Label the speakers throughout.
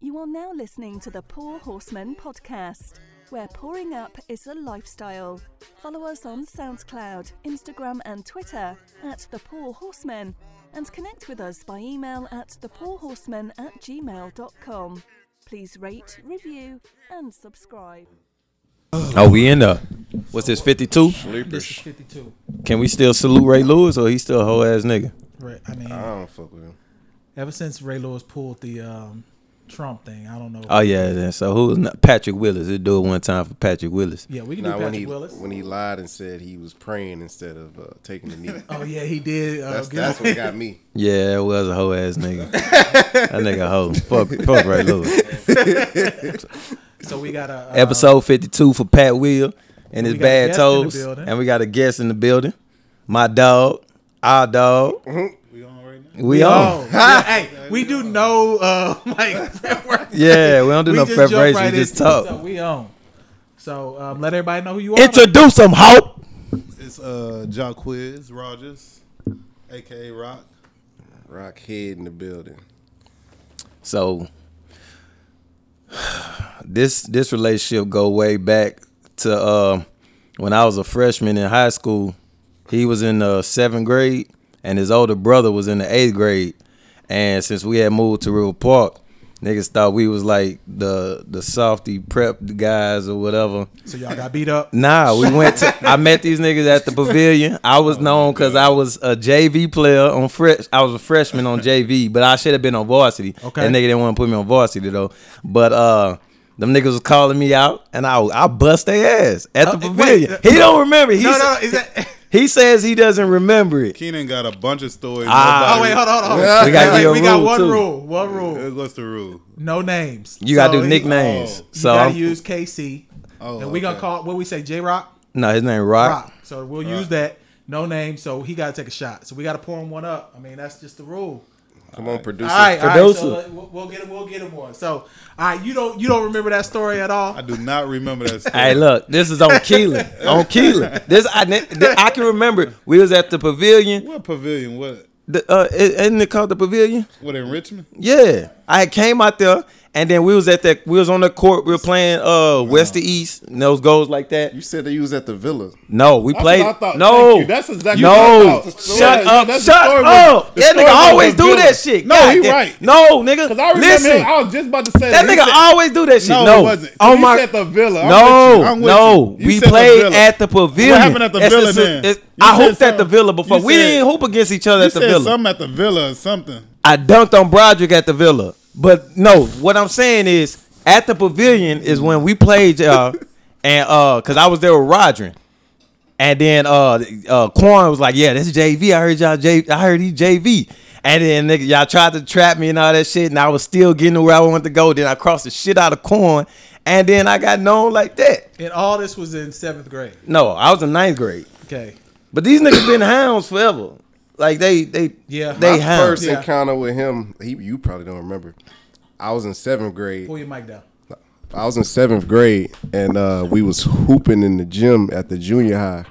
Speaker 1: You are now listening to the Poor Horsemen podcast, where pouring up is a lifestyle. Follow us on SoundCloud, Instagram, and Twitter at The Poor Horsemen, and connect with us by email at thepoorhorsemen at gmail.com. Please rate, review, and subscribe.
Speaker 2: Oh, we in the what's this fifty two?
Speaker 3: Sleepers.
Speaker 4: 52.
Speaker 2: Can we still salute Ray Lewis or he still a whole ass nigga?
Speaker 4: Right. I mean,
Speaker 3: I don't fuck with him.
Speaker 4: ever since Ray Lewis pulled the um, Trump thing, I don't know.
Speaker 2: Oh yeah, then so who's not Patrick Willis? It do it one time for Patrick Willis.
Speaker 4: yeah, we can
Speaker 3: Nah,
Speaker 4: do
Speaker 3: when
Speaker 4: Patrick
Speaker 3: he
Speaker 4: Willis.
Speaker 3: when he lied and said he was praying instead of uh, taking the knee.
Speaker 4: oh yeah, he did. Uh,
Speaker 3: That's
Speaker 4: get-
Speaker 3: that's what got me.
Speaker 2: Yeah, it was a whole ass nigga. that nigga hoe. Fuck, fuck Ray Lewis.
Speaker 4: Uh-huh. so we got a uh,
Speaker 2: Episode fifty two for Pat Will and his
Speaker 4: We got a
Speaker 2: bad
Speaker 4: guest in the
Speaker 2: toes,
Speaker 4: building.
Speaker 2: and we got a guest in the building. My dog, our dog.
Speaker 4: Mm-hmm.
Speaker 2: We on
Speaker 4: Oh, yeah, hey, we do no uh, like prep work.
Speaker 2: Yeah, we don't do
Speaker 4: We
Speaker 2: no
Speaker 4: just jump
Speaker 2: preparation.
Speaker 4: right
Speaker 2: we just
Speaker 4: into it.
Speaker 2: talk.
Speaker 4: So we on. So um, let everybody know who you are.
Speaker 2: Introduce them, hope.
Speaker 5: It's uh Jaquiz Rogers, aka Rock.
Speaker 3: Rock head in the building.
Speaker 2: So this this relationship go way back to uh, when I was a freshman in high school. He was in the seventh grade, and his older brother was in the eighth grade. And since we had moved to River Park, niggas thought we was like the the softy prep guys or whatever.
Speaker 4: So y'all got beat up.
Speaker 2: Nah, we went to. I met these niggas at the pavilion. I
Speaker 4: Oh
Speaker 2: was known because I was a JV player on fresh. I was a freshman on JV, but I should have been on varsity.
Speaker 4: Okay.
Speaker 2: that nigga didn't want to put me on varsity though. But uh, them niggas was calling me out, and I I bust their ass at the
Speaker 4: Uh, wait,
Speaker 2: pavilion.
Speaker 4: uh,
Speaker 2: he don't remember. He
Speaker 4: No, no,
Speaker 2: sa-
Speaker 4: no, is that?
Speaker 2: he says he doesn't remember it.
Speaker 5: Keenan got a bunch of stories.
Speaker 2: Ah.
Speaker 4: Oh wait, hold on, hold on.
Speaker 2: We gotta
Speaker 4: Wait,
Speaker 2: give a
Speaker 4: we got
Speaker 2: rule,
Speaker 4: one
Speaker 2: too.
Speaker 4: rule. One rule.
Speaker 5: What's the rule?
Speaker 4: No names.
Speaker 2: You gotta
Speaker 4: So
Speaker 2: do
Speaker 4: he-
Speaker 2: nicknames.
Speaker 5: oh,
Speaker 2: so
Speaker 4: you gotta
Speaker 2: I'm-
Speaker 4: use KC.
Speaker 5: Oh,
Speaker 4: and we gonna
Speaker 5: okay.
Speaker 4: call what we say J Rock.
Speaker 2: no, his name Rock.
Speaker 4: Rock. So we'll use that. No name. So he gotta take a shot. So we gotta pour him one up. I mean that's just the rule.
Speaker 3: Come on, producer.
Speaker 4: All right. All right
Speaker 2: Producer.
Speaker 4: so uh, we'll- we'll get him. We'll get him one. So all right, you don't you don't remember that story at all.
Speaker 5: I do not remember that. Story.
Speaker 2: Hey, look, this is on Keelan. on Keelan. This I I can remember. We was at the pavilion.
Speaker 5: What pavilion? What?
Speaker 2: The, uh, isn't it called the pavilion?
Speaker 5: What in Richmond?
Speaker 2: Yeah, I came out there, and then we was at that. We was on the court. We were playing uh
Speaker 5: Uh-huh.
Speaker 2: west to east, and those goals like that.
Speaker 3: You said that you was at the villa.
Speaker 2: No, we
Speaker 5: That's
Speaker 2: played.
Speaker 5: what I thought.
Speaker 2: No,
Speaker 5: Thank you. That's exactly
Speaker 2: no.
Speaker 5: what I thought.
Speaker 2: Shut
Speaker 5: Yeah,
Speaker 2: up!
Speaker 5: that's the story
Speaker 2: Shut
Speaker 5: with-
Speaker 2: up!
Speaker 5: the
Speaker 2: That
Speaker 5: story
Speaker 2: nigga
Speaker 5: with
Speaker 2: always
Speaker 5: the
Speaker 2: do that
Speaker 5: villain.
Speaker 2: shit.
Speaker 5: No,
Speaker 2: God
Speaker 5: he
Speaker 2: damn-
Speaker 5: right.
Speaker 2: No, nigga.
Speaker 5: Because I remember.
Speaker 2: Listen,
Speaker 5: I was just about to say
Speaker 2: that
Speaker 5: He
Speaker 2: nigga
Speaker 5: said-
Speaker 2: always do that shit.
Speaker 5: No,
Speaker 2: No,
Speaker 5: it wasn't.
Speaker 2: Oh
Speaker 5: He
Speaker 2: my.
Speaker 5: said the Villa. I'm
Speaker 2: no,
Speaker 5: with you. I'm with
Speaker 2: no.
Speaker 5: you. You
Speaker 2: We
Speaker 5: said the
Speaker 2: played
Speaker 5: Villa.
Speaker 2: at the pavilion.
Speaker 5: happened at the
Speaker 2: It's
Speaker 5: Villa
Speaker 2: just-
Speaker 5: then?
Speaker 2: it's-
Speaker 5: You
Speaker 2: I
Speaker 5: said
Speaker 2: hooped at the
Speaker 5: something.
Speaker 2: villa before.
Speaker 5: You
Speaker 2: we
Speaker 5: said-
Speaker 2: didn't hoop against each other
Speaker 5: You
Speaker 2: at the
Speaker 5: said
Speaker 2: villa.
Speaker 5: something at the Villa or something.
Speaker 2: I dunked on Broderick at the Villa. But no, what I'm saying is at the Pavilion is when we played y'all, and uh, cause I was there with Roger, and then uh, uh, Quan was like, "Yeah, this is JV. I heard y'all. J- I heard he JV." And then nigga, y'all tried to trap me and all that shit, and I was still getting to where I wanted to go. Then I crossed the shit out of Quan, and then I got known like that.
Speaker 4: And all this was in seventh grade.
Speaker 2: No, I was in ninth grade.
Speaker 4: Okay.
Speaker 2: But these niggas been hounds forever. Like they, they,
Speaker 4: Yeah.
Speaker 2: they
Speaker 4: My
Speaker 2: hounds.
Speaker 3: First
Speaker 4: Yeah.
Speaker 3: encounter with him, he you probably don't remember. I was in seventh grade.
Speaker 4: Pull your mic down.
Speaker 3: I was in seventh grade, and uh, we was hooping in the gym at the junior high.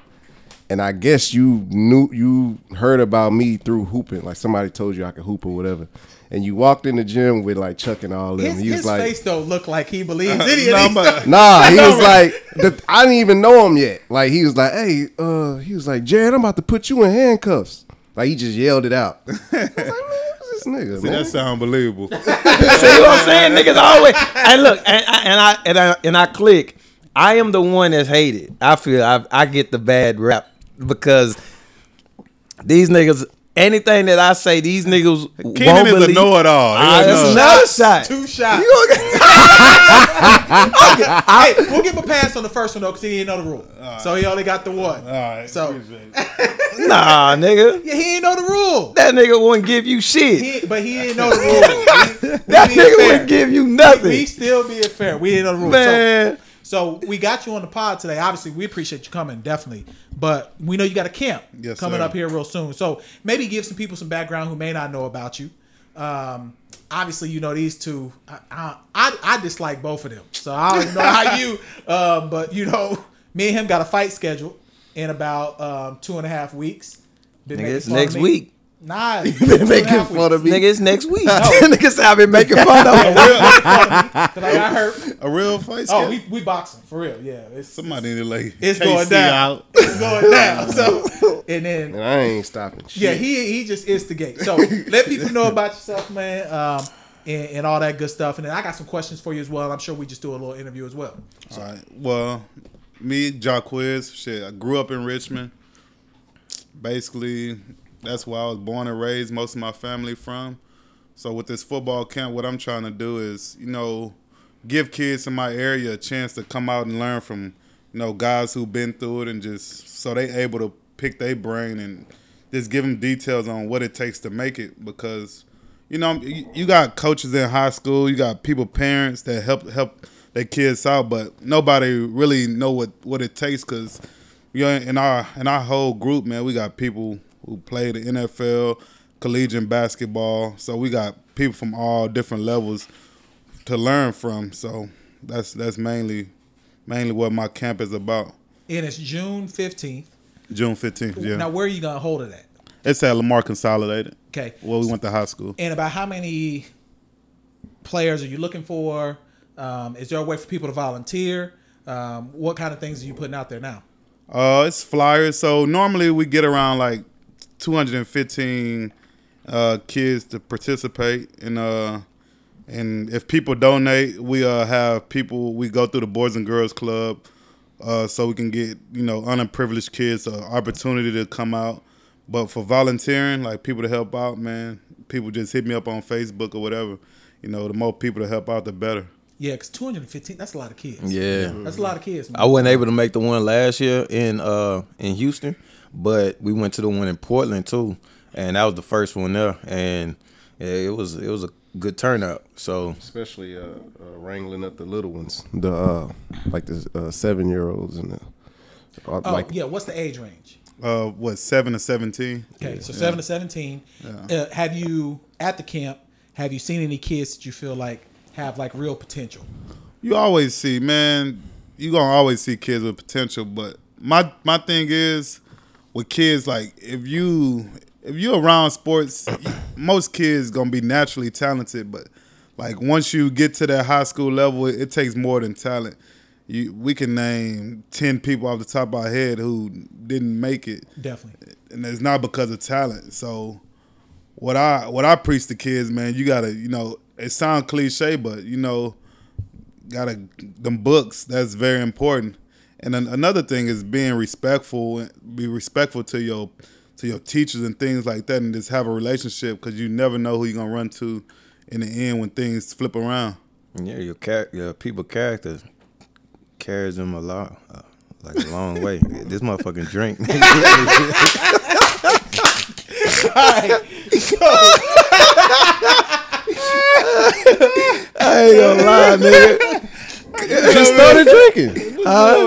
Speaker 3: And I guess you knew you heard about me through hooping, like somebody told you I could hoop or whatever. And you walked in the gym with like Chuck and all them.
Speaker 4: His,
Speaker 3: he was
Speaker 4: his
Speaker 3: like,
Speaker 4: face don't look like he believes any of
Speaker 5: No, I'm
Speaker 4: these.
Speaker 5: about-
Speaker 3: Nah, he was like, the, I didn't even know him yet. Like he was like, hey, uh, he was like, Jared, I'm about to put you in handcuffs. Like he just yelled it out. I was like, man, what's this nigga,
Speaker 5: See,
Speaker 3: man?
Speaker 5: that sound believable.
Speaker 2: See what I'm saying? Niggas always and look and, I- and I and I and I click. I am the one that's hated. I feel I I get the bad rap because these niggas. Anything that I say, these niggas
Speaker 5: Keenan
Speaker 2: won't
Speaker 5: is a
Speaker 2: believe.
Speaker 5: know-it-all. He
Speaker 2: Ah,
Speaker 5: is
Speaker 2: that's
Speaker 5: a-
Speaker 2: another shot.
Speaker 4: Two shots.
Speaker 2: You gonna-
Speaker 4: hey, we'll give him a pass on the first one though, because he didn't know the rule. So he only got the one.
Speaker 5: All right.
Speaker 4: So
Speaker 2: nah, nigga.
Speaker 4: yeah, he didn't know the rule.
Speaker 2: That nigga wouldn't give you shit.
Speaker 4: He, but he didn't know the rule. We- we
Speaker 2: That
Speaker 4: being
Speaker 2: nigga
Speaker 4: fair.
Speaker 2: wouldn't give you
Speaker 4: We
Speaker 2: nothing,
Speaker 4: still being fair. We didn't know the rule.
Speaker 2: man.
Speaker 4: So, so we got you on the pod today. Obviously, we appreciate you coming, definitely. But we know you got a camp
Speaker 5: Yes,
Speaker 4: coming
Speaker 5: sir.
Speaker 4: up here real soon. So maybe give some people some background who may not know about you. Um, obviously, you know these two. I I, I, I dislike both of them. So I don't know how you. Um, but you know, me and him got a fight scheduled in about um, two and a half weeks. Been
Speaker 2: Nigga,
Speaker 4: making
Speaker 2: it's
Speaker 4: fun of
Speaker 2: next
Speaker 4: me.
Speaker 2: week.
Speaker 4: Nah,
Speaker 3: They making fun of me.
Speaker 2: Nigga, it's next week. Niggas have been making fun of me.
Speaker 4: Cause I got hurt.
Speaker 5: A real fight.
Speaker 4: Oh,
Speaker 5: scare?
Speaker 4: we, we boxing for real. Yeah, it's,
Speaker 5: Somebody in the like
Speaker 4: It's
Speaker 5: KC
Speaker 4: going down.
Speaker 5: out.
Speaker 4: it's going down. So and then
Speaker 3: And I ain't stopping. Shit.
Speaker 4: yeah, he he just instigates. So let people know about yourself, man, um, and, and all that good stuff. And then I got some questions for you as well. I'm sure we just do a little interview as well.
Speaker 5: All right. Well, me, Jaquiz, shit, I grew up in Richmond. Basically, that's where I was born and raised, most of my family from. So with this football camp, what I'm trying to do is, you know, give kids in my area a chance to come out and learn from, you know, guys who've been through it and just so they able to pick their brain and just give them details on what it takes to make it because you know you you got coaches in high school you got people parents that help help their kids out but nobody really know what what it takes because you know in our in our whole group man we got people who play the nfl collegiate basketball so we got people from all different levels to learn from so that's that's mainly mainly what my camp is about
Speaker 4: And it's June 15th.
Speaker 5: june 15th yeah
Speaker 4: Now, where are you gonna hold it at?
Speaker 5: it's at lamar consolidated
Speaker 4: Okay.
Speaker 5: well we went to high school
Speaker 4: And about how many players are you looking for? Um, is there a way for people to volunteer? Um, what kind of things are you putting out there now?
Speaker 5: Uh, it's flyers. So normally we get around like 215 uh, kids to participate, and uh, and if people donate, we uh, have people. We go through the Boys and Girls Club, uh, so we can get you know underprivileged kids an opportunity to come out. But for volunteering, like people to help out, man, people just hit me up on Facebook or whatever. You know, the more people to help out, the better.
Speaker 4: Yeah, because 215, that's a lot of kids.
Speaker 2: Yeah.
Speaker 4: That's a lot of kids. Man.
Speaker 2: I wasn't able to make the one last year in uh in Houston, but we went to the one in Portland too, and that was the first one there, and yeah, it was it was a good turnout. So
Speaker 3: especially uh, uh, wrangling up the little ones, the uh, like the uh, seven year olds and the uh,
Speaker 4: oh,
Speaker 3: like
Speaker 4: yeah. What's the age range?
Speaker 5: Uh, what seven to seventeen?
Speaker 4: Okay, so seven to seventeen. Uh, have you at the camp? Have you seen any kids that you feel like have like real potential?
Speaker 5: you always see, man. You gonna always see kids with potential, but my my thing is with kids like if you if you around sports, you- most kids gonna be naturally talented, but like once you get to that high school level, it, it takes more than talent. You we can name ten people off the top of our head who didn't make it
Speaker 4: Definitely.
Speaker 5: and it's not because of talent. So what I what I preach to kids, man, you gotta you know it sounds cliche, but you know gotta them books. That's very important. And an, another thing is being respectful. Be respectful to your to your teachers and things like that, and just have a relationship because you never know who you're gonna run to in the end when things flip around.
Speaker 2: yeah, your char- your people character carries them a lot, uh, like a long way. This motherfucking drink. I ain't gonna lie, nigga.
Speaker 3: you just started drinking.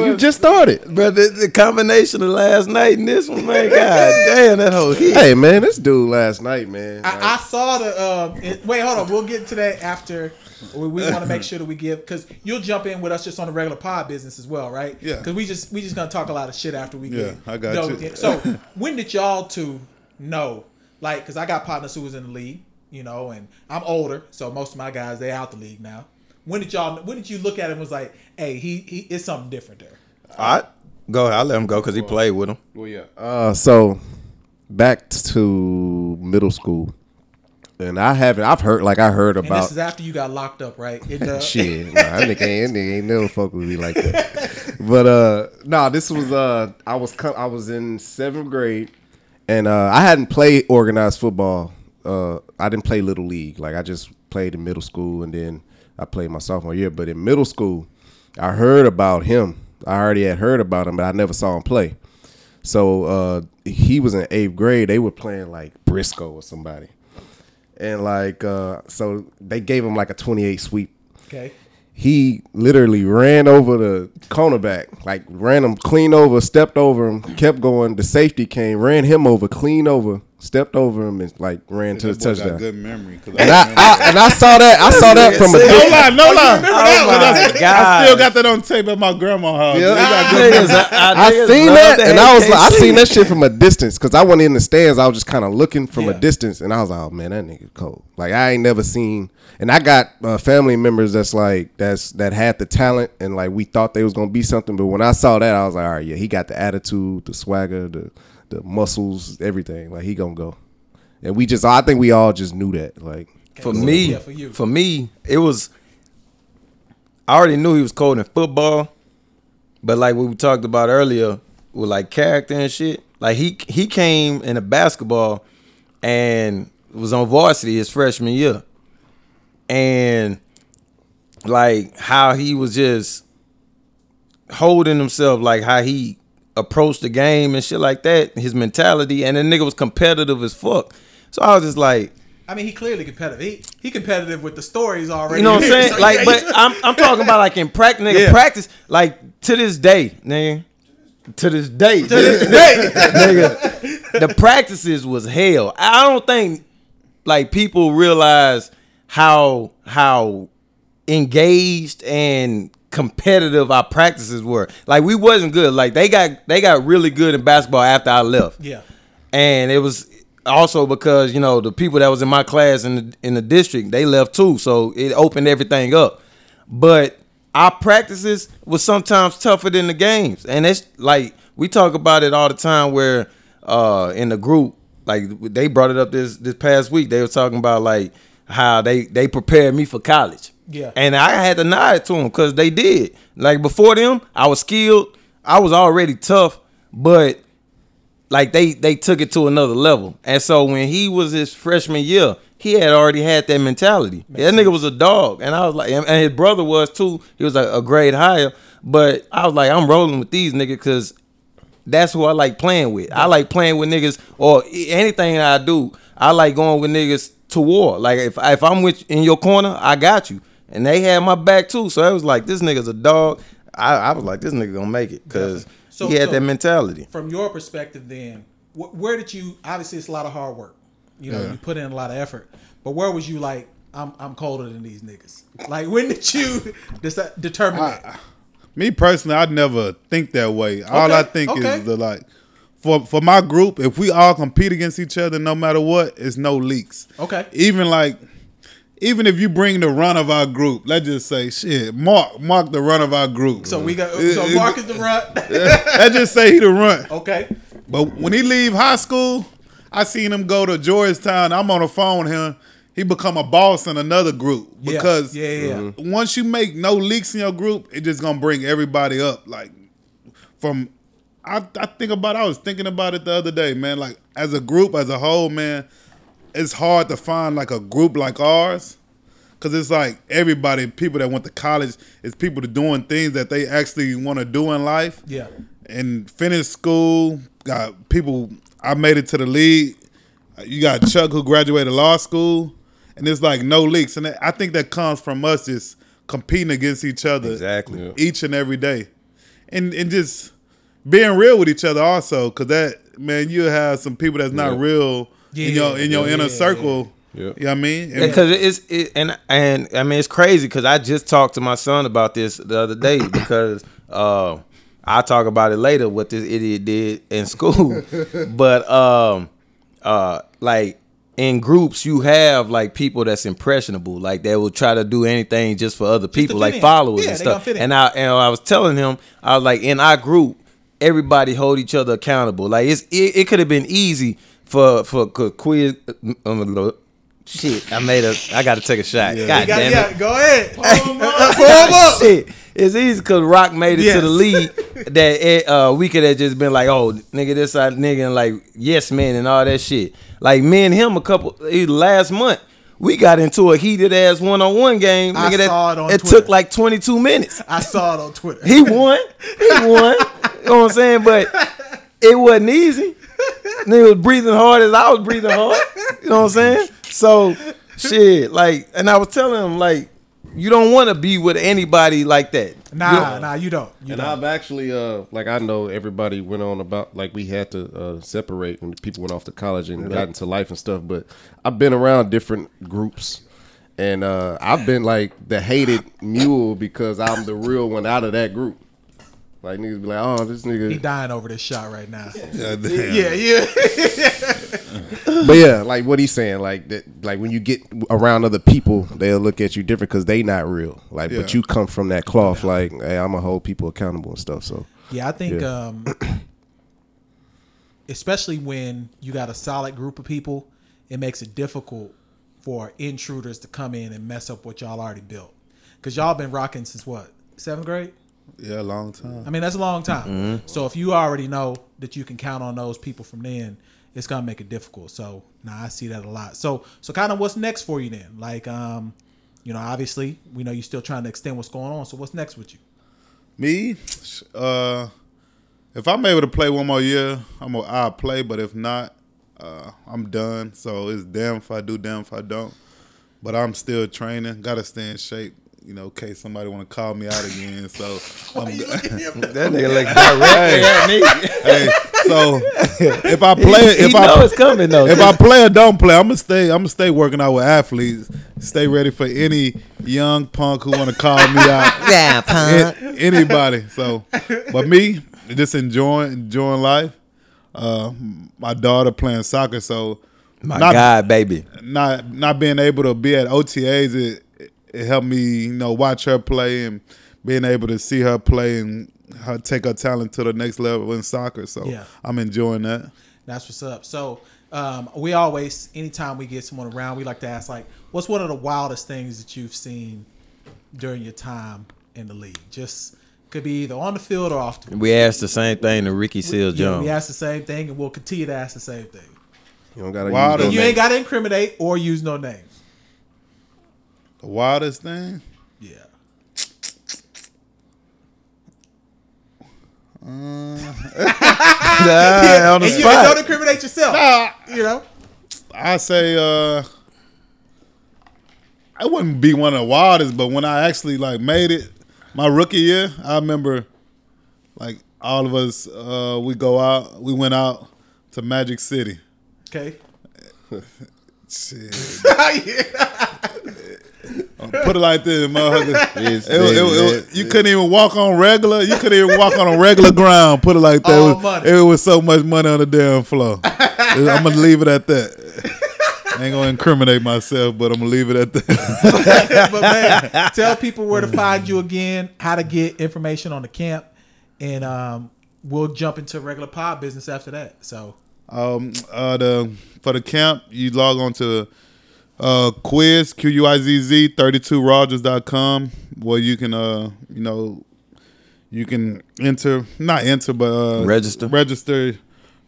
Speaker 3: you just started.
Speaker 2: But the, the combination of last night and this one, man, god damn, that whole hit.
Speaker 3: Hey man, this dude last night, man. like,
Speaker 4: I, I saw the. Um, it, wait, hold on. We'll get to that after. We, we want to make sure that we give because you'll jump in with us just on the regular pod business as well, right?
Speaker 5: Yeah.
Speaker 4: Because we just we just gonna talk a lot of shit after we get.
Speaker 5: Yeah, I got
Speaker 4: done
Speaker 5: you.
Speaker 4: with it. So when did y'all two know? Like, because I got partners who was in the league, you know, and I'm older, so most of my guys they out the league now. When did y'all? When did you look at him? and Was like, hey, he, he it's something different there.
Speaker 2: I go ahead. I let him go because he played with him.
Speaker 3: Well, yeah. Uh, so back to middle school, and I haven't. I've heard like I heard
Speaker 4: And this
Speaker 3: about
Speaker 4: is after you got locked up, right? In the,
Speaker 3: shit. Nah, that nigga ain't, that nigga ain't never fuck with me like that. But uh, nah, this was uh, I was co- I was in seventh grade, and uh, I hadn't played organized football. Uh, I didn't play little league. Like I just played in middle school, and then I played my sophomore year. But in middle school, I heard about him. I already had heard about him, but I never saw him play. So uh, he was in eighth grade. They were playing like Briscoe or somebody, and like uh, so they gave him like a twenty-eight sweep.
Speaker 4: Okay.
Speaker 3: He literally ran over the cornerback, like ran him clean over, stepped over him, kept going. The safety came, ran him over, clean over, stepped over him and like ran to the
Speaker 5: That boy got
Speaker 3: touchdown.
Speaker 5: Good memory. 'cause
Speaker 3: And I, Oh,
Speaker 5: I remember that.
Speaker 3: I and I saw that I saw that from a
Speaker 5: no
Speaker 3: distance.
Speaker 5: lie, no lie.
Speaker 2: that one?
Speaker 5: I-
Speaker 2: Oh my
Speaker 5: I,
Speaker 2: God.
Speaker 5: still got that on tape at my grandma's house.
Speaker 3: Oh, Yeah.
Speaker 5: They got good
Speaker 2: Niggas, I,
Speaker 3: I
Speaker 2: niggas
Speaker 3: seen
Speaker 2: love
Speaker 3: that,
Speaker 2: to
Speaker 3: and
Speaker 2: hate
Speaker 3: I was like, I
Speaker 2: KC.
Speaker 3: seen that shit from a distance because I went in the stands. I was just kind of looking from
Speaker 4: Yeah.
Speaker 3: a distance, and I was like, oh man, that nigga cold. Like I ain't never seen, and I got uh, family members that's like that's that had the talent, and like we thought they was gonna be something, but when I saw that, I was like, all right, yeah, he got the attitude, the swagger, the the muscles, everything. Like he gonna go, and we just, I think we all just knew that. Like
Speaker 2: For me,
Speaker 4: Yeah, for
Speaker 2: for,
Speaker 4: you.
Speaker 2: me, it was. I already knew he was cold in football, but like what we talked about earlier with like character and shit. Like he he came in a basketball and was on varsity his freshman year, and like how he was just holding himself, like how he approached the game and shit like that. His mentality and the nigga was competitive as fuck. So I was just like.
Speaker 4: I mean, he clearly competitive. He, he competitive with the stories already.
Speaker 2: You know what I'm saying?
Speaker 4: So,
Speaker 2: Like,
Speaker 4: yeah,
Speaker 2: but
Speaker 4: he's-
Speaker 2: I'm I'm talking about like in practice, nigga.
Speaker 5: Yeah.
Speaker 2: Practice, like to this day, nigga. To this day, to
Speaker 4: this day.
Speaker 2: nigga. The practices was hell. I don't think like people realize how how engaged and competitive our practices were. Like we wasn't good. Like they got they got really good in basketball after I left
Speaker 4: yeah.
Speaker 2: and it was also because you know the people that was in my class in the in the district they left too, so it opened everything up. But our practices was sometimes tougher than the games, and it's like we talk about it all the time. Where uh in the group, like they brought it up this this past week, they were talking about like how they they prepared me for college.
Speaker 4: Yeah.
Speaker 2: and I had to nod to them because they did. Like before them, I was skilled, I was already tough, but like they they took it to another level. And so when he was his freshman year, he had already had that mentality. that nigga was a dog, and I was like, and and his brother was too. He was like a grade higher, but I was like, I'm rolling with these niggas because that's who I like playing with. I like playing with niggas or i- anything that I do. I like going with niggas to war. Like if if I'm with in your corner, I got you. And they had my back too. So I was like, this nigga's a dog. I, I was like, this nigga gonna make it because
Speaker 4: So-
Speaker 2: he had
Speaker 4: so-
Speaker 2: that mentality.
Speaker 4: From your perspective, then, wh- where did you? Obviously, it's a lot of hard work. You know, you put in a lot of effort. But where was you like? I'm I'm colder than these niggas. Like, when did you deci- determine that?
Speaker 5: Me personally, I never think that way. All
Speaker 4: Okay,
Speaker 5: I think
Speaker 4: okay.
Speaker 5: is the like for for my group, if we all compete against each other no matter what, it's no leaks.
Speaker 4: Okay.
Speaker 5: Even like even if you bring the run of our group, let's just say shit, Mark Mark the run of our group.
Speaker 4: So we got
Speaker 5: It-
Speaker 4: so
Speaker 5: it-
Speaker 4: Marcus the run.
Speaker 5: let's just say he the run.
Speaker 4: okay.
Speaker 5: But when he leave high school, I seen him go to Georgetown. I'm on the phone with him. He become a boss in another group
Speaker 4: Yeah,
Speaker 5: because
Speaker 4: yeah, yeah, yeah.
Speaker 5: once you make no leaks in your group, it just gonna bring everybody up. Like from I, I think about I was thinking about it the other day, man. Like as a group, as a whole, man, it's hard to find like a group like ours. Cause it's like everybody, people that went to college, it's people that doing things that they actually want to do in life
Speaker 4: Yeah.
Speaker 5: and finished school. Got people. I made it to the league. You got Chuck who graduated law school, and it's like no leaks. And I think that comes from us just competing against each other
Speaker 2: Exactly. Yeah.
Speaker 5: each and every day, and and just being real with each other also. Cause that man, you have some people that's not real in your in your
Speaker 4: Yeah,
Speaker 5: inner
Speaker 4: yeah,
Speaker 5: circle.
Speaker 3: yeah.
Speaker 5: You know what I mean? And-
Speaker 2: because it's it, and and I mean it's crazy because I just talked to my son about this the other day because uh, I talk about it later what this idiot did in school, but um uh like in groups you have like people that's impressionable like they will try to do anything just for other people
Speaker 4: fit
Speaker 2: like
Speaker 4: in.
Speaker 2: followers
Speaker 4: Yeah,
Speaker 2: and
Speaker 4: they gonna
Speaker 2: stuff
Speaker 4: fit in.
Speaker 2: and I and I was telling him I was like in our group everybody hold each other accountable like it's it, it could have been easy for for qu- quiz um, shit I made a I got to take a shot god
Speaker 4: You got,
Speaker 2: damn
Speaker 4: yeah.
Speaker 2: it
Speaker 4: Go ahead.
Speaker 2: Shit. It's easy because Rock made it to
Speaker 4: Yes.
Speaker 2: the league that it, uh, we could have just been like, oh, nigga, this side nigga, and like, yes, man, and all that shit. Like, me and him a couple, eh, last month, we got into a heated ass one on one game.
Speaker 4: I
Speaker 2: nigga, that,
Speaker 4: saw it on
Speaker 2: It
Speaker 4: Twitter.
Speaker 2: took like 22 minutes.
Speaker 4: I saw it on Twitter.
Speaker 2: He won. He won. you know what I'm saying? But it wasn't easy. Nigga was breathing hard as I was breathing hard. You know what I'm saying? So shit, like, and I was telling him, like, you don't want to be with anybody like that.
Speaker 4: Nah, nah, you don't. You
Speaker 3: and
Speaker 4: don't.
Speaker 3: I've actually, uh, like I know everybody went on about like we had to uh, separate when people went off to college and got into life and stuff. But I've been around different groups, and uh, I've been like the hated mule because I'm the real one out of that group. Like niggas be like, oh, this
Speaker 4: He
Speaker 3: nigga.
Speaker 4: dying over this shot right now.
Speaker 5: Yeah,
Speaker 4: Yeah, yeah.
Speaker 3: But yeah, like what he's saying, like that, like when you get around other people, they'll look at you different because they not real. Like, but
Speaker 5: Yeah.
Speaker 3: you come from that cloth. Like, hey, I'm gonna hold people accountable and stuff. So
Speaker 4: Yeah, I think
Speaker 3: Yeah.
Speaker 4: um especially when you got a solid group of people, it makes it difficult for intruders to come in and mess up what y'all already built. Cuz y'all been rocking since what? 7th grade?
Speaker 5: yeah, long time.
Speaker 4: I mean, that's a long time. So if you already know that you can count on those people from then, it's gonna make it difficult. So nah, I see that a lot. So so kind of what's next for you then? Like um, you know, obviously we know you're still trying to extend what's going on. So what's next with you?
Speaker 5: Me, uh, if I'm able to play one more year, I'm gonna I'll play. But if not, uh, I'm done. So it's damn if I do, damn if I don't. But I'm still training. Gotta stay in shape. You know, in case somebody want to call me out again. So I'm go-
Speaker 2: That nigga like that right.
Speaker 5: hey, so if I play,
Speaker 2: He,
Speaker 5: if
Speaker 2: he
Speaker 5: I
Speaker 2: know it's coming though.
Speaker 5: if I play or don't play, I'm gonna stay. I'm gonna stay working out with athletes. Stay ready for any young punk who want to call me out.
Speaker 2: yeah, punk.
Speaker 5: A- anybody. So, but me, just enjoying enjoying life. Uh, my daughter playing soccer, so
Speaker 2: My God, baby.
Speaker 5: not not being able to be at OTAs, it it helped me, you know, watch her play and being able to see her play and her take her talent to the next level in soccer. So
Speaker 4: Yeah.
Speaker 5: I'm enjoying that.
Speaker 4: That's what's up. So um, we always, anytime we get someone around, we like to ask, like, what's one of the wildest things that you've seen during your time in the league? Just could be either on the field or off the field.
Speaker 2: We asked the same thing to Ricky Seal
Speaker 4: Yeah,
Speaker 2: Jones.
Speaker 4: we ask the same thing, and we'll continue to ask the same thing.
Speaker 3: you don't gotta.
Speaker 5: Wow,
Speaker 3: use
Speaker 5: the-
Speaker 3: no
Speaker 4: You
Speaker 5: name.
Speaker 4: ain't got to incriminate or use no names.
Speaker 5: The wildest thing.
Speaker 4: Yeah.
Speaker 2: Yeah, on the
Speaker 4: And you don't
Speaker 2: spot.
Speaker 4: incriminate yourself. You know?
Speaker 5: I say uh I wouldn't be one of the wildest, but when I actually like made it my rookie year, I remember like all of us uh we go out, we went out to Magic City.
Speaker 4: Okay.
Speaker 5: Shit.
Speaker 4: yeah.
Speaker 5: Put it like this, motherfucker.
Speaker 3: Yes,
Speaker 5: It was- it was- it
Speaker 3: yes,
Speaker 5: was- you couldn't even walk on regular. You couldn't even walk on a regular ground. Put it like that.
Speaker 4: All
Speaker 5: it, was,
Speaker 4: money.
Speaker 5: it was so much money on the damn floor. I'm gonna leave it at that. I ain't gonna incriminate myself, but I'm gonna leave it at that.
Speaker 4: But man, tell people where to find you again, how to get information on the camp, and um, we'll jump into regular pod business after that. So.
Speaker 5: Um, uh, the for the camp, you log on to uh, quiz q u i z z thirty two rogers.com where you can uh you know you can enter not enter but uh,
Speaker 2: Register.
Speaker 5: register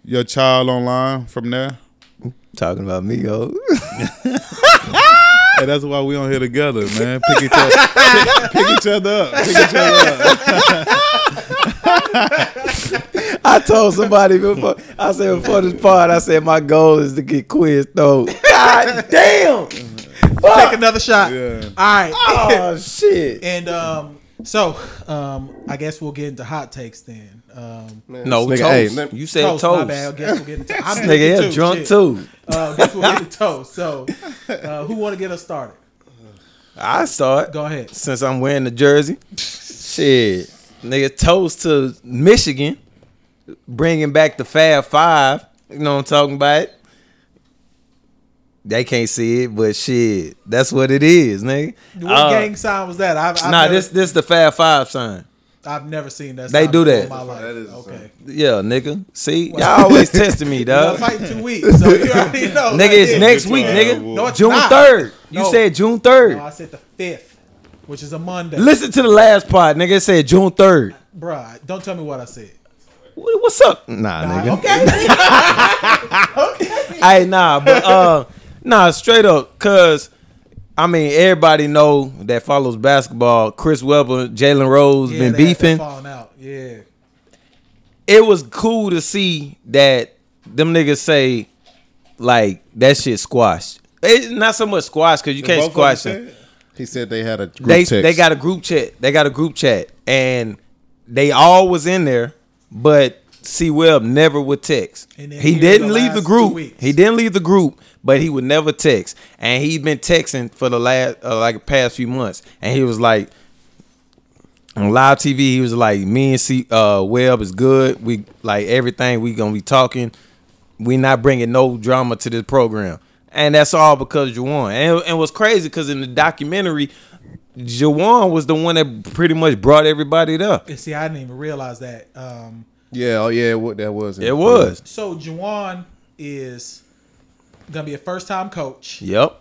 Speaker 5: your child online from there.
Speaker 2: Talking about me, yo.
Speaker 5: Hey, that's why we on here together, man. Pick each other, pick, pick each other up. Pick each other up.
Speaker 2: I told somebody before. I said before this part. I said my goal is to get quiz though. God damn.
Speaker 4: Take
Speaker 2: Fuck.
Speaker 4: another shot.
Speaker 5: Yeah.
Speaker 4: All right.
Speaker 2: Oh shit.
Speaker 4: And um, so um, I guess we'll get into hot takes then. Um,
Speaker 2: No
Speaker 3: Nigga,
Speaker 2: toast.
Speaker 3: hey, let-
Speaker 2: you said toast.
Speaker 4: My bad. I guess we'll get into. I'm
Speaker 2: Nigga,
Speaker 4: drinking
Speaker 2: yeah, drunk
Speaker 4: shit.
Speaker 2: too.
Speaker 4: Uh, guess we'll get into toast. So, uh, who want to get us started?
Speaker 2: I start
Speaker 4: Go ahead.
Speaker 2: since I'm wearing the jersey. Shit, nigga, toast to Michigan, bringing back the Fab Five. You know what I'm talking about? They can't see it, but shit, that's what it is, nigga.
Speaker 4: What
Speaker 2: Uh,
Speaker 4: gang sign was that? I've, I've
Speaker 2: Nah,
Speaker 4: never,
Speaker 2: this this the Fab Five sign.
Speaker 4: I've never seen that.
Speaker 2: They
Speaker 4: sign
Speaker 2: do
Speaker 4: before
Speaker 2: that.
Speaker 4: in My life.
Speaker 3: That is a
Speaker 4: okay.
Speaker 2: Yeah, nigga. See, y'all always testing me,
Speaker 4: Well,
Speaker 2: dog.
Speaker 4: fight two weeks, so you already know.
Speaker 2: Uh, Nigga, it's
Speaker 4: Yeah.
Speaker 2: next week,
Speaker 5: try,
Speaker 2: nigga.
Speaker 5: boy.
Speaker 4: No, it's
Speaker 2: June
Speaker 4: not.
Speaker 2: third. You
Speaker 4: No.
Speaker 2: said June
Speaker 4: No, Oh, I
Speaker 2: third.
Speaker 4: said the fifth, which is a Monday.
Speaker 2: Listen to the last part, nigga. It said June third.
Speaker 4: Bruh, don't tell me what I said.
Speaker 2: What- What's up? Nah, nigga.
Speaker 4: Okay.
Speaker 2: Hey, nah, but uh, nah, straight up, cause I mean everybody know that follows basketball. Chris Webber, Jalen Rose
Speaker 4: Yeah,
Speaker 2: been
Speaker 4: they had that
Speaker 2: beefing.
Speaker 4: Falling out. Yeah.
Speaker 2: It was cool to see that them niggas say like that shit squashed. It's not so much squash because you can't
Speaker 5: both of them
Speaker 2: squash it.
Speaker 5: said?
Speaker 3: He said they had a group
Speaker 2: they
Speaker 3: text.
Speaker 2: they got a group chat. They got a group chat, and they all was in there, but C Web never would text.
Speaker 4: And then
Speaker 2: He
Speaker 4: here
Speaker 2: didn't
Speaker 4: the
Speaker 2: leave
Speaker 4: last
Speaker 2: the
Speaker 4: two
Speaker 2: group.
Speaker 4: weeks.
Speaker 2: He didn't leave the group, but he would never text, and he'd been texting for the last uh, like past few months, and he was like. On live TV, he was like, "Me and C uh, Web is good. We like everything. We gonna be talking. We not bringing no drama to this program, and that's all because Juwan. And and what's crazy because in the documentary, Jawan was the one that pretty much brought everybody there.
Speaker 4: And see, I didn't even realize that. Um,
Speaker 3: yeah, oh yeah, what that was.
Speaker 2: It was.
Speaker 4: so Juwan is gonna be a first time coach.
Speaker 2: Yep.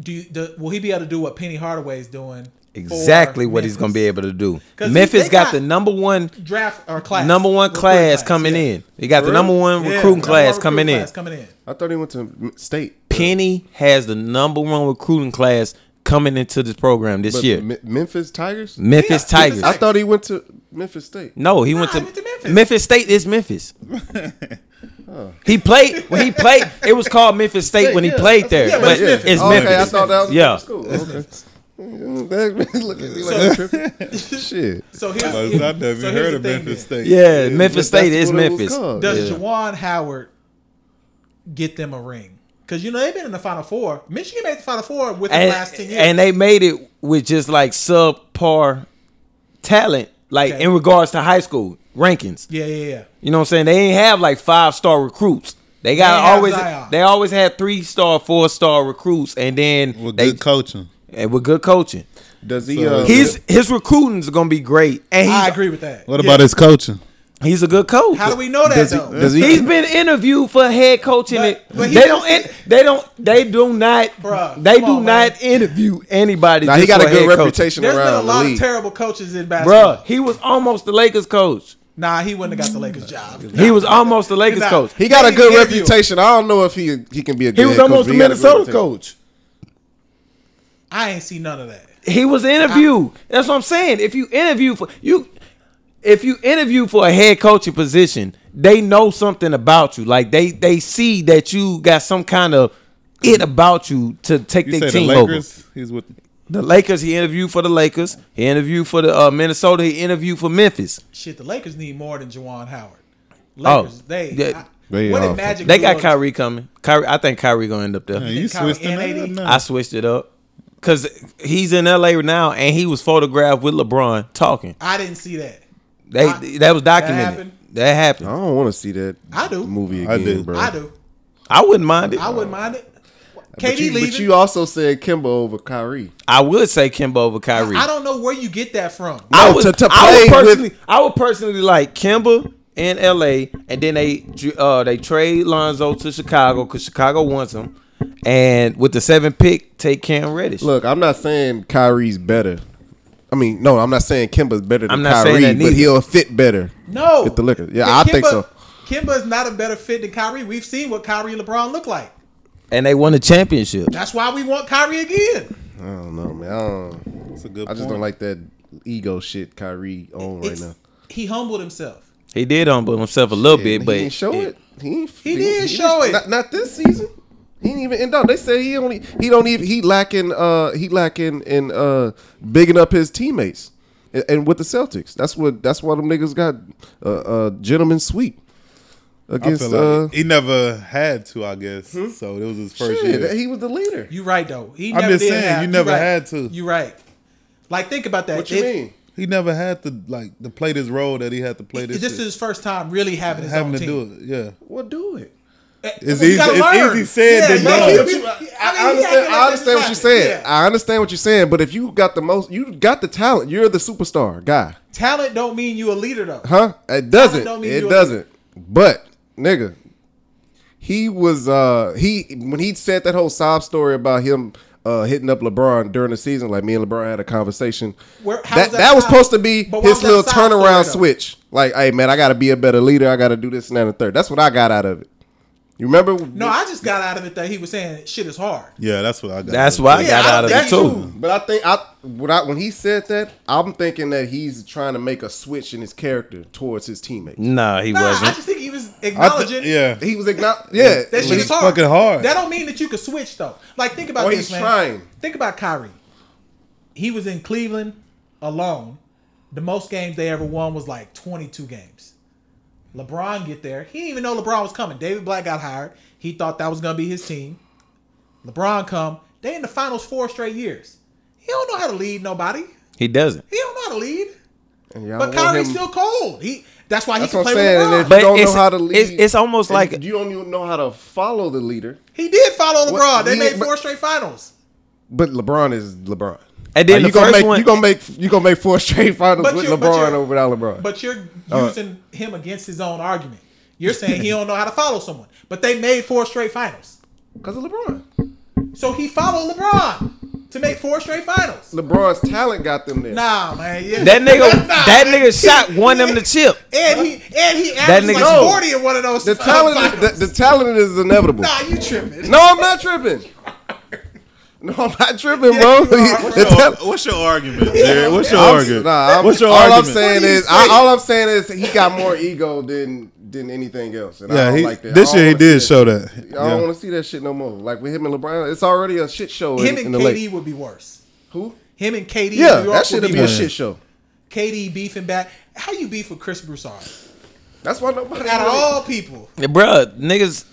Speaker 4: Do you, do, will he be able to do what Penny Hardaway is doing? for
Speaker 2: Exactly what he's
Speaker 4: Memphis?
Speaker 2: going to be able to do.
Speaker 4: 'Cause he-
Speaker 2: Memphis
Speaker 4: they
Speaker 2: got,
Speaker 4: got-
Speaker 2: the number one
Speaker 4: draft or class
Speaker 2: number one
Speaker 4: Recruiting
Speaker 2: class coming
Speaker 4: yeah.
Speaker 2: in. They got the
Speaker 3: Really?
Speaker 2: number one
Speaker 4: Yeah,
Speaker 2: recruiting
Speaker 4: number
Speaker 2: class
Speaker 4: one
Speaker 2: coming
Speaker 4: recruiting
Speaker 2: in.
Speaker 4: class coming in.
Speaker 3: I thought he went to m- state.
Speaker 2: Penny has the number one recruiting class coming into this program this
Speaker 3: But
Speaker 2: year.
Speaker 3: Me- Memphis Tigers.
Speaker 2: Memphis
Speaker 4: Yeah,
Speaker 2: Tigers.
Speaker 3: I thought he went to Memphis State.
Speaker 2: No, he went to,
Speaker 4: Nah, he went to
Speaker 2: Memphis.
Speaker 4: Memphis. Oh.
Speaker 2: State is Memphis. He played when he played. It was called Memphis State when he
Speaker 3: Yeah,
Speaker 2: played
Speaker 3: that's-
Speaker 2: there,
Speaker 4: yeah,
Speaker 2: but
Speaker 4: it's Memphis.
Speaker 2: it's
Speaker 3: Oh,
Speaker 2: Memphis.
Speaker 3: Okay, I thought that was
Speaker 2: Yeah.
Speaker 3: yeah. school. Okay. Mm, Look at me like tripping. Shit.
Speaker 4: So here's,
Speaker 5: uh, I've
Speaker 4: here-
Speaker 5: never
Speaker 4: so here's
Speaker 5: heard
Speaker 4: the
Speaker 5: of
Speaker 4: thing
Speaker 5: Memphis
Speaker 4: then.
Speaker 5: State.
Speaker 2: Yeah, Memphis
Speaker 3: That's
Speaker 2: State is
Speaker 3: what it was
Speaker 2: Memphis.
Speaker 3: called.
Speaker 4: Does
Speaker 2: Oh, Yeah.
Speaker 4: Jawan Howard get them a ring? Because you know they've been in the Final Four. Michigan made the Final Four within
Speaker 2: And,
Speaker 4: the last ten years.
Speaker 2: and they made it with just like subpar talent, like
Speaker 4: Okay.
Speaker 2: in regards to high school rankings.
Speaker 4: yeah, yeah, yeah.
Speaker 2: You know what I'm saying? They ain't have like five star recruits. They got
Speaker 4: ain't have
Speaker 2: always
Speaker 4: Zion.
Speaker 2: they always had three star, four star recruits, and then
Speaker 5: With
Speaker 2: they
Speaker 5: good coaching.
Speaker 2: and with good coaching.
Speaker 3: Does he?
Speaker 5: So-
Speaker 3: uh,
Speaker 2: His his recruiting's gonna be great, and he's
Speaker 4: I agree with that.
Speaker 5: What
Speaker 4: Yeah.
Speaker 5: about his coaching?
Speaker 2: he's a good coach.
Speaker 4: How do we know that
Speaker 3: does he?
Speaker 4: though?
Speaker 3: Does he?
Speaker 2: He's been interviewed for head coaching.
Speaker 4: But-
Speaker 2: it.
Speaker 4: but he
Speaker 2: they
Speaker 4: don't
Speaker 2: don't.
Speaker 4: see-
Speaker 2: in- they don't. They do not.
Speaker 4: Bruh,
Speaker 2: they do
Speaker 4: come on, man.
Speaker 2: not interview anybody.
Speaker 3: Now he
Speaker 2: just
Speaker 3: got
Speaker 2: for
Speaker 3: a
Speaker 2: head
Speaker 3: good
Speaker 2: coaching.
Speaker 3: reputation
Speaker 4: There's been
Speaker 3: around
Speaker 4: a
Speaker 3: the
Speaker 4: lot of
Speaker 3: league.
Speaker 4: terrible coaches in basketball.
Speaker 2: Bruh, he was almost the Lakers coach.
Speaker 4: Nah, he wouldn't have got the Lakers job.
Speaker 2: He was almost the Lakers
Speaker 4: Nah.
Speaker 2: coach.
Speaker 3: he got a
Speaker 4: They
Speaker 3: good
Speaker 4: didn't give you-
Speaker 3: reputation. I don't know if he he can be a. good
Speaker 2: He was
Speaker 3: head coach,
Speaker 2: almost
Speaker 3: but
Speaker 2: the
Speaker 3: he got a good
Speaker 2: Minnesota
Speaker 3: reputation.
Speaker 2: coach.
Speaker 4: I ain't seen none of that.
Speaker 2: He was interviewed. That's what I'm saying. If you interview for you, if you interview for a head coaching position, they know something about you. Like they they see that you got some kind of it about you to take
Speaker 5: You
Speaker 2: their
Speaker 5: say the
Speaker 2: team over.
Speaker 5: Lakers? He's with.
Speaker 2: The Lakers, he interviewed for the Lakers. He interviewed for the uh, Minnesota. He interviewed for Memphis.
Speaker 4: Shit, the Lakers need more than Jawan Howard. Lakers, they,
Speaker 2: Oh. yeah.
Speaker 4: I-
Speaker 3: They uh,
Speaker 4: what
Speaker 3: awful.
Speaker 4: did Magic
Speaker 2: They
Speaker 4: do
Speaker 2: got
Speaker 4: to-
Speaker 2: Kyrie coming. Kyrie, I think Kyrie gonna end up there.
Speaker 5: Man, you
Speaker 4: Kyrie
Speaker 5: switched him
Speaker 4: and
Speaker 5: out
Speaker 4: AD.
Speaker 5: now.
Speaker 2: I switched it up because he's in L.A. now, and he was photographed with LeBron talking.
Speaker 4: I didn't see that.
Speaker 2: They
Speaker 4: I-
Speaker 2: that was documented. That
Speaker 4: happened?
Speaker 2: happened.
Speaker 3: I don't want to see that.
Speaker 4: I do.
Speaker 3: Movie again,
Speaker 5: I do.
Speaker 3: bro.
Speaker 4: I do.
Speaker 2: I wouldn't mind it.
Speaker 4: I
Speaker 2: I,
Speaker 4: wouldn't mind it.
Speaker 3: Uh, But
Speaker 4: KD
Speaker 3: you, but
Speaker 4: leaving.
Speaker 3: you also said Kimba over Kyrie.
Speaker 2: would say Kimba over Kyrie.
Speaker 4: I don't know where you get that from.
Speaker 2: I
Speaker 3: No,
Speaker 2: would,
Speaker 3: to- to
Speaker 2: I would
Speaker 3: play with-
Speaker 2: personally, I would personally like Kimba in L.A. and then they uh they trade Lonzo to Chicago because Chicago wants him, and with the seventh pick, take Cam Reddish.
Speaker 3: Look, I'm not saying Kyrie's better. I mean, no, I'm not saying Kimba's better than
Speaker 2: I'm not saying
Speaker 3: Kyrie,
Speaker 2: that
Speaker 3: but
Speaker 2: neither.
Speaker 3: he'll fit better.
Speaker 4: No.
Speaker 3: With the Lakers. Yeah,
Speaker 4: But
Speaker 3: I think so.
Speaker 4: Kimba's not a better fit than Kyrie. We've seen what Kyrie and LeBron look like.
Speaker 2: and they won a championship.
Speaker 4: That's why we want Kyrie again.
Speaker 3: I don't know, man. I, don't,
Speaker 5: That's a good
Speaker 3: I just
Speaker 5: point.
Speaker 3: don't like that ego shit Kyrie on right
Speaker 4: It's-
Speaker 3: now.
Speaker 4: He humbled himself.
Speaker 2: He did humble himself a little bit,
Speaker 3: he
Speaker 2: but
Speaker 3: didn't show it. He ain't-
Speaker 4: He did show it.
Speaker 3: Not, not this season. He didn't even end up. They said he only he don't even he lacking uh he lacking in uh bigging up his teammates and, and with the Celtics. That's what that's why them niggas got a uh, uh, gentleman sweep
Speaker 5: I
Speaker 3: against
Speaker 5: feel
Speaker 3: uh
Speaker 5: like he never had to, I guess.
Speaker 4: Hmm?
Speaker 5: So it was his first
Speaker 3: shit.
Speaker 5: year.
Speaker 3: He was the leader.
Speaker 4: You right though. He
Speaker 5: I'm
Speaker 4: never
Speaker 5: just
Speaker 4: did
Speaker 5: saying,
Speaker 4: have-
Speaker 5: you never
Speaker 4: right.
Speaker 5: had to.
Speaker 4: You right. Like think about that.
Speaker 3: What you
Speaker 4: If-
Speaker 3: mean?
Speaker 5: He never had to like to play this role that he had to play this.
Speaker 4: This is
Speaker 5: year.
Speaker 4: his first time really having his own
Speaker 5: having to
Speaker 4: team.
Speaker 5: do it. Yeah,
Speaker 3: Well, do it.
Speaker 5: It's
Speaker 4: You
Speaker 5: easy-
Speaker 4: gotta
Speaker 5: it's
Speaker 4: learn.
Speaker 5: easy said than
Speaker 4: you gotta-
Speaker 5: done.
Speaker 4: you-
Speaker 5: But
Speaker 4: I mean,
Speaker 3: you- I,
Speaker 4: you gotta
Speaker 3: understand,
Speaker 4: let
Speaker 3: I
Speaker 4: that
Speaker 3: understand what you're
Speaker 4: decide.
Speaker 3: saying.
Speaker 4: Yeah.
Speaker 3: I understand what you're saying. But if you got the most, you got the talent. You're the superstar guy.
Speaker 4: Talent don't mean you a leader though.
Speaker 3: Huh? It doesn't.
Speaker 4: don't mean
Speaker 3: It
Speaker 4: you a-
Speaker 3: doesn't. But nigga, he was uh he when he said that whole sob story about him uh hitting up LeBron during the season, like me and LeBron had a conversation.
Speaker 4: Where- how
Speaker 3: that
Speaker 4: was
Speaker 3: that,
Speaker 4: that
Speaker 3: was
Speaker 4: sob-
Speaker 3: supposed to be
Speaker 4: but why
Speaker 3: his
Speaker 4: was that
Speaker 3: little
Speaker 4: sob story,
Speaker 3: turnaround
Speaker 4: though?
Speaker 3: switch. Like, hey man, I gotta be a better leader. I gotta do this and that and the third. That's what I got out of it. You remember?
Speaker 4: No, I just got out of it that he was saying shit is hard.
Speaker 5: yeah. That's what I got.
Speaker 2: that's why I
Speaker 4: Yeah,
Speaker 2: got
Speaker 4: I
Speaker 2: out of it
Speaker 4: think
Speaker 2: too.
Speaker 3: But I think I when, I when he said that, I'm thinking that he's trying to make a switch in his character towards his teammates.
Speaker 2: Nah, he
Speaker 4: Nah, I
Speaker 2: wasn't.
Speaker 4: just think he was
Speaker 5: I
Speaker 4: acknowledging
Speaker 5: th- yeah.
Speaker 3: He was acknowledged. Yeah,
Speaker 4: That shit
Speaker 5: He's
Speaker 4: is hard.
Speaker 5: fucking hard.
Speaker 4: That don't mean that you can switch though. Like think about
Speaker 3: Or
Speaker 4: this,
Speaker 3: he's
Speaker 4: man.
Speaker 3: trying.
Speaker 4: Think about Kyrie. he was in Cleveland alone. The most games they ever won was like 22 games. LeBron get there. He didn't even know LeBron was coming. David Black got hired. He thought that was gonna be his team. LeBron come. They in the finals four straight years. He don't know how to lead nobody. He
Speaker 2: He doesn't.
Speaker 4: don't know how to lead.
Speaker 3: And y'all
Speaker 4: But
Speaker 3: want
Speaker 4: Kyrie's
Speaker 3: him-
Speaker 4: still cold. He that's why he
Speaker 3: That's
Speaker 4: can
Speaker 3: what I'm
Speaker 4: play
Speaker 3: saying.
Speaker 4: with
Speaker 3: And
Speaker 4: LeBron.
Speaker 3: if
Speaker 2: But
Speaker 3: you don't know
Speaker 2: it's-
Speaker 3: how to lead,
Speaker 2: it's- it's almost
Speaker 3: and
Speaker 2: like-
Speaker 3: you don't even know how to follow the leader.
Speaker 4: he did follow LeBron.
Speaker 3: What-
Speaker 4: they
Speaker 3: he-
Speaker 4: made
Speaker 3: but-
Speaker 4: four straight finals.
Speaker 3: But LeBron is LeBron.
Speaker 2: And then
Speaker 3: Like,
Speaker 2: the
Speaker 3: you gonna
Speaker 2: first
Speaker 3: make,
Speaker 2: one-
Speaker 3: you gonna make you gonna make four straight finals with
Speaker 4: you're-
Speaker 3: LeBron
Speaker 4: you're-
Speaker 3: over without LeBron.
Speaker 4: But you're using him against his own argument. You're saying he don't know how to follow someone. But they made four straight finals.
Speaker 3: because of LeBron,
Speaker 4: So he followed LeBron to make four straight finals.
Speaker 3: LeBron's talent got them there.
Speaker 4: Nah, man. Yeah.
Speaker 2: That nigga,
Speaker 4: Nah.
Speaker 2: that nigga shot one of them the chip.
Speaker 4: And he and he averaged
Speaker 2: nigga-
Speaker 4: like
Speaker 2: No.
Speaker 4: forty in one of those.
Speaker 3: The
Speaker 4: uh,
Speaker 3: talent,
Speaker 4: finals.
Speaker 3: the, the talent is inevitable.
Speaker 4: nah, you tripping?
Speaker 3: No, I'm not tripping. No, I'm not tripping, bro.
Speaker 4: you are.
Speaker 3: The
Speaker 5: What's your,
Speaker 3: talent-
Speaker 5: what's your argument, Jared? What's your
Speaker 3: I'm-
Speaker 5: argument?
Speaker 3: Nah, I'm,
Speaker 5: what's your
Speaker 3: all
Speaker 5: argument?
Speaker 3: I'm saying
Speaker 4: What are you
Speaker 3: is, I,
Speaker 4: saying?
Speaker 3: all I'm saying is, he got more ego than than anything else. And I
Speaker 5: yeah,
Speaker 3: don't
Speaker 5: he,
Speaker 3: like that. I
Speaker 5: this
Speaker 3: don't
Speaker 5: year he
Speaker 3: wanna see
Speaker 5: did show that.
Speaker 3: I don't
Speaker 5: Yeah.
Speaker 3: want to see that shit no more. Like with him and LeBron, it's already a shit show.
Speaker 4: Him
Speaker 3: in,
Speaker 4: and
Speaker 3: in the late.
Speaker 4: KD would be worse.
Speaker 3: Who?
Speaker 4: Him and KD. in
Speaker 3: Yeah,
Speaker 4: New York
Speaker 3: that
Speaker 4: would
Speaker 3: should be
Speaker 4: worse.
Speaker 3: a shit show.
Speaker 4: KD beefing back. How you beef with Chris Broussard?
Speaker 3: That's why nobody.
Speaker 4: Out of
Speaker 3: really-
Speaker 4: all people,
Speaker 2: Yeah, bruh, niggas,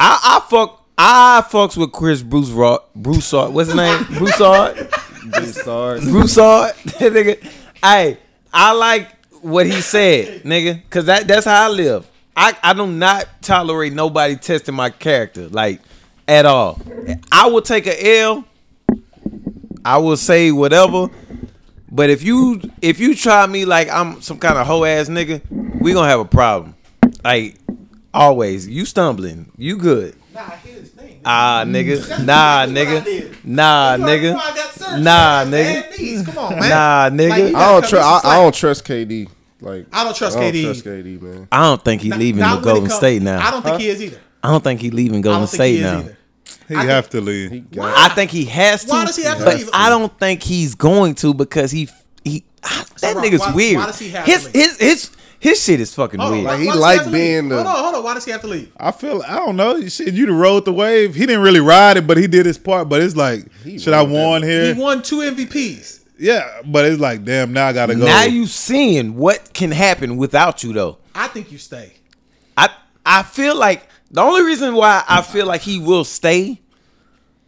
Speaker 2: I, I fuck, I fucks with Chris Bruce Rock, Broussard. What's his name? Broussard.
Speaker 3: Broussard.
Speaker 2: Broussard. That nigga. Hey, I like what he said, nigga, cause that that's how I live. I I do not tolerate nobody testing my character, like at all. I will take a L. I will say whatever. But if you if you try me like I'm some kind of hoe ass nigga, we gonna have a problem. Like always, you stumbling, you good.
Speaker 4: nah, here's his thing.
Speaker 2: Ah, nigga. Nah,
Speaker 4: That's what I
Speaker 2: nigga.
Speaker 4: did.
Speaker 2: Nah,
Speaker 4: You already know I got
Speaker 2: nigga.
Speaker 4: surgery.
Speaker 2: Nah,
Speaker 4: I got bad
Speaker 2: nigga.
Speaker 4: knees. Come on, man.
Speaker 2: Nah,
Speaker 4: Like, you
Speaker 2: nigga.
Speaker 4: got-
Speaker 3: I don't
Speaker 4: Cut
Speaker 3: trust.
Speaker 4: me
Speaker 3: I,
Speaker 4: some
Speaker 3: I don't trust KD. Like
Speaker 4: I don't trust
Speaker 3: I don't
Speaker 4: KD.
Speaker 3: trust KD, man.
Speaker 2: I don't think he
Speaker 4: Not-
Speaker 2: leaving
Speaker 4: not
Speaker 2: the
Speaker 4: when it
Speaker 2: Golden
Speaker 4: come-
Speaker 2: State now.
Speaker 4: I don't think he is either.
Speaker 2: I don't think he leaving
Speaker 4: I
Speaker 2: Golden
Speaker 4: don't think
Speaker 2: State
Speaker 4: he is
Speaker 2: now.
Speaker 4: either.
Speaker 5: He have to leave.
Speaker 2: I think he has to.
Speaker 4: Why does he have to
Speaker 2: but
Speaker 4: leave?
Speaker 2: I don't think he's going to because he he ah, that
Speaker 4: wrong.
Speaker 2: nigga's
Speaker 4: Why-
Speaker 2: weird.
Speaker 4: why does he have to
Speaker 2: his,
Speaker 4: leave? Oh,
Speaker 2: his his his shit is fucking
Speaker 4: Hold on,
Speaker 2: weird.
Speaker 4: why-
Speaker 3: Like, he
Speaker 4: why does
Speaker 3: like
Speaker 4: have to leave?
Speaker 3: being the-
Speaker 4: Hold on, hold on. Why does he have to leave?
Speaker 5: I feel I don't know. Shit, you rode the wave. He didn't really ride it, but he did his part. But it's like, should I
Speaker 3: rode that
Speaker 5: warn
Speaker 4: He
Speaker 5: here?
Speaker 4: won two MVPs.
Speaker 5: yeah, but it's like, damn, now I gotta go.
Speaker 2: now you seeing what can happen without you though.
Speaker 4: I think you stay.
Speaker 2: I I feel like the only reason why I feel like he will stay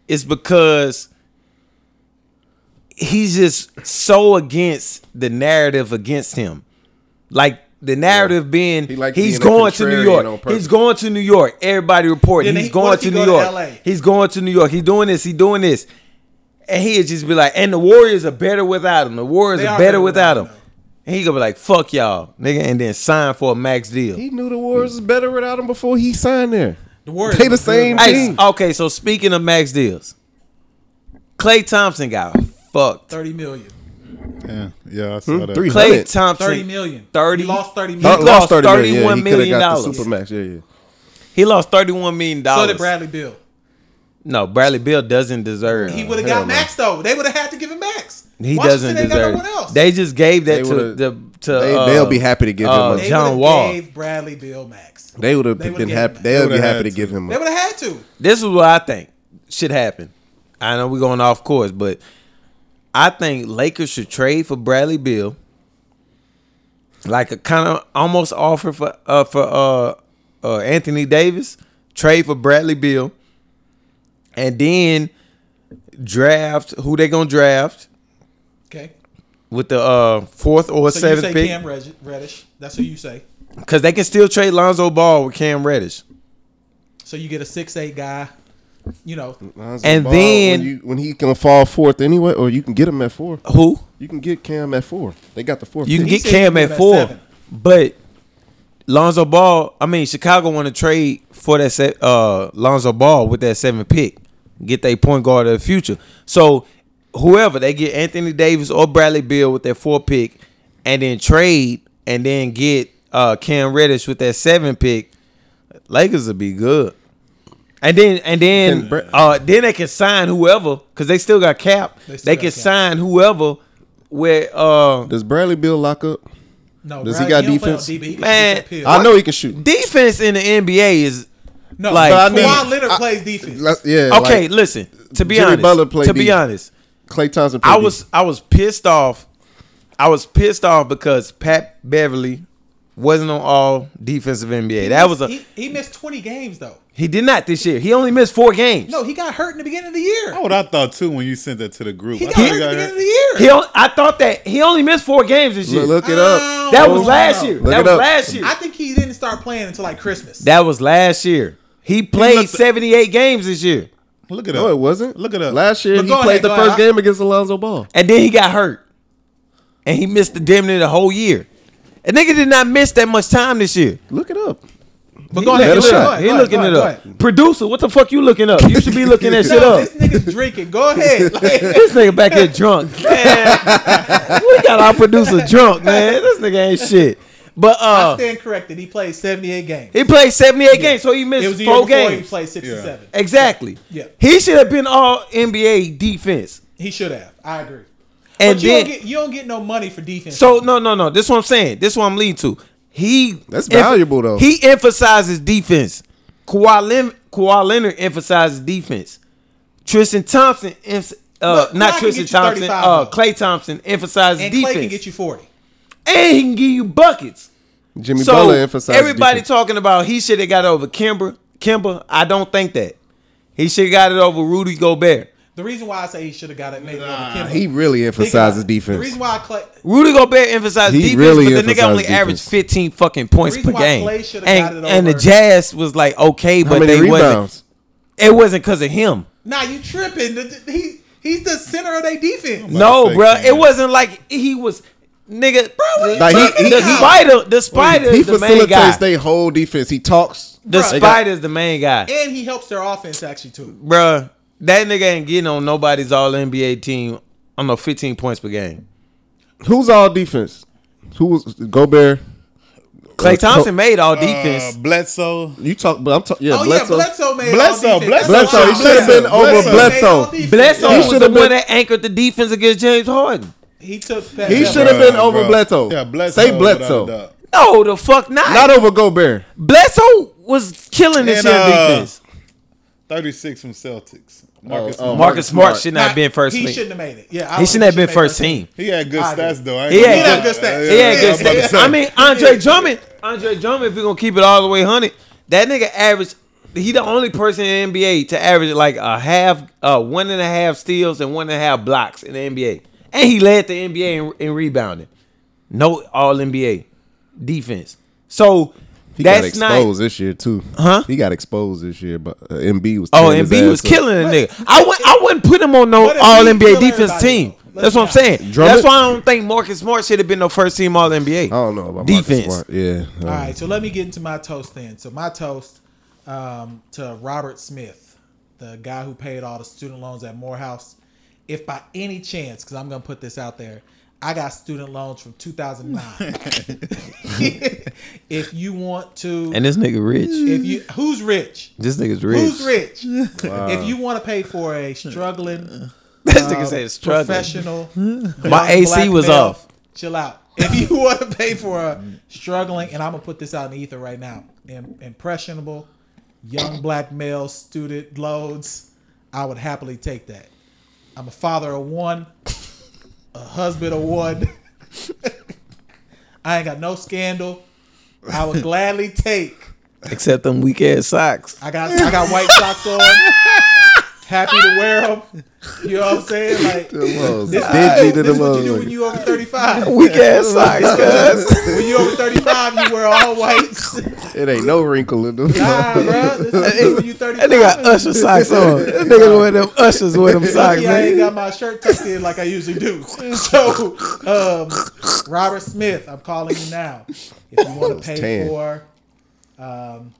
Speaker 2: is because he's just so against the narrative against him. Like the narrative being
Speaker 3: He likes
Speaker 2: he's
Speaker 3: being a
Speaker 2: going to New
Speaker 3: contrarian on
Speaker 2: York.
Speaker 3: purpose.
Speaker 2: He's going to New York. Everybody reporting
Speaker 4: Then
Speaker 2: he's
Speaker 4: he- what
Speaker 2: going
Speaker 4: if he
Speaker 2: to
Speaker 4: go
Speaker 2: New
Speaker 4: to
Speaker 2: York.
Speaker 4: LA?
Speaker 2: He's going to New York. He's doing this. He's doing this. And he'd just be like, and the Warriors are better without him. The Warriors
Speaker 4: They
Speaker 2: are
Speaker 4: are
Speaker 2: better
Speaker 4: better
Speaker 2: without him.
Speaker 4: without him,
Speaker 2: And he gonna be like, fuck y'all, nigga, and then sign for a max deal.
Speaker 3: He knew the Warriors was better without him before he signed there.
Speaker 4: The Warriors.
Speaker 3: They the same
Speaker 2: Hey,
Speaker 3: team.
Speaker 2: okay, so speaking of max deals, Clay Thompson got fucked.
Speaker 4: Thirty million.
Speaker 5: yeah, yeah, I
Speaker 2: Hmm?
Speaker 5: saw that.
Speaker 3: Three.
Speaker 2: Clay
Speaker 3: hundred.
Speaker 2: Thompson,
Speaker 4: Thirty million.
Speaker 2: 30
Speaker 4: He lost thirty
Speaker 2: He
Speaker 4: million.
Speaker 2: lost
Speaker 3: million.
Speaker 2: $31
Speaker 3: he coulda
Speaker 2: million
Speaker 3: got the
Speaker 2: dollars.
Speaker 3: Supermax. Yeah, yeah.
Speaker 2: He lost thirty-one million
Speaker 4: So
Speaker 2: dollars.
Speaker 4: did Bradley Bill.
Speaker 2: No, Bradley Bill doesn't deserve.
Speaker 4: He
Speaker 2: He,
Speaker 4: would have
Speaker 3: hell
Speaker 4: got max though. They would have had to give him max.
Speaker 2: doesn't
Speaker 4: ain't
Speaker 2: deserve.
Speaker 4: Got no one else.
Speaker 2: They just gave that
Speaker 3: They
Speaker 2: to
Speaker 3: would've-
Speaker 2: the to.
Speaker 3: they,
Speaker 2: uh,
Speaker 3: they'll be happy to give
Speaker 2: uh,
Speaker 3: him. A,
Speaker 4: They
Speaker 2: John
Speaker 4: would've
Speaker 2: Wall.
Speaker 4: gave Bradley Bill max.
Speaker 3: they would have
Speaker 4: they would've
Speaker 3: been
Speaker 4: gave
Speaker 3: happy.
Speaker 4: him-
Speaker 3: They'll be
Speaker 5: They
Speaker 3: happy
Speaker 5: would've
Speaker 3: to
Speaker 5: had
Speaker 3: give him.
Speaker 4: They
Speaker 3: A,
Speaker 4: would have had to.
Speaker 2: This is what I think should happen. I know we're going off course, but I think Lakers should trade for Bradley Bill, like a kind of almost offer for uh, for uh, uh, Anthony Davis. Trade for Bradley Bill, and then draft who they gonna draft
Speaker 4: Okay.
Speaker 2: with the uh, fourth or
Speaker 4: So you
Speaker 2: seventh
Speaker 4: say
Speaker 2: pick.
Speaker 4: Cam Reddish- Reddish. That's who you say.
Speaker 2: Because they can still trade Lonzo Ball with Cam Reddish.
Speaker 4: So you get a six eight guy. You know,
Speaker 3: Lonzo
Speaker 2: And
Speaker 3: Ball,
Speaker 2: then-
Speaker 3: when, you, when he can fall fourth anyway, or you can get him at four.
Speaker 2: Who?
Speaker 3: You can get Cam at four. They got the fourth.
Speaker 2: You can get
Speaker 3: pick.
Speaker 4: He said he
Speaker 2: Cam
Speaker 4: can
Speaker 2: at
Speaker 4: get
Speaker 2: four,
Speaker 4: seven.
Speaker 2: but Lonzo Ball. I mean, Chicago want to trade for that set, uh, Lonzo Ball with that seven pick, get their point guard of the future. So whoever they get, Anthony Davis or Bradley Bill with their four pick, and then trade, and then get uh, Cam Reddish with that seven pick. Lakers will be good. And then and then
Speaker 3: Can Bra-
Speaker 2: uh then they can sign whoever because they still got cap. They,
Speaker 4: They still got
Speaker 2: can
Speaker 4: cap.
Speaker 2: sign whoever with uh
Speaker 3: Does Bradley Bill lock up?
Speaker 4: no.
Speaker 3: Does he
Speaker 4: Bradley-
Speaker 3: got
Speaker 4: don't play on
Speaker 3: defense?
Speaker 4: DB. He can
Speaker 2: Man,
Speaker 4: shoot that pill.
Speaker 3: I know he can shoot.
Speaker 2: defense in the NBA is
Speaker 4: No,
Speaker 2: Like,
Speaker 4: but I
Speaker 2: But I
Speaker 4: Kawhi
Speaker 2: mean-
Speaker 4: Leonard plays defense.
Speaker 3: Let's- Yeah.
Speaker 2: okay.
Speaker 3: like,
Speaker 2: listen, to be
Speaker 3: Jimmy
Speaker 2: honest,
Speaker 3: Butler played
Speaker 2: to be
Speaker 3: defense.
Speaker 2: honest,
Speaker 3: Clay Thompson.
Speaker 2: I was I was pissed off. I was pissed off because Pat Beverly wasn't on all defensive NBA. That was a
Speaker 4: he, he missed 20 games though.
Speaker 2: he did not this year. He only missed four games.
Speaker 4: No, he got hurt in the beginning of the year.
Speaker 5: That's what I thought too when you sent that to the group.
Speaker 4: he
Speaker 5: I
Speaker 4: got hurt
Speaker 5: thought
Speaker 4: in the beginning of the year.
Speaker 2: He on, I thought that he only missed four games this year.
Speaker 3: look, look it
Speaker 4: Oh.
Speaker 3: up.
Speaker 2: that
Speaker 4: Oh,
Speaker 2: was last year.
Speaker 3: Look
Speaker 2: that
Speaker 3: it
Speaker 2: was
Speaker 3: up.
Speaker 2: last year.
Speaker 4: I think he didn't start playing until like Christmas.
Speaker 2: that was last year. He played
Speaker 5: looked-
Speaker 2: 78 games this year.
Speaker 5: Look it up.
Speaker 3: No, it wasn't.
Speaker 5: Look it up.
Speaker 3: Last year
Speaker 4: But
Speaker 3: he
Speaker 4: go
Speaker 3: played
Speaker 4: ahead,
Speaker 3: the
Speaker 4: go
Speaker 3: first
Speaker 4: ahead.
Speaker 3: game against Alonzo Ball.
Speaker 2: And then he got hurt. And he missed the damn near the whole year. A nigga did not miss that much time this year.
Speaker 3: Look it up.
Speaker 4: but go
Speaker 2: He
Speaker 4: ahead,
Speaker 3: let
Speaker 4: go
Speaker 3: him
Speaker 4: ahead,
Speaker 3: shot.
Speaker 4: go ahead,
Speaker 2: He
Speaker 4: go ahead,
Speaker 2: looking
Speaker 4: go
Speaker 2: it
Speaker 4: ahead, go
Speaker 2: up.
Speaker 4: ahead.
Speaker 2: Producer, what the fuck you looking up? You should be looking that shit
Speaker 4: No,
Speaker 2: up.
Speaker 4: this nigga's drinking. Go ahead. Like,
Speaker 2: This nigga back here drunk. Man, we got our producer drunk, man. This nigga ain't shit. But
Speaker 4: I
Speaker 2: uh
Speaker 4: stand corrected. He played 78 games.
Speaker 2: he played 78 games, so he
Speaker 4: It
Speaker 2: missed
Speaker 4: was the year
Speaker 2: four
Speaker 4: before
Speaker 2: games.
Speaker 4: he played 67.
Speaker 2: Exactly.
Speaker 4: Yeah.
Speaker 2: He should have been all NBA defense.
Speaker 4: He should have. I agree.
Speaker 2: And
Speaker 4: but you,
Speaker 2: then
Speaker 4: don't get, you don't get no money for defense.
Speaker 2: so no no no. This is what I'm saying. This is what I'm leading to. He
Speaker 3: That's valuable, though.
Speaker 2: He emphasizes defense. Kawhi, Leonard, Kawhi Leonard emphasizes defense. Tristan Thompson, emph- uh,
Speaker 4: But Kawhi
Speaker 2: not
Speaker 4: can
Speaker 2: Tristan
Speaker 4: get you
Speaker 2: Thompson,
Speaker 4: 35
Speaker 2: uh,
Speaker 4: though.
Speaker 2: Clay Thompson emphasizes
Speaker 4: and
Speaker 2: defense.
Speaker 4: Clay can get you 40.
Speaker 2: and he can give you buckets.
Speaker 3: Jimmy
Speaker 2: so
Speaker 3: Butler emphasized
Speaker 2: everybody
Speaker 3: defense.
Speaker 2: talking about he should have got over Kimber. Kimber, I don't think that. He should have got it over Rudy Gobert.
Speaker 4: The reason why I say he should have got it maybe over Kimba.
Speaker 3: he really
Speaker 4: Think about
Speaker 3: emphasizes
Speaker 4: it. The
Speaker 3: defense.
Speaker 4: reason why Clay,
Speaker 2: Rudy Gobert emphasized
Speaker 3: He
Speaker 2: defense,
Speaker 3: really
Speaker 2: but the nigga
Speaker 3: emphasized
Speaker 2: only
Speaker 3: defense.
Speaker 2: averaged 15 fucking points
Speaker 4: reason
Speaker 2: per
Speaker 4: why
Speaker 2: game.
Speaker 4: Clay should have got
Speaker 2: And,
Speaker 4: it
Speaker 2: and the
Speaker 4: over-
Speaker 2: Jazz was like okay,
Speaker 3: How
Speaker 2: but
Speaker 3: many
Speaker 2: they wasn't.
Speaker 3: rebounds?
Speaker 2: It wasn't because of him.
Speaker 4: nah, you tripping. The- the- He he's the center of their defense.
Speaker 2: No,
Speaker 5: to say,
Speaker 2: bruh,
Speaker 5: man.
Speaker 2: it wasn't like he was nigga. Bro,
Speaker 3: Like, he- he-
Speaker 2: the
Speaker 3: he-
Speaker 2: spider, the spider
Speaker 3: He
Speaker 2: is the main guy.
Speaker 3: facilitates their whole defense. He talks.
Speaker 2: the
Speaker 4: Bruh.
Speaker 2: spider is the main guy,
Speaker 4: And he helps their offense actually too.
Speaker 2: Bruh, That nigga ain't getting on nobody's All NBA team on no 15 points per game.
Speaker 3: Who's all defense? Who was Gobert?
Speaker 2: Clay
Speaker 3: Uh,
Speaker 2: Thompson
Speaker 3: Co-
Speaker 2: made all
Speaker 5: Uh,
Speaker 2: defense.
Speaker 5: Bledsoe.
Speaker 3: You talk, but I'm talking. Yeah,
Speaker 4: Oh
Speaker 3: Bledsoe.
Speaker 4: yeah, Bledsoe made
Speaker 5: Bledsoe,
Speaker 4: all defense.
Speaker 5: Bledsoe,
Speaker 4: That's
Speaker 5: he
Speaker 4: all
Speaker 5: should've
Speaker 4: I'm saying.
Speaker 5: been over
Speaker 4: made all
Speaker 3: Bledsoe.
Speaker 4: defense.
Speaker 2: Bledsoe
Speaker 3: He
Speaker 2: was
Speaker 3: should've
Speaker 2: the
Speaker 3: been-
Speaker 2: one that anchored the defense against James Harden.
Speaker 4: He took that.
Speaker 3: He
Speaker 4: that-
Speaker 3: should have been
Speaker 5: Bruh,
Speaker 3: over
Speaker 5: bruh.
Speaker 3: Bledsoe.
Speaker 5: Yeah, Bledsoe.
Speaker 3: Say
Speaker 5: without a
Speaker 3: Bledsoe.
Speaker 5: doubt.
Speaker 2: No, the fuck not.
Speaker 3: Not over Gobert.
Speaker 2: Bledsoe was killing this
Speaker 5: And,
Speaker 2: year
Speaker 5: uh,
Speaker 2: defense.
Speaker 5: 36 from Celtics. Marcus.
Speaker 3: Oh, oh.
Speaker 5: Smart.
Speaker 2: Marcus Smart should not
Speaker 4: Nah,
Speaker 2: have been first
Speaker 4: He
Speaker 2: team.
Speaker 4: shouldn't have made it. Yeah, I
Speaker 2: He
Speaker 4: don't
Speaker 2: shouldn't have
Speaker 4: think
Speaker 2: been
Speaker 4: he should
Speaker 2: first
Speaker 4: made
Speaker 2: team.
Speaker 5: He had good
Speaker 4: I do.
Speaker 5: stats though. I ain't
Speaker 2: He
Speaker 5: gonna
Speaker 2: had
Speaker 5: lie.
Speaker 2: good
Speaker 4: stats.
Speaker 5: Yeah,
Speaker 2: He had
Speaker 5: yeah,
Speaker 2: good
Speaker 5: I'm about to
Speaker 2: stats.
Speaker 5: say.
Speaker 2: I mean, Andre Drummond, Andre Drummond, if we're gonna keep it all the way hundred, that nigga averaged. He the only person in the NBA to average like a half, uh, one and a half steals and one and a half blocks in the NBA, and he led the NBA in, in rebounding. No All NBA defense. So
Speaker 3: He got
Speaker 2: that's not.
Speaker 3: exposed this year too. Huh? He got exposed this year, but uh, MB was.
Speaker 2: Oh,
Speaker 3: tearing his
Speaker 2: MB was
Speaker 3: ass up.
Speaker 2: killing a nigga. I wouldn't, I wouldn't put him on no
Speaker 4: But if
Speaker 2: All
Speaker 4: he
Speaker 2: NBA
Speaker 4: kill
Speaker 2: defense
Speaker 4: everybody,
Speaker 2: team.
Speaker 4: though,
Speaker 2: That's what I'm
Speaker 4: let's be
Speaker 2: saying.
Speaker 3: Drummond-
Speaker 2: That's why I don't think Marcus Smart should have been no first team All NBA.
Speaker 3: I
Speaker 4: Oh.
Speaker 3: don't know about
Speaker 2: defense.
Speaker 3: Marcus Smart. Yeah. uh,
Speaker 4: All right, so let me get into my toast then. So my toast um, to Robert Smith, the guy who paid all the student loans at Morehouse. If by any chance, because I'm going to put this out there, I got student loans from 2009. if you want to,
Speaker 2: And this nigga rich.
Speaker 4: if you, who's rich?
Speaker 2: This nigga's rich.
Speaker 4: Who's rich? If you want to pay for a struggling
Speaker 2: This nigga says struggling.
Speaker 4: Uh, professional.
Speaker 2: My
Speaker 4: young
Speaker 2: AC
Speaker 4: black
Speaker 2: was
Speaker 4: male.
Speaker 2: off.
Speaker 4: Chill out. If you want to pay for a struggling, and I'm gonna put this out in the ether right now, Im- impressionable young black male student loads, I would happily take that. I'm a father of one, a husband of one. I ain't got no scandal. I would gladly take.
Speaker 2: Except them weak ass socks.
Speaker 4: I got I got white socks on. Happy to wear them. You know what I'm saying? Like
Speaker 3: the most
Speaker 4: this,
Speaker 3: dingy to
Speaker 4: this
Speaker 3: the
Speaker 4: is what you do
Speaker 3: most.
Speaker 4: when you over 35.
Speaker 2: Weak ass socks, cuz.
Speaker 4: when you over 35, you wear all whites.
Speaker 3: It ain't no wrinkle in them.
Speaker 4: Nah, bro. This is when you
Speaker 2: That
Speaker 4: 35.
Speaker 2: nigga got Usher socks on. That nigga wear them Ushers with them socks,
Speaker 4: Lucky I ain't
Speaker 2: man.
Speaker 4: got my shirt tucked in like I usually do. So, um, Robert Smith, I'm calling you now. If you want to pay
Speaker 3: tan.
Speaker 4: for, um,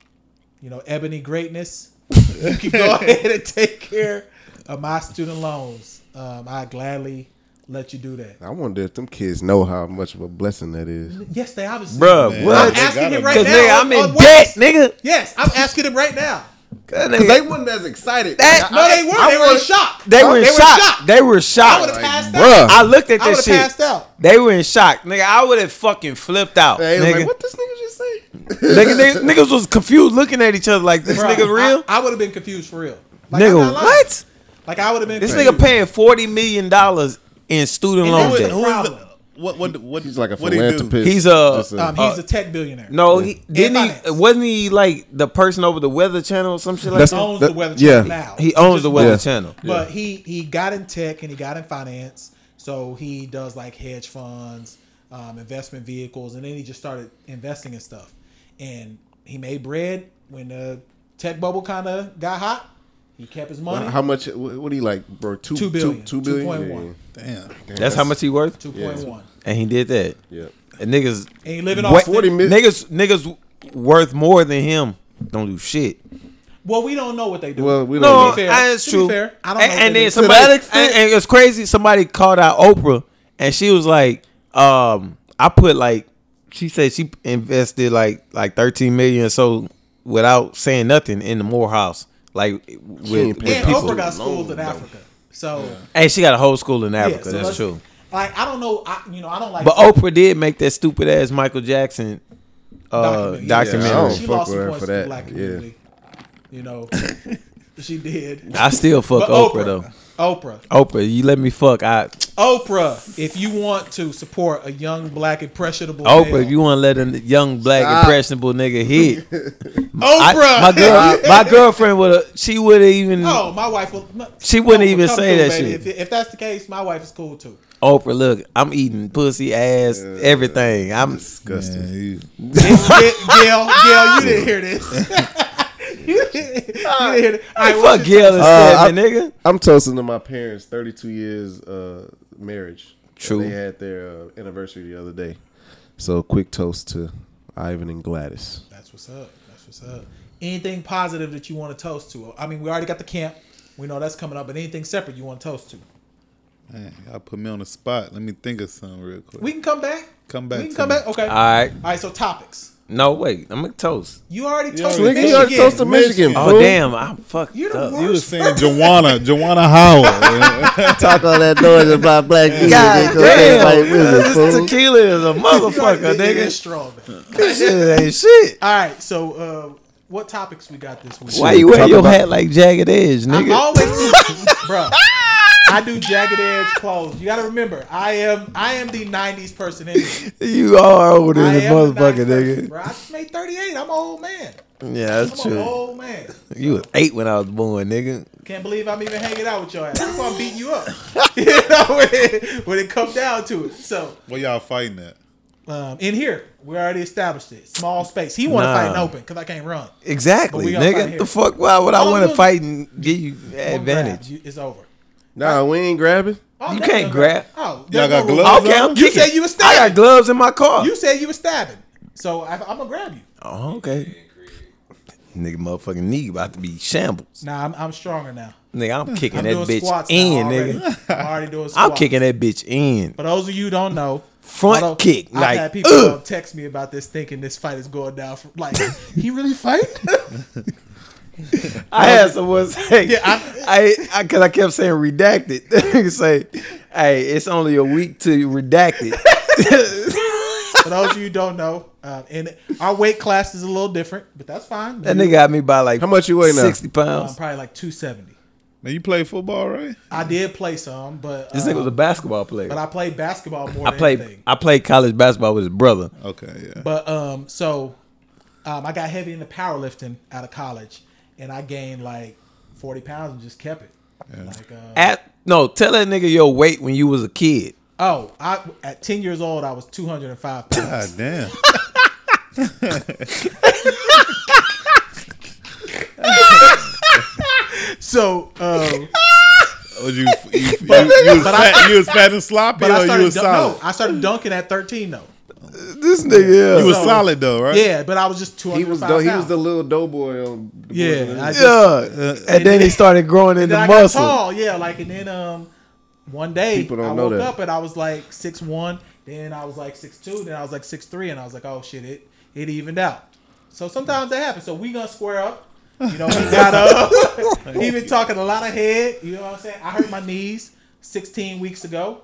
Speaker 4: you know, ebony greatness, you can go ahead and take care of my student loans. Um, I gladly let you do that.
Speaker 3: I wonder if them kids know how much of a blessing that is.
Speaker 4: Yes, they obviously.
Speaker 2: Bruh,
Speaker 4: I'm
Speaker 2: what?
Speaker 5: they
Speaker 4: asking
Speaker 5: gotta
Speaker 4: him
Speaker 5: be.
Speaker 4: right now.
Speaker 2: Cause nigga,
Speaker 4: on-
Speaker 2: I'm
Speaker 4: on
Speaker 2: in
Speaker 4: what-
Speaker 2: debt, nigga.
Speaker 4: Yes, I'm asking him right now.
Speaker 2: That nigga-
Speaker 3: wasn't as excited.
Speaker 2: That-
Speaker 4: No, they weren't. They were in shock.
Speaker 2: They were in shock.
Speaker 4: shocked.
Speaker 2: They were
Speaker 4: I would
Speaker 2: shocked.
Speaker 4: have passed
Speaker 3: bruh.
Speaker 4: out.
Speaker 2: I looked at
Speaker 4: I would
Speaker 2: that
Speaker 4: have
Speaker 2: shit.
Speaker 4: passed out.
Speaker 2: They were in shock, nigga. I would have fucking flipped out,
Speaker 3: They was
Speaker 2: nigga.
Speaker 3: like, what this nigga just say?
Speaker 2: nigga, nigga- Niggas was confused, looking at each other like, "This
Speaker 4: Bruh,
Speaker 2: nigga real,
Speaker 4: I, would have been confused for real. Like, I'm
Speaker 2: nigga?
Speaker 4: not lying.
Speaker 2: What?
Speaker 4: Like I would have been.
Speaker 2: This
Speaker 4: cool.
Speaker 2: nigga paying forty million dollars in student
Speaker 4: And
Speaker 2: loan
Speaker 4: that-
Speaker 2: debt.
Speaker 5: Who is
Speaker 4: Problem.
Speaker 5: the, what what what?
Speaker 3: He's like a
Speaker 5: what he do?
Speaker 3: philanthropist.
Speaker 2: He's uh, a-
Speaker 3: Just
Speaker 4: Um, he's a tech billionaire.
Speaker 2: No, he didn't.
Speaker 4: finance.
Speaker 2: He wasn't he like the person over the Weather Channel or some shit like
Speaker 3: That's-
Speaker 2: that.
Speaker 4: owns
Speaker 3: that-
Speaker 4: the Weather
Speaker 3: yeah.
Speaker 4: Channel now.
Speaker 2: He owns the Weather
Speaker 3: Yeah.
Speaker 2: Channel.
Speaker 4: But he he got in tech and he got in finance, so he does like hedge funds, um, investment vehicles, and then he just started investing in stuff. And he made bread when the tech bubble kind of got hot. He kept his money.
Speaker 3: how much? What what do you like, bro? Two,
Speaker 4: Two
Speaker 3: two
Speaker 4: billion.
Speaker 3: billion, two billion,
Speaker 4: 2.1.
Speaker 5: Damn.
Speaker 2: That's how much he worth,
Speaker 4: Two point one.
Speaker 2: and he did that.
Speaker 3: Yeah.
Speaker 2: And niggas,
Speaker 4: And he living
Speaker 2: wa-
Speaker 4: off
Speaker 3: Forty million.
Speaker 2: niggas, niggas worth more than him. Don't do shit.
Speaker 4: Well, we don't know what they do.
Speaker 3: Well, we don't.
Speaker 2: No,
Speaker 3: know.
Speaker 4: fair,
Speaker 2: that's
Speaker 4: to be
Speaker 2: true.
Speaker 4: fair, I don't
Speaker 2: and,
Speaker 4: know what
Speaker 2: and
Speaker 4: they
Speaker 2: then
Speaker 4: do.
Speaker 3: that
Speaker 2: somebody, and,
Speaker 3: extent-
Speaker 2: and it's crazy. Somebody called out Oprah, and she was like, um, "I put like," she said she invested like like thirteen million, or so without saying nothing in the Morehouse, like with,
Speaker 3: ain't
Speaker 2: with
Speaker 3: paying
Speaker 4: and
Speaker 2: people,
Speaker 4: Oprah got schools in Africa, so
Speaker 2: and she got a whole school in
Speaker 4: yeah,
Speaker 2: Africa.
Speaker 4: so
Speaker 2: that's
Speaker 4: let's-
Speaker 2: true.
Speaker 4: Like I don't know, I, you know, I don't like.
Speaker 2: But oh, Oprah did make that stupid ass Michael Jackson uh,
Speaker 4: documentary.
Speaker 2: documentary.
Speaker 3: Yeah, I
Speaker 4: She
Speaker 3: don't fuck
Speaker 4: lost some
Speaker 3: with her
Speaker 4: points
Speaker 3: for
Speaker 4: to the
Speaker 3: that.
Speaker 4: black
Speaker 3: Yeah.
Speaker 4: community. You know, she did.
Speaker 2: I still fuck
Speaker 4: But
Speaker 2: Oprah,
Speaker 4: Oprah,
Speaker 2: though.
Speaker 4: Oprah,
Speaker 2: Oprah, you let me fuck. I
Speaker 4: Oprah. If you want to support a young black impressionable
Speaker 2: Oprah,
Speaker 4: male,
Speaker 2: if you want to let a young black
Speaker 3: Stop.
Speaker 2: impressionable nigga hit,
Speaker 4: Oprah,
Speaker 2: I- my girl, my girlfriend would have. She would have even.
Speaker 4: oh, my wife will. no,
Speaker 2: She wouldn't
Speaker 4: Oprah,
Speaker 2: even
Speaker 4: come
Speaker 2: say
Speaker 4: through,
Speaker 2: that
Speaker 4: baby.
Speaker 2: shit.
Speaker 4: If, if that's the case, my wife is cool too.
Speaker 2: Oprah, look, I'm eating pussy, ass, everything. I'm.
Speaker 3: Disgusting.
Speaker 4: Gail, Gail, Gail, you didn't hear this. you didn't you didn't hear this. All right, what's
Speaker 2: fuck
Speaker 4: your-
Speaker 2: Gail instead,
Speaker 3: Uh, I-
Speaker 2: my nigga.
Speaker 3: I'm toasting to my parents' 32 years uh, marriage.
Speaker 2: True.
Speaker 3: They had their uh, anniversary the other day. So quick toast to Ivan and Gladys.
Speaker 4: That's what's up. That's what's up. Anything positive that you want to toast to? I mean, we already got the camp. We know that's coming up, but anything separate you want to toast to?
Speaker 5: Man, y'all put me on the spot. Let me think of something real quick.
Speaker 4: We can come back.
Speaker 5: Come back
Speaker 4: We can
Speaker 5: to
Speaker 4: come
Speaker 5: me.
Speaker 4: back. Okay.
Speaker 2: All right.
Speaker 4: All right. So topics.
Speaker 2: No, wait. I'm gonna toast.
Speaker 4: You already toasted
Speaker 3: Nigga,
Speaker 4: Michigan.
Speaker 3: you already toasted Michigan.
Speaker 5: Michigan.
Speaker 2: Oh damn, I'm fucked
Speaker 4: You're the
Speaker 2: up.
Speaker 4: worst.
Speaker 5: you was saying Joanna, Joanna Howard.
Speaker 3: Talk all that noise about black people.
Speaker 2: God damn, this tequila is a motherfucker,
Speaker 4: It is
Speaker 2: nigga.
Speaker 4: strong. man.
Speaker 2: This shit ain't shit.
Speaker 4: All right. So, uh, what topics we got this week?
Speaker 2: Why you wear
Speaker 3: Talk
Speaker 2: your
Speaker 3: about-
Speaker 2: hat like jagged edge,
Speaker 4: I
Speaker 2: nigga?
Speaker 4: always, bro. I do jagged edge clothes. You got to remember, I am I am the '90s person. In here.
Speaker 2: you are old
Speaker 4: I
Speaker 2: as a
Speaker 4: am the 90s
Speaker 2: motherfucker,
Speaker 4: person,
Speaker 2: nigga.
Speaker 4: Bro, I made 38. I'm an old man.
Speaker 2: Yeah, that's
Speaker 4: I'm an
Speaker 2: true.
Speaker 4: old man.
Speaker 2: You was eight when I was born, nigga.
Speaker 4: Can't believe I'm even hanging out with your ass. That's why I'm beating you up. you know, when it, when it comes down to it. So,
Speaker 5: Where y'all fighting at?
Speaker 4: um, in here, we already established it. Small space. He want to
Speaker 2: Nah.
Speaker 4: fight in open because I can't run. But
Speaker 2: Exactly,
Speaker 4: we gonna fight
Speaker 2: nigga.
Speaker 4: here.
Speaker 2: The fuck? Why would I
Speaker 4: Oh,
Speaker 2: want
Speaker 4: look.
Speaker 2: to fight and give you
Speaker 4: One grab,
Speaker 2: advantage?
Speaker 4: you- it's over.
Speaker 3: Nah, we ain't grabbing.
Speaker 4: Oh,
Speaker 2: You
Speaker 4: there's
Speaker 2: can't
Speaker 4: no
Speaker 2: grab.
Speaker 4: Oh,
Speaker 5: Y'all
Speaker 4: there's
Speaker 5: got
Speaker 4: no rule.
Speaker 5: gloves
Speaker 2: Okay, I'm
Speaker 4: You
Speaker 2: kicking.
Speaker 4: said you was
Speaker 2: I got
Speaker 4: stabbing.
Speaker 2: gloves in my car.
Speaker 4: You said you were stabbing. So I, I'm going to grab you.
Speaker 2: Oh, okay. Nigga, motherfucking knee about to be shambles.
Speaker 4: Nah, I'm, I'm stronger now.
Speaker 2: Nigga, I'm kicking
Speaker 4: I'm
Speaker 2: that
Speaker 4: doing
Speaker 2: bitch
Speaker 4: squats
Speaker 2: in,
Speaker 4: now already.
Speaker 2: nigga.
Speaker 4: I'm already doing squats.
Speaker 2: I'm kicking that bitch in.
Speaker 4: For those of you who don't know,
Speaker 2: Front
Speaker 4: although
Speaker 2: kick,
Speaker 4: I've
Speaker 2: like,
Speaker 4: had people
Speaker 2: ugh.
Speaker 4: uh, text me about this, thinking this fight is going down. For, like, he really fight?
Speaker 2: I had someone say,
Speaker 4: Yeah,
Speaker 2: I, I, because I, kept saying redacted. They say, hey, it's only a week to redacted.
Speaker 4: For those of you who don't know, um, and our weight class is a little different, but that's fine.
Speaker 2: that nigga got me by like
Speaker 3: How much you weigh now?
Speaker 2: Sixty
Speaker 4: um,
Speaker 2: pounds.
Speaker 4: probably like 270.
Speaker 5: Man, you play football, right?
Speaker 4: I did play some, but
Speaker 2: This
Speaker 4: uh,
Speaker 2: nigga was a basketball player.
Speaker 4: but I played basketball more.
Speaker 2: I
Speaker 4: than
Speaker 2: played
Speaker 4: Anything.
Speaker 2: I played college basketball with his brother.
Speaker 5: Okay, yeah.
Speaker 4: But um, so um, I got heavy into powerlifting out of college, and I gained like 40 pounds and just kept it. Like, uh,
Speaker 2: At, no, tell that nigga your weight when you was a kid.
Speaker 4: oh, I at 10 years old I was 205 pounds.
Speaker 5: God damn.
Speaker 4: So. Um,
Speaker 5: Was you, you, you, you was
Speaker 4: but I-
Speaker 5: fat, you was fat and sloppy,
Speaker 4: But
Speaker 5: or
Speaker 4: I
Speaker 5: you
Speaker 4: started
Speaker 5: was
Speaker 4: dun-
Speaker 5: solid?
Speaker 4: no, I started dunking at 13 though.
Speaker 2: This nigga,
Speaker 5: you was
Speaker 4: So-
Speaker 5: solid though, right?
Speaker 4: Yeah, but I was just 200.
Speaker 3: He was the, he was the little doughboy on. The
Speaker 4: yeah. I just,
Speaker 2: yeah. uh, And then he started growing in the
Speaker 4: then I got
Speaker 2: muscle.
Speaker 4: tall, yeah. Like and then um, one day
Speaker 3: People don't
Speaker 4: I
Speaker 3: know
Speaker 4: woke
Speaker 3: that.
Speaker 4: up and I was like six one. Then I was like six two. Then I was like six three, and I was like, oh shit, it it evened out. So sometimes that happens. So we gonna square up. You know, we got up. he been talking a lot of head. You know what I'm saying? I hurt my knees 16 weeks ago.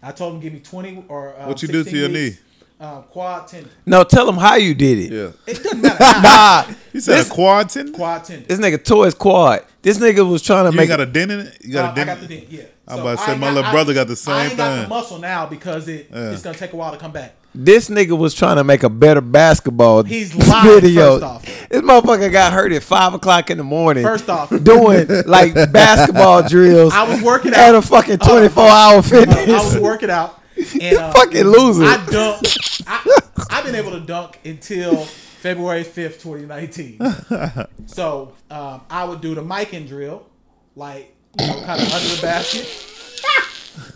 Speaker 4: I told him give me 20 or uh,
Speaker 5: What you do to
Speaker 4: 16
Speaker 5: your
Speaker 4: weeks.
Speaker 5: knee?
Speaker 4: um, quad tendon.
Speaker 2: No, tell him how you did it.
Speaker 3: Yeah.
Speaker 4: It doesn't matter. how.
Speaker 2: Nah,
Speaker 5: You said
Speaker 2: This-
Speaker 5: a quad tendon?
Speaker 4: quad tendon.
Speaker 2: this nigga tore his quad. This nigga was trying to
Speaker 5: You
Speaker 2: make
Speaker 5: ain't got a dent in it? You
Speaker 4: Uh,
Speaker 5: got a
Speaker 4: I
Speaker 5: dent?
Speaker 4: got the
Speaker 5: in it?
Speaker 4: dent. Yeah.
Speaker 5: I'm about to say,
Speaker 4: I
Speaker 5: my little brother got the
Speaker 4: I
Speaker 5: same
Speaker 4: ain't got the
Speaker 5: thing.
Speaker 4: muscle now because it
Speaker 5: Yeah.
Speaker 4: it's gonna take a while to come back.
Speaker 2: this nigga was trying to make a better basketball.
Speaker 4: He's lying, first off.
Speaker 2: This motherfucker got hurt at five o'clock in the morning.
Speaker 4: First off.
Speaker 2: doing like basketball drills.
Speaker 4: I was working
Speaker 2: at
Speaker 4: out. Oh,
Speaker 2: a fucking twenty four hour
Speaker 4: Uh, I
Speaker 2: fitness.
Speaker 4: was working out. And, uh,
Speaker 2: fucking loser.
Speaker 4: I dunk. I, I've been able to dunk until February 5th, 2019. So um, I would do the mic and drill, like, you know, kind of under the basket.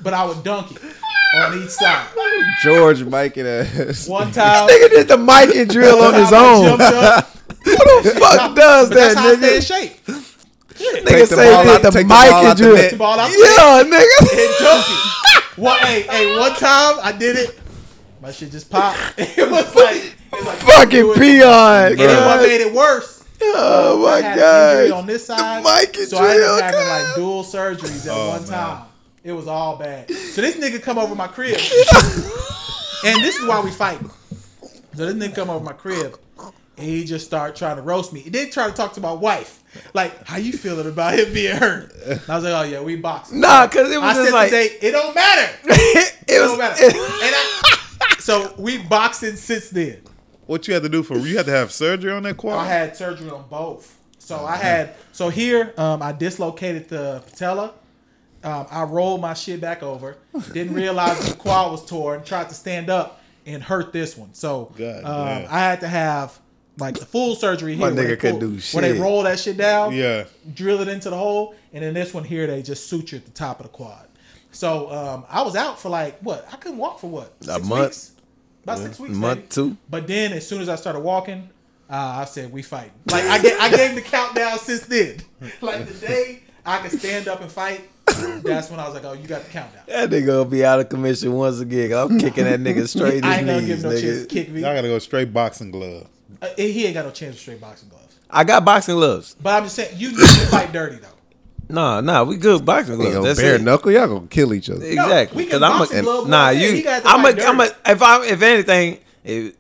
Speaker 4: But I would dunk it on each side.
Speaker 3: George Mike and ass.
Speaker 4: One time.
Speaker 2: nigga did the mic and drill on
Speaker 4: I
Speaker 2: his
Speaker 4: would
Speaker 2: own.
Speaker 4: jump up,
Speaker 2: Who the fuck does
Speaker 4: but that's
Speaker 2: that,
Speaker 4: how I stay in
Speaker 2: nigga?
Speaker 4: shape.
Speaker 2: Nigga
Speaker 3: Take the ball
Speaker 2: say
Speaker 3: out-
Speaker 2: did the
Speaker 3: take the
Speaker 2: mic
Speaker 3: ball
Speaker 2: and
Speaker 3: out the
Speaker 2: drill.
Speaker 3: net.
Speaker 4: Ball out the
Speaker 2: Yeah, nigga.
Speaker 4: and dunk it. One, hey, hey, one time I did it. My shit just popped. It was like, it was like
Speaker 2: Fucking
Speaker 4: it.
Speaker 2: peon.
Speaker 4: And then what
Speaker 2: God.
Speaker 4: made it worse?
Speaker 2: Oh
Speaker 4: I
Speaker 2: my
Speaker 4: had an injury on
Speaker 2: god.
Speaker 4: this side.
Speaker 2: mic is
Speaker 4: so I ended
Speaker 2: real
Speaker 4: up having
Speaker 2: good.
Speaker 4: like dual surgeries at
Speaker 5: Oh,
Speaker 4: one
Speaker 5: man.
Speaker 4: time. It was all bad. So this nigga come over my crib, and this is why we fight. So this nigga come over my crib, and he just start trying to roast me. He did try to talk to my wife, like how you feeling about him being hurt. And I was like, oh yeah, we boxing.
Speaker 2: Nah, cause it
Speaker 4: I
Speaker 2: was
Speaker 4: said
Speaker 2: just like
Speaker 4: today, it don't matter. It
Speaker 2: it
Speaker 4: don't matter. and
Speaker 2: was.
Speaker 4: I, so we boxing since then.
Speaker 5: What you had to do for you had to have surgery on that quad?
Speaker 4: I had surgery on both. So I had so here um, I dislocated the patella. Um, I rolled my shit back over. Didn't realize the quad was torn. Tried to stand up and hurt this one. So
Speaker 5: God
Speaker 4: um,
Speaker 5: damn.
Speaker 4: I had to have like the full surgery here.
Speaker 2: My
Speaker 4: where
Speaker 2: nigga
Speaker 4: they
Speaker 2: could
Speaker 4: pull-
Speaker 2: do
Speaker 4: Where they
Speaker 2: shit.
Speaker 4: roll that shit down.
Speaker 5: Yeah.
Speaker 4: Drill it into the hole, and then this one here they just suture at the top of the quad. So um, I was out for like what? I couldn't walk for what?
Speaker 2: A month.
Speaker 4: Weeks? About six weeks.
Speaker 2: month,
Speaker 4: maybe.
Speaker 2: two.
Speaker 4: But then as soon as I started walking, uh, I said we fight. Like I ga- I gave the countdown since then. Like the day I could stand up and fight, that's when I was like, oh, you got the countdown.
Speaker 2: That nigga gonna be out of commission once again. I'm kicking that nigga straight in his
Speaker 4: I ain't gonna
Speaker 2: knees,
Speaker 4: give no
Speaker 2: nigga.
Speaker 4: chance to kick me.
Speaker 5: Y'all gotta go straight boxing glove.
Speaker 4: Uh, he ain't got no chance with straight boxing gloves.
Speaker 2: I got boxing gloves.
Speaker 4: But I'm just saying, you need to fight dirty though.
Speaker 2: Nah, nah, we good boxing gloves.
Speaker 3: Yo,
Speaker 2: That's
Speaker 3: bare
Speaker 2: it.
Speaker 3: knuckle, y'all gonna kill each other.
Speaker 2: Exactly.
Speaker 4: we can
Speaker 2: Because I'm
Speaker 4: boxing
Speaker 2: a
Speaker 4: glove
Speaker 2: nah.
Speaker 4: one day. He
Speaker 2: You,
Speaker 4: got to
Speaker 2: I'm a,
Speaker 4: fight
Speaker 2: I'm a.
Speaker 4: dirty.
Speaker 2: If I, if anything, if,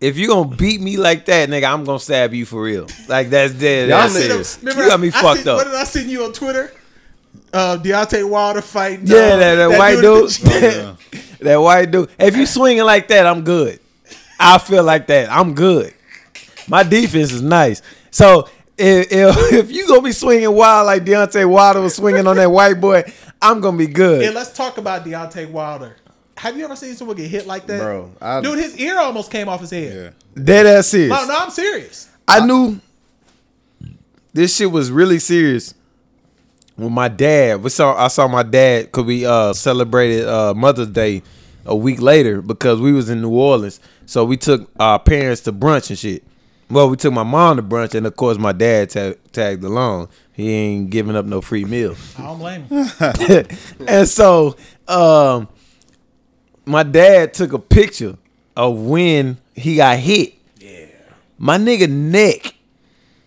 Speaker 2: if you gonna beat me like that, nigga, I'm gonna stab you for real. Like that's dead.
Speaker 3: Y'all
Speaker 2: That's
Speaker 3: niggas-
Speaker 2: serious. You
Speaker 4: Remember,
Speaker 2: got me
Speaker 4: I
Speaker 2: fucked
Speaker 4: seen- What
Speaker 2: up.
Speaker 4: did I send you on Twitter? Uh, Deontay Wilder fighting.
Speaker 2: Yeah,
Speaker 4: uh,
Speaker 2: that, that white
Speaker 4: at the
Speaker 2: dude.
Speaker 4: gym.
Speaker 2: that white dude. If you swinging like that, I'm good. I feel like that. I'm good. My defense is nice. So if if, if you gonna be swinging wild like Deontay Wilder was swinging on that white boy, I'm gonna be
Speaker 4: Yeah,
Speaker 2: good.
Speaker 4: let's talk about Deontay Wilder. Have you ever seen someone get hit like that,
Speaker 3: Bro, I-
Speaker 4: Dude, his ear almost came off his head.
Speaker 5: Yeah.
Speaker 2: Dead ass serious.
Speaker 4: No, no, I'm serious.
Speaker 2: I knew this shit was really serious when my dad. We saw I saw my dad because we uh, celebrated uh, Mother's Day a week later because we was in New Orleans, so we took our parents to brunch and shit. Well, we took my mom to brunch, and of course my dad ta- tagged along. He ain't giving up no free meal
Speaker 4: I don't blame him.
Speaker 2: and so um my dad took a picture of when he got hit. Yeah. My nigga neck.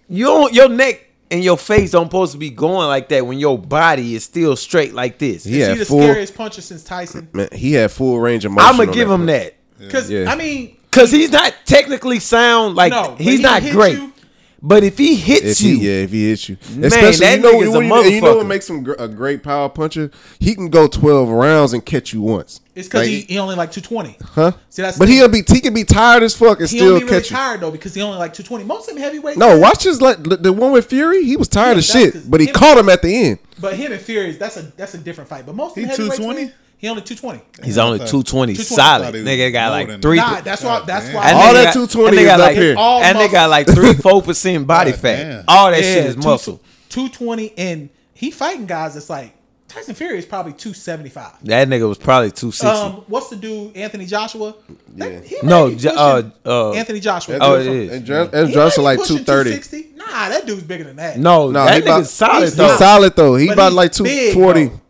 Speaker 2: You don't, your neck and your face don't supposed to be going like that when your body is still straight like this.
Speaker 3: He
Speaker 4: He
Speaker 3: had
Speaker 4: the
Speaker 3: full,
Speaker 4: scariest puncher since Tyson.
Speaker 3: man, he had full range of motion.
Speaker 2: I'ma
Speaker 3: on
Speaker 2: give him
Speaker 3: play.
Speaker 2: that.
Speaker 4: Because
Speaker 3: Yeah.
Speaker 4: I mean,
Speaker 2: Cause he's not technically sound like
Speaker 4: No, but
Speaker 2: he's
Speaker 4: he
Speaker 2: not
Speaker 4: hit
Speaker 2: great.
Speaker 4: you.
Speaker 2: But if he hits
Speaker 3: If he,
Speaker 2: you,
Speaker 3: yeah, if he hits you,
Speaker 2: Man,
Speaker 3: especially
Speaker 2: that
Speaker 3: you know,
Speaker 2: nigga's
Speaker 3: what-
Speaker 2: a
Speaker 3: what- you know what
Speaker 2: motherfucker.
Speaker 3: makes him gr- a great power puncher? He can go twelve rounds and catch you once.
Speaker 4: it's because
Speaker 3: Like,
Speaker 4: he, he only like 220.
Speaker 3: huh?
Speaker 4: See, that's
Speaker 3: but he'll be he can be tired as fuck and
Speaker 4: he
Speaker 3: still
Speaker 4: only really
Speaker 3: catch you.
Speaker 4: tired though because he only like 220. Most of them heavyweight.
Speaker 3: No, watch his like the the one with Fury. He was tired
Speaker 4: Yeah,
Speaker 3: of
Speaker 4: that was 'cause
Speaker 3: shit, but he
Speaker 4: him-
Speaker 3: caught him at the end.
Speaker 4: But him and Fury's that's a that's a different fight. But most of
Speaker 5: He
Speaker 4: them heavyweight
Speaker 5: 220?
Speaker 4: 220. He only 220.
Speaker 2: he's only 220,
Speaker 4: 220
Speaker 2: solid.
Speaker 5: probably
Speaker 2: Nigga got
Speaker 5: more
Speaker 2: like
Speaker 5: than
Speaker 2: three.
Speaker 5: that.
Speaker 4: Nah, that's why.
Speaker 5: God
Speaker 4: That's
Speaker 5: damn.
Speaker 4: why.
Speaker 2: That
Speaker 3: All
Speaker 2: nigga
Speaker 3: that
Speaker 2: got-
Speaker 3: 220
Speaker 2: that nigga
Speaker 3: is
Speaker 2: got
Speaker 3: up
Speaker 2: like,
Speaker 3: here.
Speaker 4: All
Speaker 2: That nigga got like three, four percent body
Speaker 5: God
Speaker 2: fat.
Speaker 5: damn.
Speaker 2: All that
Speaker 4: Yeah,
Speaker 2: shit is
Speaker 4: two-
Speaker 2: muscle.
Speaker 4: 220 and he fighting guys that's like Tyson Fury is probably 275.
Speaker 2: That nigga was probably two sixty.
Speaker 4: Um, what's the dude Anthony Joshua? That-
Speaker 3: Yeah.
Speaker 4: he might
Speaker 2: No,
Speaker 4: be
Speaker 2: Jo-
Speaker 4: pushing-
Speaker 2: uh, uh,
Speaker 4: Anthony Joshua.
Speaker 2: oh,
Speaker 4: He
Speaker 2: it is.
Speaker 3: And Johnson,
Speaker 4: might
Speaker 3: and
Speaker 4: be
Speaker 3: Johnson like
Speaker 4: pushing
Speaker 3: two thirty.
Speaker 4: 260. Nah, that dude's bigger than that.
Speaker 2: no,
Speaker 3: No, he
Speaker 2: that
Speaker 3: about,
Speaker 2: nigga's solid
Speaker 3: he's
Speaker 2: though.
Speaker 3: solid though. He
Speaker 4: But
Speaker 3: about
Speaker 4: he's
Speaker 3: like
Speaker 4: big,
Speaker 3: two forty.
Speaker 4: though.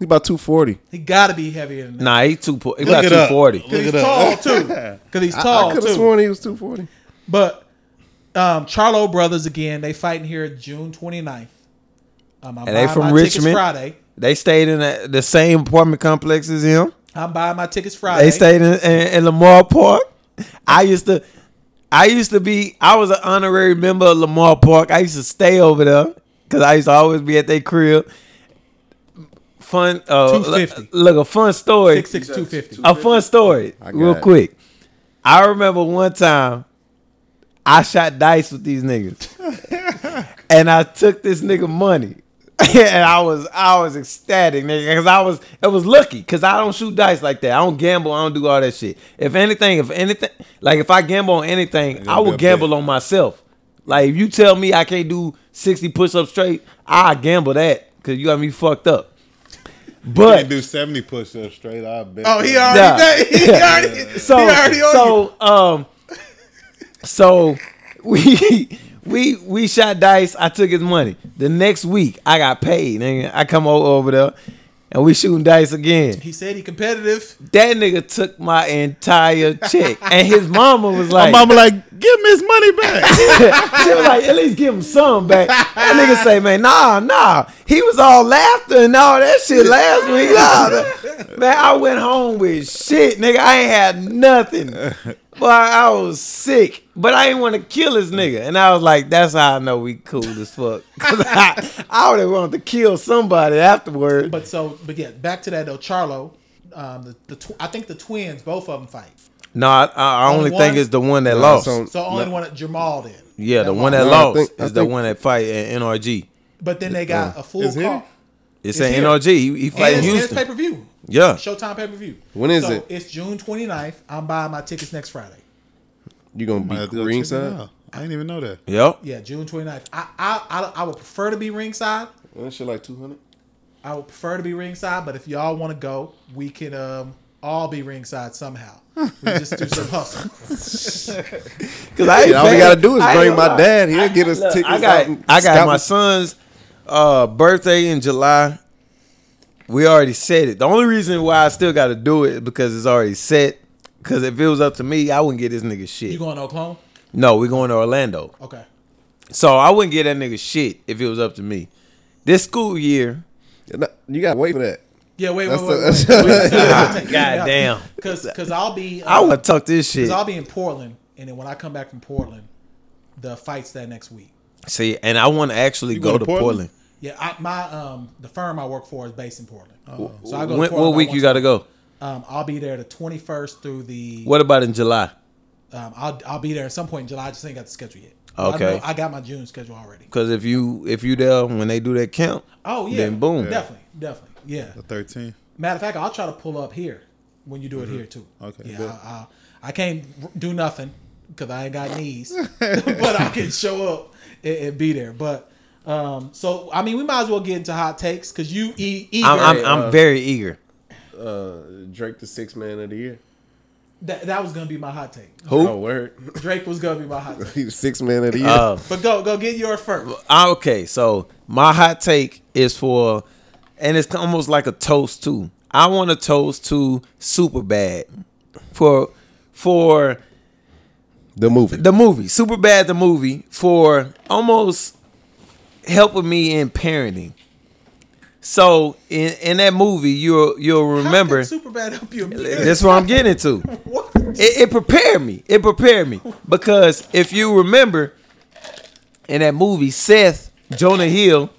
Speaker 3: He about two forty.
Speaker 4: he gotta be heavier than that.
Speaker 2: Nah, he two. Po- he
Speaker 5: Look
Speaker 2: about
Speaker 5: it
Speaker 2: two
Speaker 5: up.
Speaker 2: forty.
Speaker 5: Look
Speaker 4: Cause he's
Speaker 5: it
Speaker 4: tall
Speaker 5: up.
Speaker 4: too. Cause he's
Speaker 3: I
Speaker 4: tall
Speaker 3: could have
Speaker 4: too.
Speaker 3: sworn he was two forty.
Speaker 4: But um, Charlo brothers again. They fighting here June 29th. Um,
Speaker 2: And
Speaker 4: I'm
Speaker 2: they
Speaker 4: buying
Speaker 2: from
Speaker 4: my tickets
Speaker 2: Richmond?
Speaker 4: Friday.
Speaker 2: They stayed in the, the same apartment complex as him.
Speaker 4: I'm buying my tickets Friday.
Speaker 2: They stayed in, in, in Lamar Park. I used to, I used to be, I was an honorary member of Lamar Park. I used to stay over there because I used to always be at their crib. Fun, uh,
Speaker 4: 250.
Speaker 2: look, look, a fun story.
Speaker 4: six six two fifty.
Speaker 2: a fun story,
Speaker 3: I got
Speaker 2: real
Speaker 3: it.
Speaker 2: quick. I remember one time I shot dice with these niggas, and I took this nigga money, and I was I was ecstatic, nigga, because I was it was lucky, because I don't shoot dice like that. I don't gamble. I don't do all that shit. If anything, if anything, like if I gamble on anything,
Speaker 5: It'll
Speaker 2: I
Speaker 5: be a
Speaker 2: will
Speaker 5: bet.
Speaker 2: gamble on myself. Like if you tell me I can't do sixty push-ups straight, I gamble that because you got me fucked up.
Speaker 5: But
Speaker 2: But
Speaker 5: do seventy push-ups straight. I bet.
Speaker 4: Oh, he
Speaker 5: are.
Speaker 4: already
Speaker 2: Yeah.
Speaker 4: done. He already.
Speaker 2: so
Speaker 4: he already on you.
Speaker 2: so um so we we we shot dice. I took his money. The next week I got paid. Nigga. I come over, over there and we shooting dice again.
Speaker 4: He said he competitive.
Speaker 2: That nigga took my entire check, and his mama was
Speaker 5: My
Speaker 2: like,
Speaker 5: mama like, give him his money back.
Speaker 2: she was like, at least give him some back. That nigga say, man, nah, nah. He was all laughter and all that shit last week. Nah, man, I went home with shit, nigga. I ain't had nothing. But I was sick. But I didn't want to kill this nigga. And I was like, that's how I know we cool as fuck. Cause I, I would have wanted to kill somebody afterward.
Speaker 4: But so, but yeah, back to that though. Charlo, um, the, the tw- I think the twins, both of them fight.
Speaker 2: no, I, I
Speaker 4: Only
Speaker 2: only think
Speaker 4: one?
Speaker 2: it's the one that
Speaker 3: Nah,
Speaker 2: lost.
Speaker 3: so-
Speaker 4: So only one Jamal did.
Speaker 2: yeah, the one that
Speaker 3: No, I
Speaker 2: lost
Speaker 3: think- I
Speaker 2: is the
Speaker 3: think-
Speaker 2: one that fight at NRG.
Speaker 4: But then they got a full
Speaker 5: Is he?
Speaker 4: car.
Speaker 2: It's,
Speaker 4: It's
Speaker 2: at
Speaker 4: here.
Speaker 2: NRG. He, he
Speaker 4: And
Speaker 2: fighting
Speaker 4: it's, and it's
Speaker 2: Houston.
Speaker 4: pay per view.
Speaker 2: Yeah.
Speaker 4: Showtime pay per view.
Speaker 3: When is
Speaker 4: so
Speaker 3: it?
Speaker 4: It's June 29th. I'm buying my tickets next Friday.
Speaker 3: You gonna be ringside?
Speaker 5: I didn't even know that.
Speaker 2: Yep.
Speaker 4: Yeah, June 29th. I I, I, I would prefer to be ringside.
Speaker 3: That shit like two hundred.
Speaker 4: I would prefer to be ringside, but if y'all want to go, we can um, all be ringside somehow. We just do some hustle.
Speaker 2: Cause I ain't
Speaker 3: all we
Speaker 2: paying-
Speaker 3: gotta do is
Speaker 2: I ain't
Speaker 3: bring
Speaker 2: gonna
Speaker 3: my
Speaker 2: lie.
Speaker 3: dad. He'll get us
Speaker 2: Look,
Speaker 3: tickets.
Speaker 2: I
Speaker 3: out
Speaker 2: got
Speaker 3: and
Speaker 2: I got
Speaker 3: scout
Speaker 2: my
Speaker 3: us.
Speaker 2: son's uh, birthday in July. We already said it. The only reason why I still got to do it is because it's already set. Because if it was up to me, I wouldn't get this nigga
Speaker 4: You
Speaker 2: shit.
Speaker 4: going to Oklahoma?
Speaker 2: No, we're going to Orlando.
Speaker 4: Okay.
Speaker 2: So I wouldn't get that nigga shit if it was up to me. This school year,
Speaker 3: You gotta wait for that.
Speaker 4: Yeah, wait, wait,
Speaker 3: That's
Speaker 4: wait.
Speaker 3: the-
Speaker 4: wait,
Speaker 2: goddamn.
Speaker 4: Because because I'll be
Speaker 2: I
Speaker 4: uh,
Speaker 2: would tuck this shit.
Speaker 4: Because I'll be in Portland, and then when I come back from Portland, the fight's that next week.
Speaker 2: See, and I want to actually
Speaker 5: You
Speaker 2: go
Speaker 5: going
Speaker 2: to
Speaker 5: to Portland?
Speaker 2: Portland.
Speaker 4: Yeah, I, my um the firm I work for is based in Portland, Uh, so I go. to
Speaker 2: When,
Speaker 4: Portland
Speaker 2: what week
Speaker 4: once-
Speaker 2: you got to go?
Speaker 4: Um, I'll be there the twenty first through the.
Speaker 2: What about in July?
Speaker 4: Um, I'll I'll be there at some point in July. I just ain't got the schedule yet.
Speaker 2: Okay.
Speaker 4: I, know- I got my June schedule already.
Speaker 2: Because if you if you there when they do that count,
Speaker 4: Oh yeah.
Speaker 2: then boom.
Speaker 4: Definitely, definitely. Yeah.
Speaker 5: The thirteen.
Speaker 4: Matter of fact, I'll try to pull up here when you do it here too.
Speaker 5: Okay,
Speaker 4: Yeah.
Speaker 5: bet.
Speaker 4: I, I, I can't r- do nothing because I ain't got knees, but I can show up and, and be there. But um, so I mean, we might as well get into hot takes because you e, eat. eat
Speaker 2: I'm I'm,
Speaker 4: very-
Speaker 2: I'm very uh, eager.
Speaker 3: Uh, Drake the six man of the year.
Speaker 4: that, that was gonna be my hot take.
Speaker 3: Who? Oh, word.
Speaker 4: Drake was gonna be my hot take.
Speaker 3: He the six man of the year.
Speaker 2: Uh,
Speaker 4: But go go get your first.
Speaker 2: I- ah, okay, so my hot take is for, and it's almost like a toast too. I want a toast to Super Bad for for
Speaker 3: the movie.
Speaker 2: the movie Super Bad the movie for almost helping me in parenting. So in in that movie, you'll you'll remember.
Speaker 4: super bad help you.
Speaker 2: That's what I'm getting to.
Speaker 4: What?
Speaker 2: it, it prepared me. It prepared me because if you remember in that movie, Seth Jonah Hill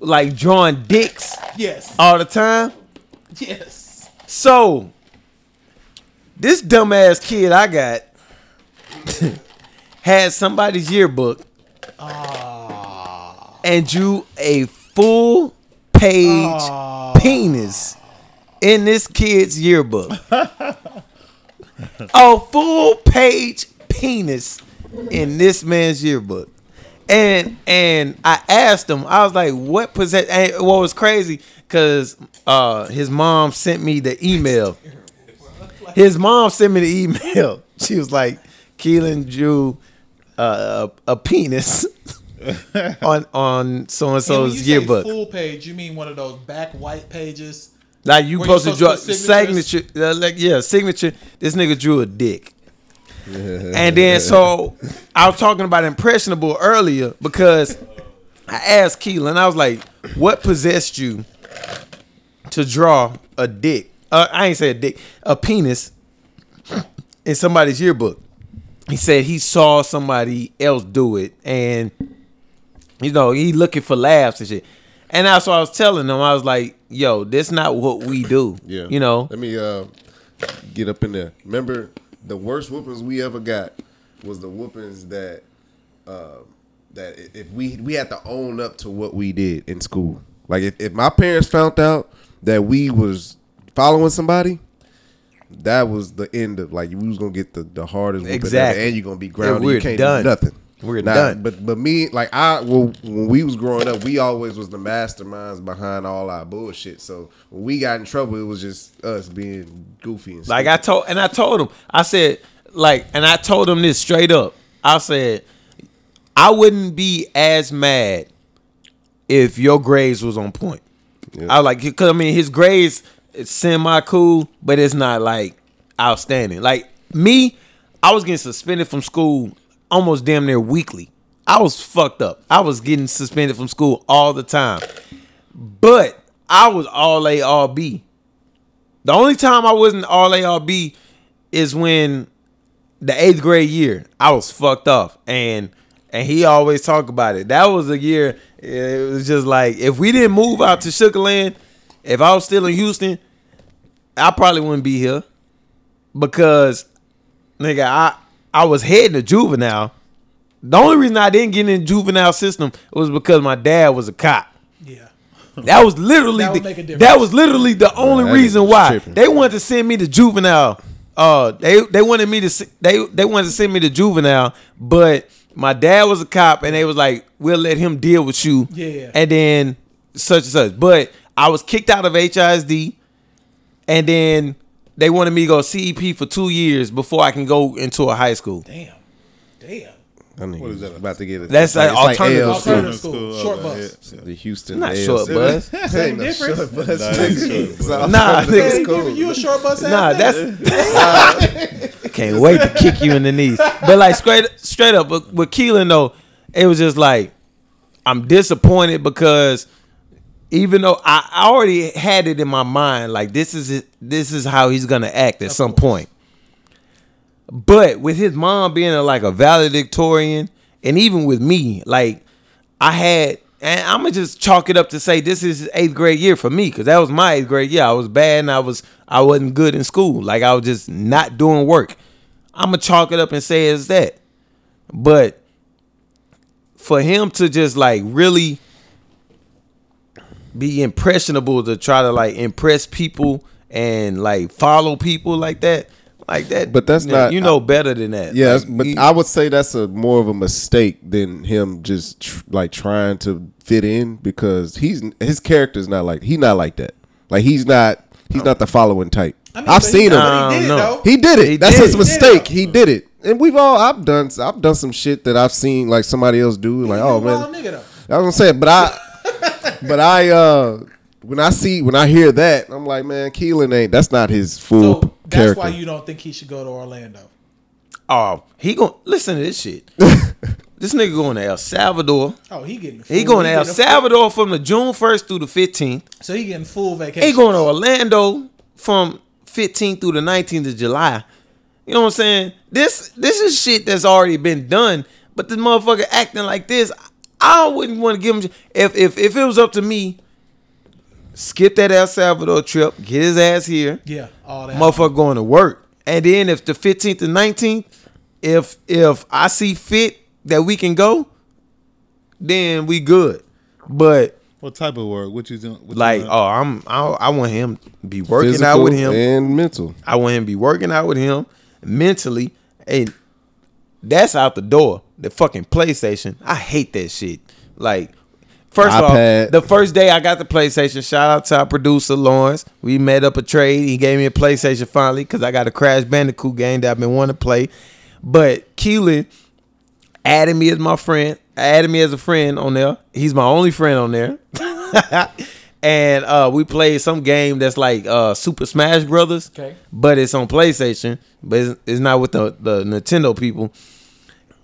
Speaker 2: like drawing dicks
Speaker 4: Yes.
Speaker 2: all the time.
Speaker 4: yes.
Speaker 2: So this dumbass kid I got had somebody's yearbook and drew a full page penis in this kid's yearbook. a full page penis in this man's yearbook. And and I asked him, I was like, what possess and what was crazy, cause uh his mom sent me the email. His mom sent me the email. She was like, Keelan drew uh, a, a penis on on so and
Speaker 4: And when you
Speaker 2: so's
Speaker 4: say
Speaker 2: yearbook.
Speaker 4: Full page. You mean one of those back white pages?
Speaker 2: Like you
Speaker 4: Were
Speaker 2: supposed
Speaker 4: you
Speaker 2: to draw
Speaker 4: supposed to put signatures?
Speaker 2: signature, uh, like yeah, signature. This nigga drew a dick, and then so I was talking about impressionable earlier because I asked Keelan, I was like, "What possessed you to draw a dick?" uh, I ain't say a dick, a penis in somebody's yearbook. He said he saw somebody else do it, and you know he looking for laughs and shit. And that's what I was telling him. I was like, "Yo, that's not what we do."
Speaker 3: Yeah.
Speaker 2: you know.
Speaker 3: Let me uh, get up in there. Remember, the worst whoopings we ever got was the whoopings that uh, that i- if we we had to own up to what we did in school. Like if, if my parents found out that we was following somebody, that was the end of like we was gonna get the, the hardest whooping ever,
Speaker 2: Exactly.
Speaker 3: and you're gonna be grounded.
Speaker 2: we're
Speaker 3: you can't
Speaker 2: done.
Speaker 3: do nothing.
Speaker 2: We're
Speaker 3: Nah,
Speaker 2: done.
Speaker 3: But but me like I well, when we was growing up, we always was the masterminds behind all our bullshit. So when we got in trouble, it was just us being goofy and
Speaker 2: Like I told, and I told him, I said, like, and I told him this straight up. I said, I wouldn't be as mad if your grades was on point. I was like, cause I mean, his grades semi cool, but it's not like outstanding. Like me, I was getting suspended from school almost damn near weekly. I was fucked up. I was getting suspended from school all the time, but I was all A, all B. The only time I wasn't all A all B is when the eighth grade year I was fucked off, and and he always talk about it. That was a year. It was just like if we didn't move out to Sugar Land, if I was still in Houston, I probably wouldn't be here because nigga, I I was heading to juvenile. The only reason I didn't get in the juvenile system was because my dad was a cop.
Speaker 4: Yeah.
Speaker 2: That was literally
Speaker 4: That would make
Speaker 2: the,
Speaker 4: a difference.
Speaker 2: that was literally the only
Speaker 3: that
Speaker 2: reason
Speaker 3: nigga was
Speaker 2: why
Speaker 3: tripping.
Speaker 2: they wanted to send me to juvenile. Uh, they they wanted me to se- they they wanted to send me to juvenile, but my dad was a cop, and they was like, "We'll let him deal with you."
Speaker 4: Yeah.
Speaker 2: and then such and such. But I was kicked out of HISD, and then they wanted me to go CEP for two years before I can go into a high school.
Speaker 4: Damn. Damn.
Speaker 3: what is that? About to get it.
Speaker 2: That's like alternative
Speaker 3: ALC.
Speaker 4: school. Alternative
Speaker 5: oh,
Speaker 4: Short
Speaker 5: yeah,
Speaker 4: bus.
Speaker 5: yeah.
Speaker 3: The Houston
Speaker 2: Not
Speaker 3: ALC.
Speaker 2: short bus.
Speaker 3: Ain't no
Speaker 4: difference.
Speaker 3: short bus.
Speaker 5: Nah, it's short bus.
Speaker 3: So-
Speaker 2: Nah,
Speaker 3: It's
Speaker 2: nigga.
Speaker 3: cool.
Speaker 4: You a short bus ass
Speaker 2: Nah,
Speaker 4: nigga.
Speaker 2: that's uh, can't wait to kick you in the knees. But like straight straight up with, with Keelan though, it was just like I'm disappointed because even though I, I already had it in my mind, like this is it- this is how he's gonna act at some point. But with his mom being a, like a valedictorian, and even with me, like I had, and I'm gonna just chalk it up to say this is his eighth grade year for me because that was my eighth grade year. I was bad and I was I wasn't good in school. Like I was just not doing work. I'm gonna chalk it up and say it's that. But for him to just like really be impressionable to try to like impress people and like follow people like that, like that.
Speaker 3: But that's
Speaker 2: you
Speaker 3: not-
Speaker 2: you know better than that.
Speaker 3: Yeah,
Speaker 2: Like,
Speaker 3: that's- but
Speaker 2: he-
Speaker 3: I would say that's a more of a mistake than him just tr- like trying to fit in because he's his character's not like he's not like that. Like he's not he's not the following type. I
Speaker 4: mean,
Speaker 3: have
Speaker 4: but
Speaker 3: seen
Speaker 4: he-
Speaker 3: him.
Speaker 4: but he did it,
Speaker 2: I don't know.
Speaker 4: though.
Speaker 3: He did it.
Speaker 2: He
Speaker 3: That's
Speaker 2: did
Speaker 3: his
Speaker 2: it.
Speaker 3: mistake. He did it. And we've all I've done I've done some shit that I've seen like somebody else do like
Speaker 4: He
Speaker 3: oh
Speaker 4: a wild
Speaker 3: man
Speaker 4: nigga though.
Speaker 3: that's what I'm saying. But I, but I, uh, when I see, when I hear that, I'm like, man, Keelan ain't. That's not his
Speaker 4: So
Speaker 3: full
Speaker 4: that's
Speaker 3: character.
Speaker 4: why you don't think he should go to Orlando.
Speaker 2: Oh, he gon' listen to this shit. this nigga going to El Salvador.
Speaker 4: Oh, he getting full,
Speaker 2: He going to El
Speaker 4: getting a full-
Speaker 2: Salvador from the June first through the fifteenth.
Speaker 4: So he getting full vacation.
Speaker 2: He going to Orlando from fifteenth through the nineteenth of July. You know what I'm saying? This this is shit that's already been done. But this motherfucker acting like this, I wouldn't want to give him. If if if it was up to me, skip that El Salvador trip, get his ass here.
Speaker 4: Yeah, all that.
Speaker 2: motherfucker going to work. And then if the 15th and 19th, if if I see fit that we can go, then we good. But
Speaker 5: What type of work? What you doing? What you
Speaker 2: like,
Speaker 5: doing?
Speaker 2: oh, I'm I, I want him to be working
Speaker 3: Physical
Speaker 2: out with him.
Speaker 3: and mental.
Speaker 2: I want him to be working out with him mentally, and that's out the door. The fucking PlayStation, I hate that shit. Like, first
Speaker 3: iPad.
Speaker 2: off, the first day I got the PlayStation, shout out to our producer Lawrence. We made up a trade. He gave me a PlayStation finally because I got a Crash Bandicoot game that I've been wanting to play. But Keelan added me as my friend, added me as a friend on there. He's my only friend on there. and uh, we played some game that's like uh, Super Smash Brothers,
Speaker 4: Okay.
Speaker 2: but it's on PlayStation, but it's, it's not with the, the Nintendo people.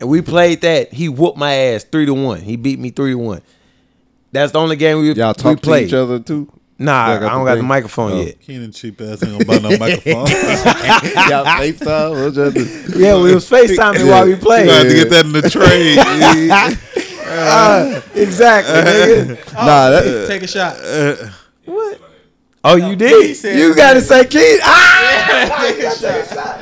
Speaker 2: And we played that. He whooped my ass three to one. He beat me three to one. That's the only game we,
Speaker 3: Y'all
Speaker 2: we
Speaker 3: talk to
Speaker 2: played.
Speaker 3: each other too.
Speaker 2: Nah, I don't
Speaker 3: got the
Speaker 2: got the
Speaker 3: thing. Oh.
Speaker 2: microphone yet.
Speaker 5: Keenan cheap ass ain't gonna buy no microphone. you
Speaker 6: Y'all FaceTime? What y'all do?
Speaker 2: Yeah, we was FaceTiming while we played.
Speaker 5: gonna have to get that in the trade.
Speaker 2: Exactly. nigga.
Speaker 6: Nah, that,
Speaker 4: Oh, Take a shot.
Speaker 2: Oh, you
Speaker 4: he
Speaker 2: did?
Speaker 4: said-
Speaker 2: You got to say Keith. Ah!
Speaker 4: Take a
Speaker 3: Ah!
Speaker 4: shot.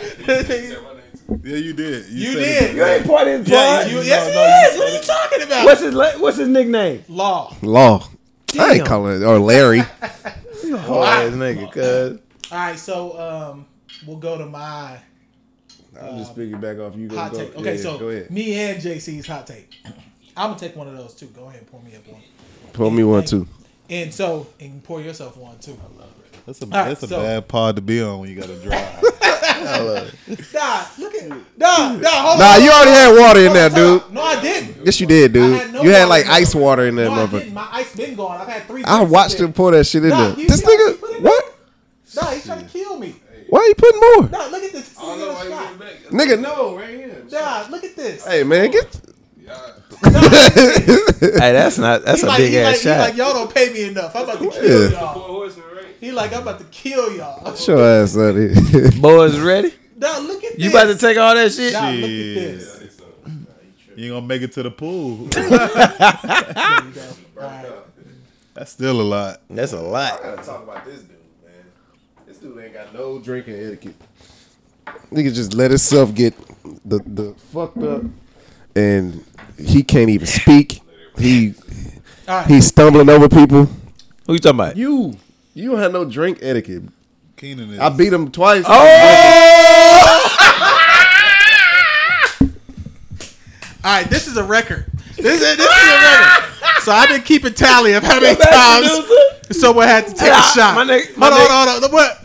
Speaker 5: yeah, you did.
Speaker 4: You
Speaker 5: said it.
Speaker 4: did.
Speaker 2: You ain't part of his
Speaker 4: Yeah,
Speaker 2: squad.
Speaker 4: you, yes, he is. What are you talking about?
Speaker 2: What's his la- What's his nickname?
Speaker 4: Law.
Speaker 3: Law. I
Speaker 2: Damn.
Speaker 3: ain't calling it or Larry.
Speaker 2: Hard ass nigga, cuz.
Speaker 4: All right, so um, we'll go to my
Speaker 6: I'm just piggyback off you.
Speaker 4: hot
Speaker 6: go,
Speaker 4: take. Okay,
Speaker 6: yeah,
Speaker 4: so
Speaker 6: go ahead.
Speaker 4: me and JC's hot take. I'm gonna take one of those too. Go ahead, pour me up one.
Speaker 3: Pull me one too.
Speaker 4: And so, and pour yourself one too.
Speaker 5: That's a,
Speaker 4: right,
Speaker 5: that's a
Speaker 4: so-
Speaker 5: bad pod to be on when you gotta drive.
Speaker 4: Nah, look at nah, nah. Hold
Speaker 3: Nah,
Speaker 4: on.
Speaker 3: you already had water in
Speaker 4: Hold
Speaker 3: there,
Speaker 4: on
Speaker 3: dude.
Speaker 4: top. No, I didn't.
Speaker 3: Yes, you did, dude.
Speaker 4: I had no
Speaker 3: you had
Speaker 4: water
Speaker 3: like
Speaker 4: in there.
Speaker 3: ice water in that
Speaker 4: No, I
Speaker 3: motherfucker.
Speaker 4: didn't. My ice been gone. I've had three.
Speaker 3: I
Speaker 4: drinks
Speaker 3: watched
Speaker 4: today.
Speaker 3: him pour that shit in
Speaker 4: Nah,
Speaker 3: there.
Speaker 4: you
Speaker 3: This
Speaker 4: see how he put it
Speaker 3: nigga,
Speaker 4: in
Speaker 3: what?
Speaker 4: Nah, he's trying to kill me.
Speaker 3: Why you putting more?
Speaker 4: Nah, look at this. This is another shot.
Speaker 3: Nigga, no.
Speaker 4: Nah, look at this.
Speaker 3: Hey man, get
Speaker 2: Hey, that's not. That's
Speaker 4: He
Speaker 2: a
Speaker 4: like,
Speaker 2: big
Speaker 4: he like,
Speaker 2: ass
Speaker 4: he
Speaker 2: shot.
Speaker 4: like, y'all don't pay me enough. I'm about to kill
Speaker 3: Yeah.
Speaker 4: y'all. He like, I'm about to kill y'all.
Speaker 3: your ass out of here.
Speaker 2: Boys ready?
Speaker 4: Now look at this.
Speaker 2: You about to take all that shit?
Speaker 4: Now look at this.
Speaker 5: you ain't gonna make it to the pool.
Speaker 4: There you go. All right.
Speaker 5: That's still a lot.
Speaker 2: That's a lot.
Speaker 6: Talk about this dude, man. This dude ain't got no drinking etiquette.
Speaker 3: Nigga just let himself get the the fucked up, and he can't even speak. He
Speaker 4: All right.
Speaker 3: he's stumbling over people.
Speaker 2: Who you talking about?
Speaker 6: You, you don't have no drink etiquette.
Speaker 5: Keenan is.
Speaker 6: I beat him twice.
Speaker 2: Oh!
Speaker 4: All right. This is a record. This is, this is a record. So I've been keeping tally of how many times someone had to take a
Speaker 2: Yeah,
Speaker 4: shot.
Speaker 2: Ah, my nigga- my
Speaker 4: hold, on,
Speaker 2: nigga-
Speaker 4: hold on, hold on. What?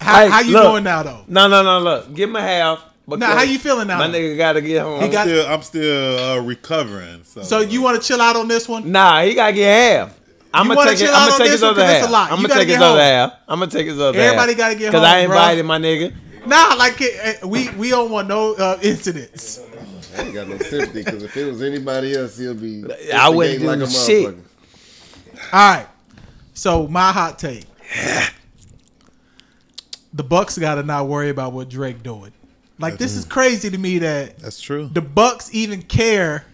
Speaker 4: How,
Speaker 2: Hey,
Speaker 4: how you
Speaker 2: look.
Speaker 4: doing now though?
Speaker 2: No, no, no. Look, give him a half. because
Speaker 4: how you feeling now?
Speaker 2: My nigga gotta get home.
Speaker 4: He got-
Speaker 5: still, I'm still uh, recovering. So,
Speaker 4: So you want to chill out on this one?
Speaker 2: nah, he gotta get half. I'm
Speaker 4: You
Speaker 2: gonna
Speaker 4: wanna
Speaker 2: take, it, I'm
Speaker 4: chill out
Speaker 2: gonna
Speaker 4: on
Speaker 2: take
Speaker 4: this
Speaker 2: his
Speaker 4: one?
Speaker 2: other
Speaker 4: 'Cause it's
Speaker 2: half.
Speaker 4: a lot.
Speaker 2: I'm
Speaker 4: You
Speaker 2: gonna
Speaker 4: gotta
Speaker 2: take his
Speaker 4: get
Speaker 2: other
Speaker 4: home.
Speaker 2: half. I'm gonna take his other half.
Speaker 4: Everybody gotta get
Speaker 2: Cause I
Speaker 4: home, bro.
Speaker 2: invited my nigga.
Speaker 4: Nah, like eh, eh, we we don't want no uh, incidents.
Speaker 6: I ain't got no sympathy because if it was anybody else, he'll be.
Speaker 2: I wouldn't
Speaker 6: instigating
Speaker 2: do
Speaker 6: a
Speaker 2: shit.
Speaker 6: motherfucker.
Speaker 4: All right. So my hot take. The Bucks got to not worry about what Drake doing. Like this is crazy to me that
Speaker 5: that's true.
Speaker 4: the Bucks even care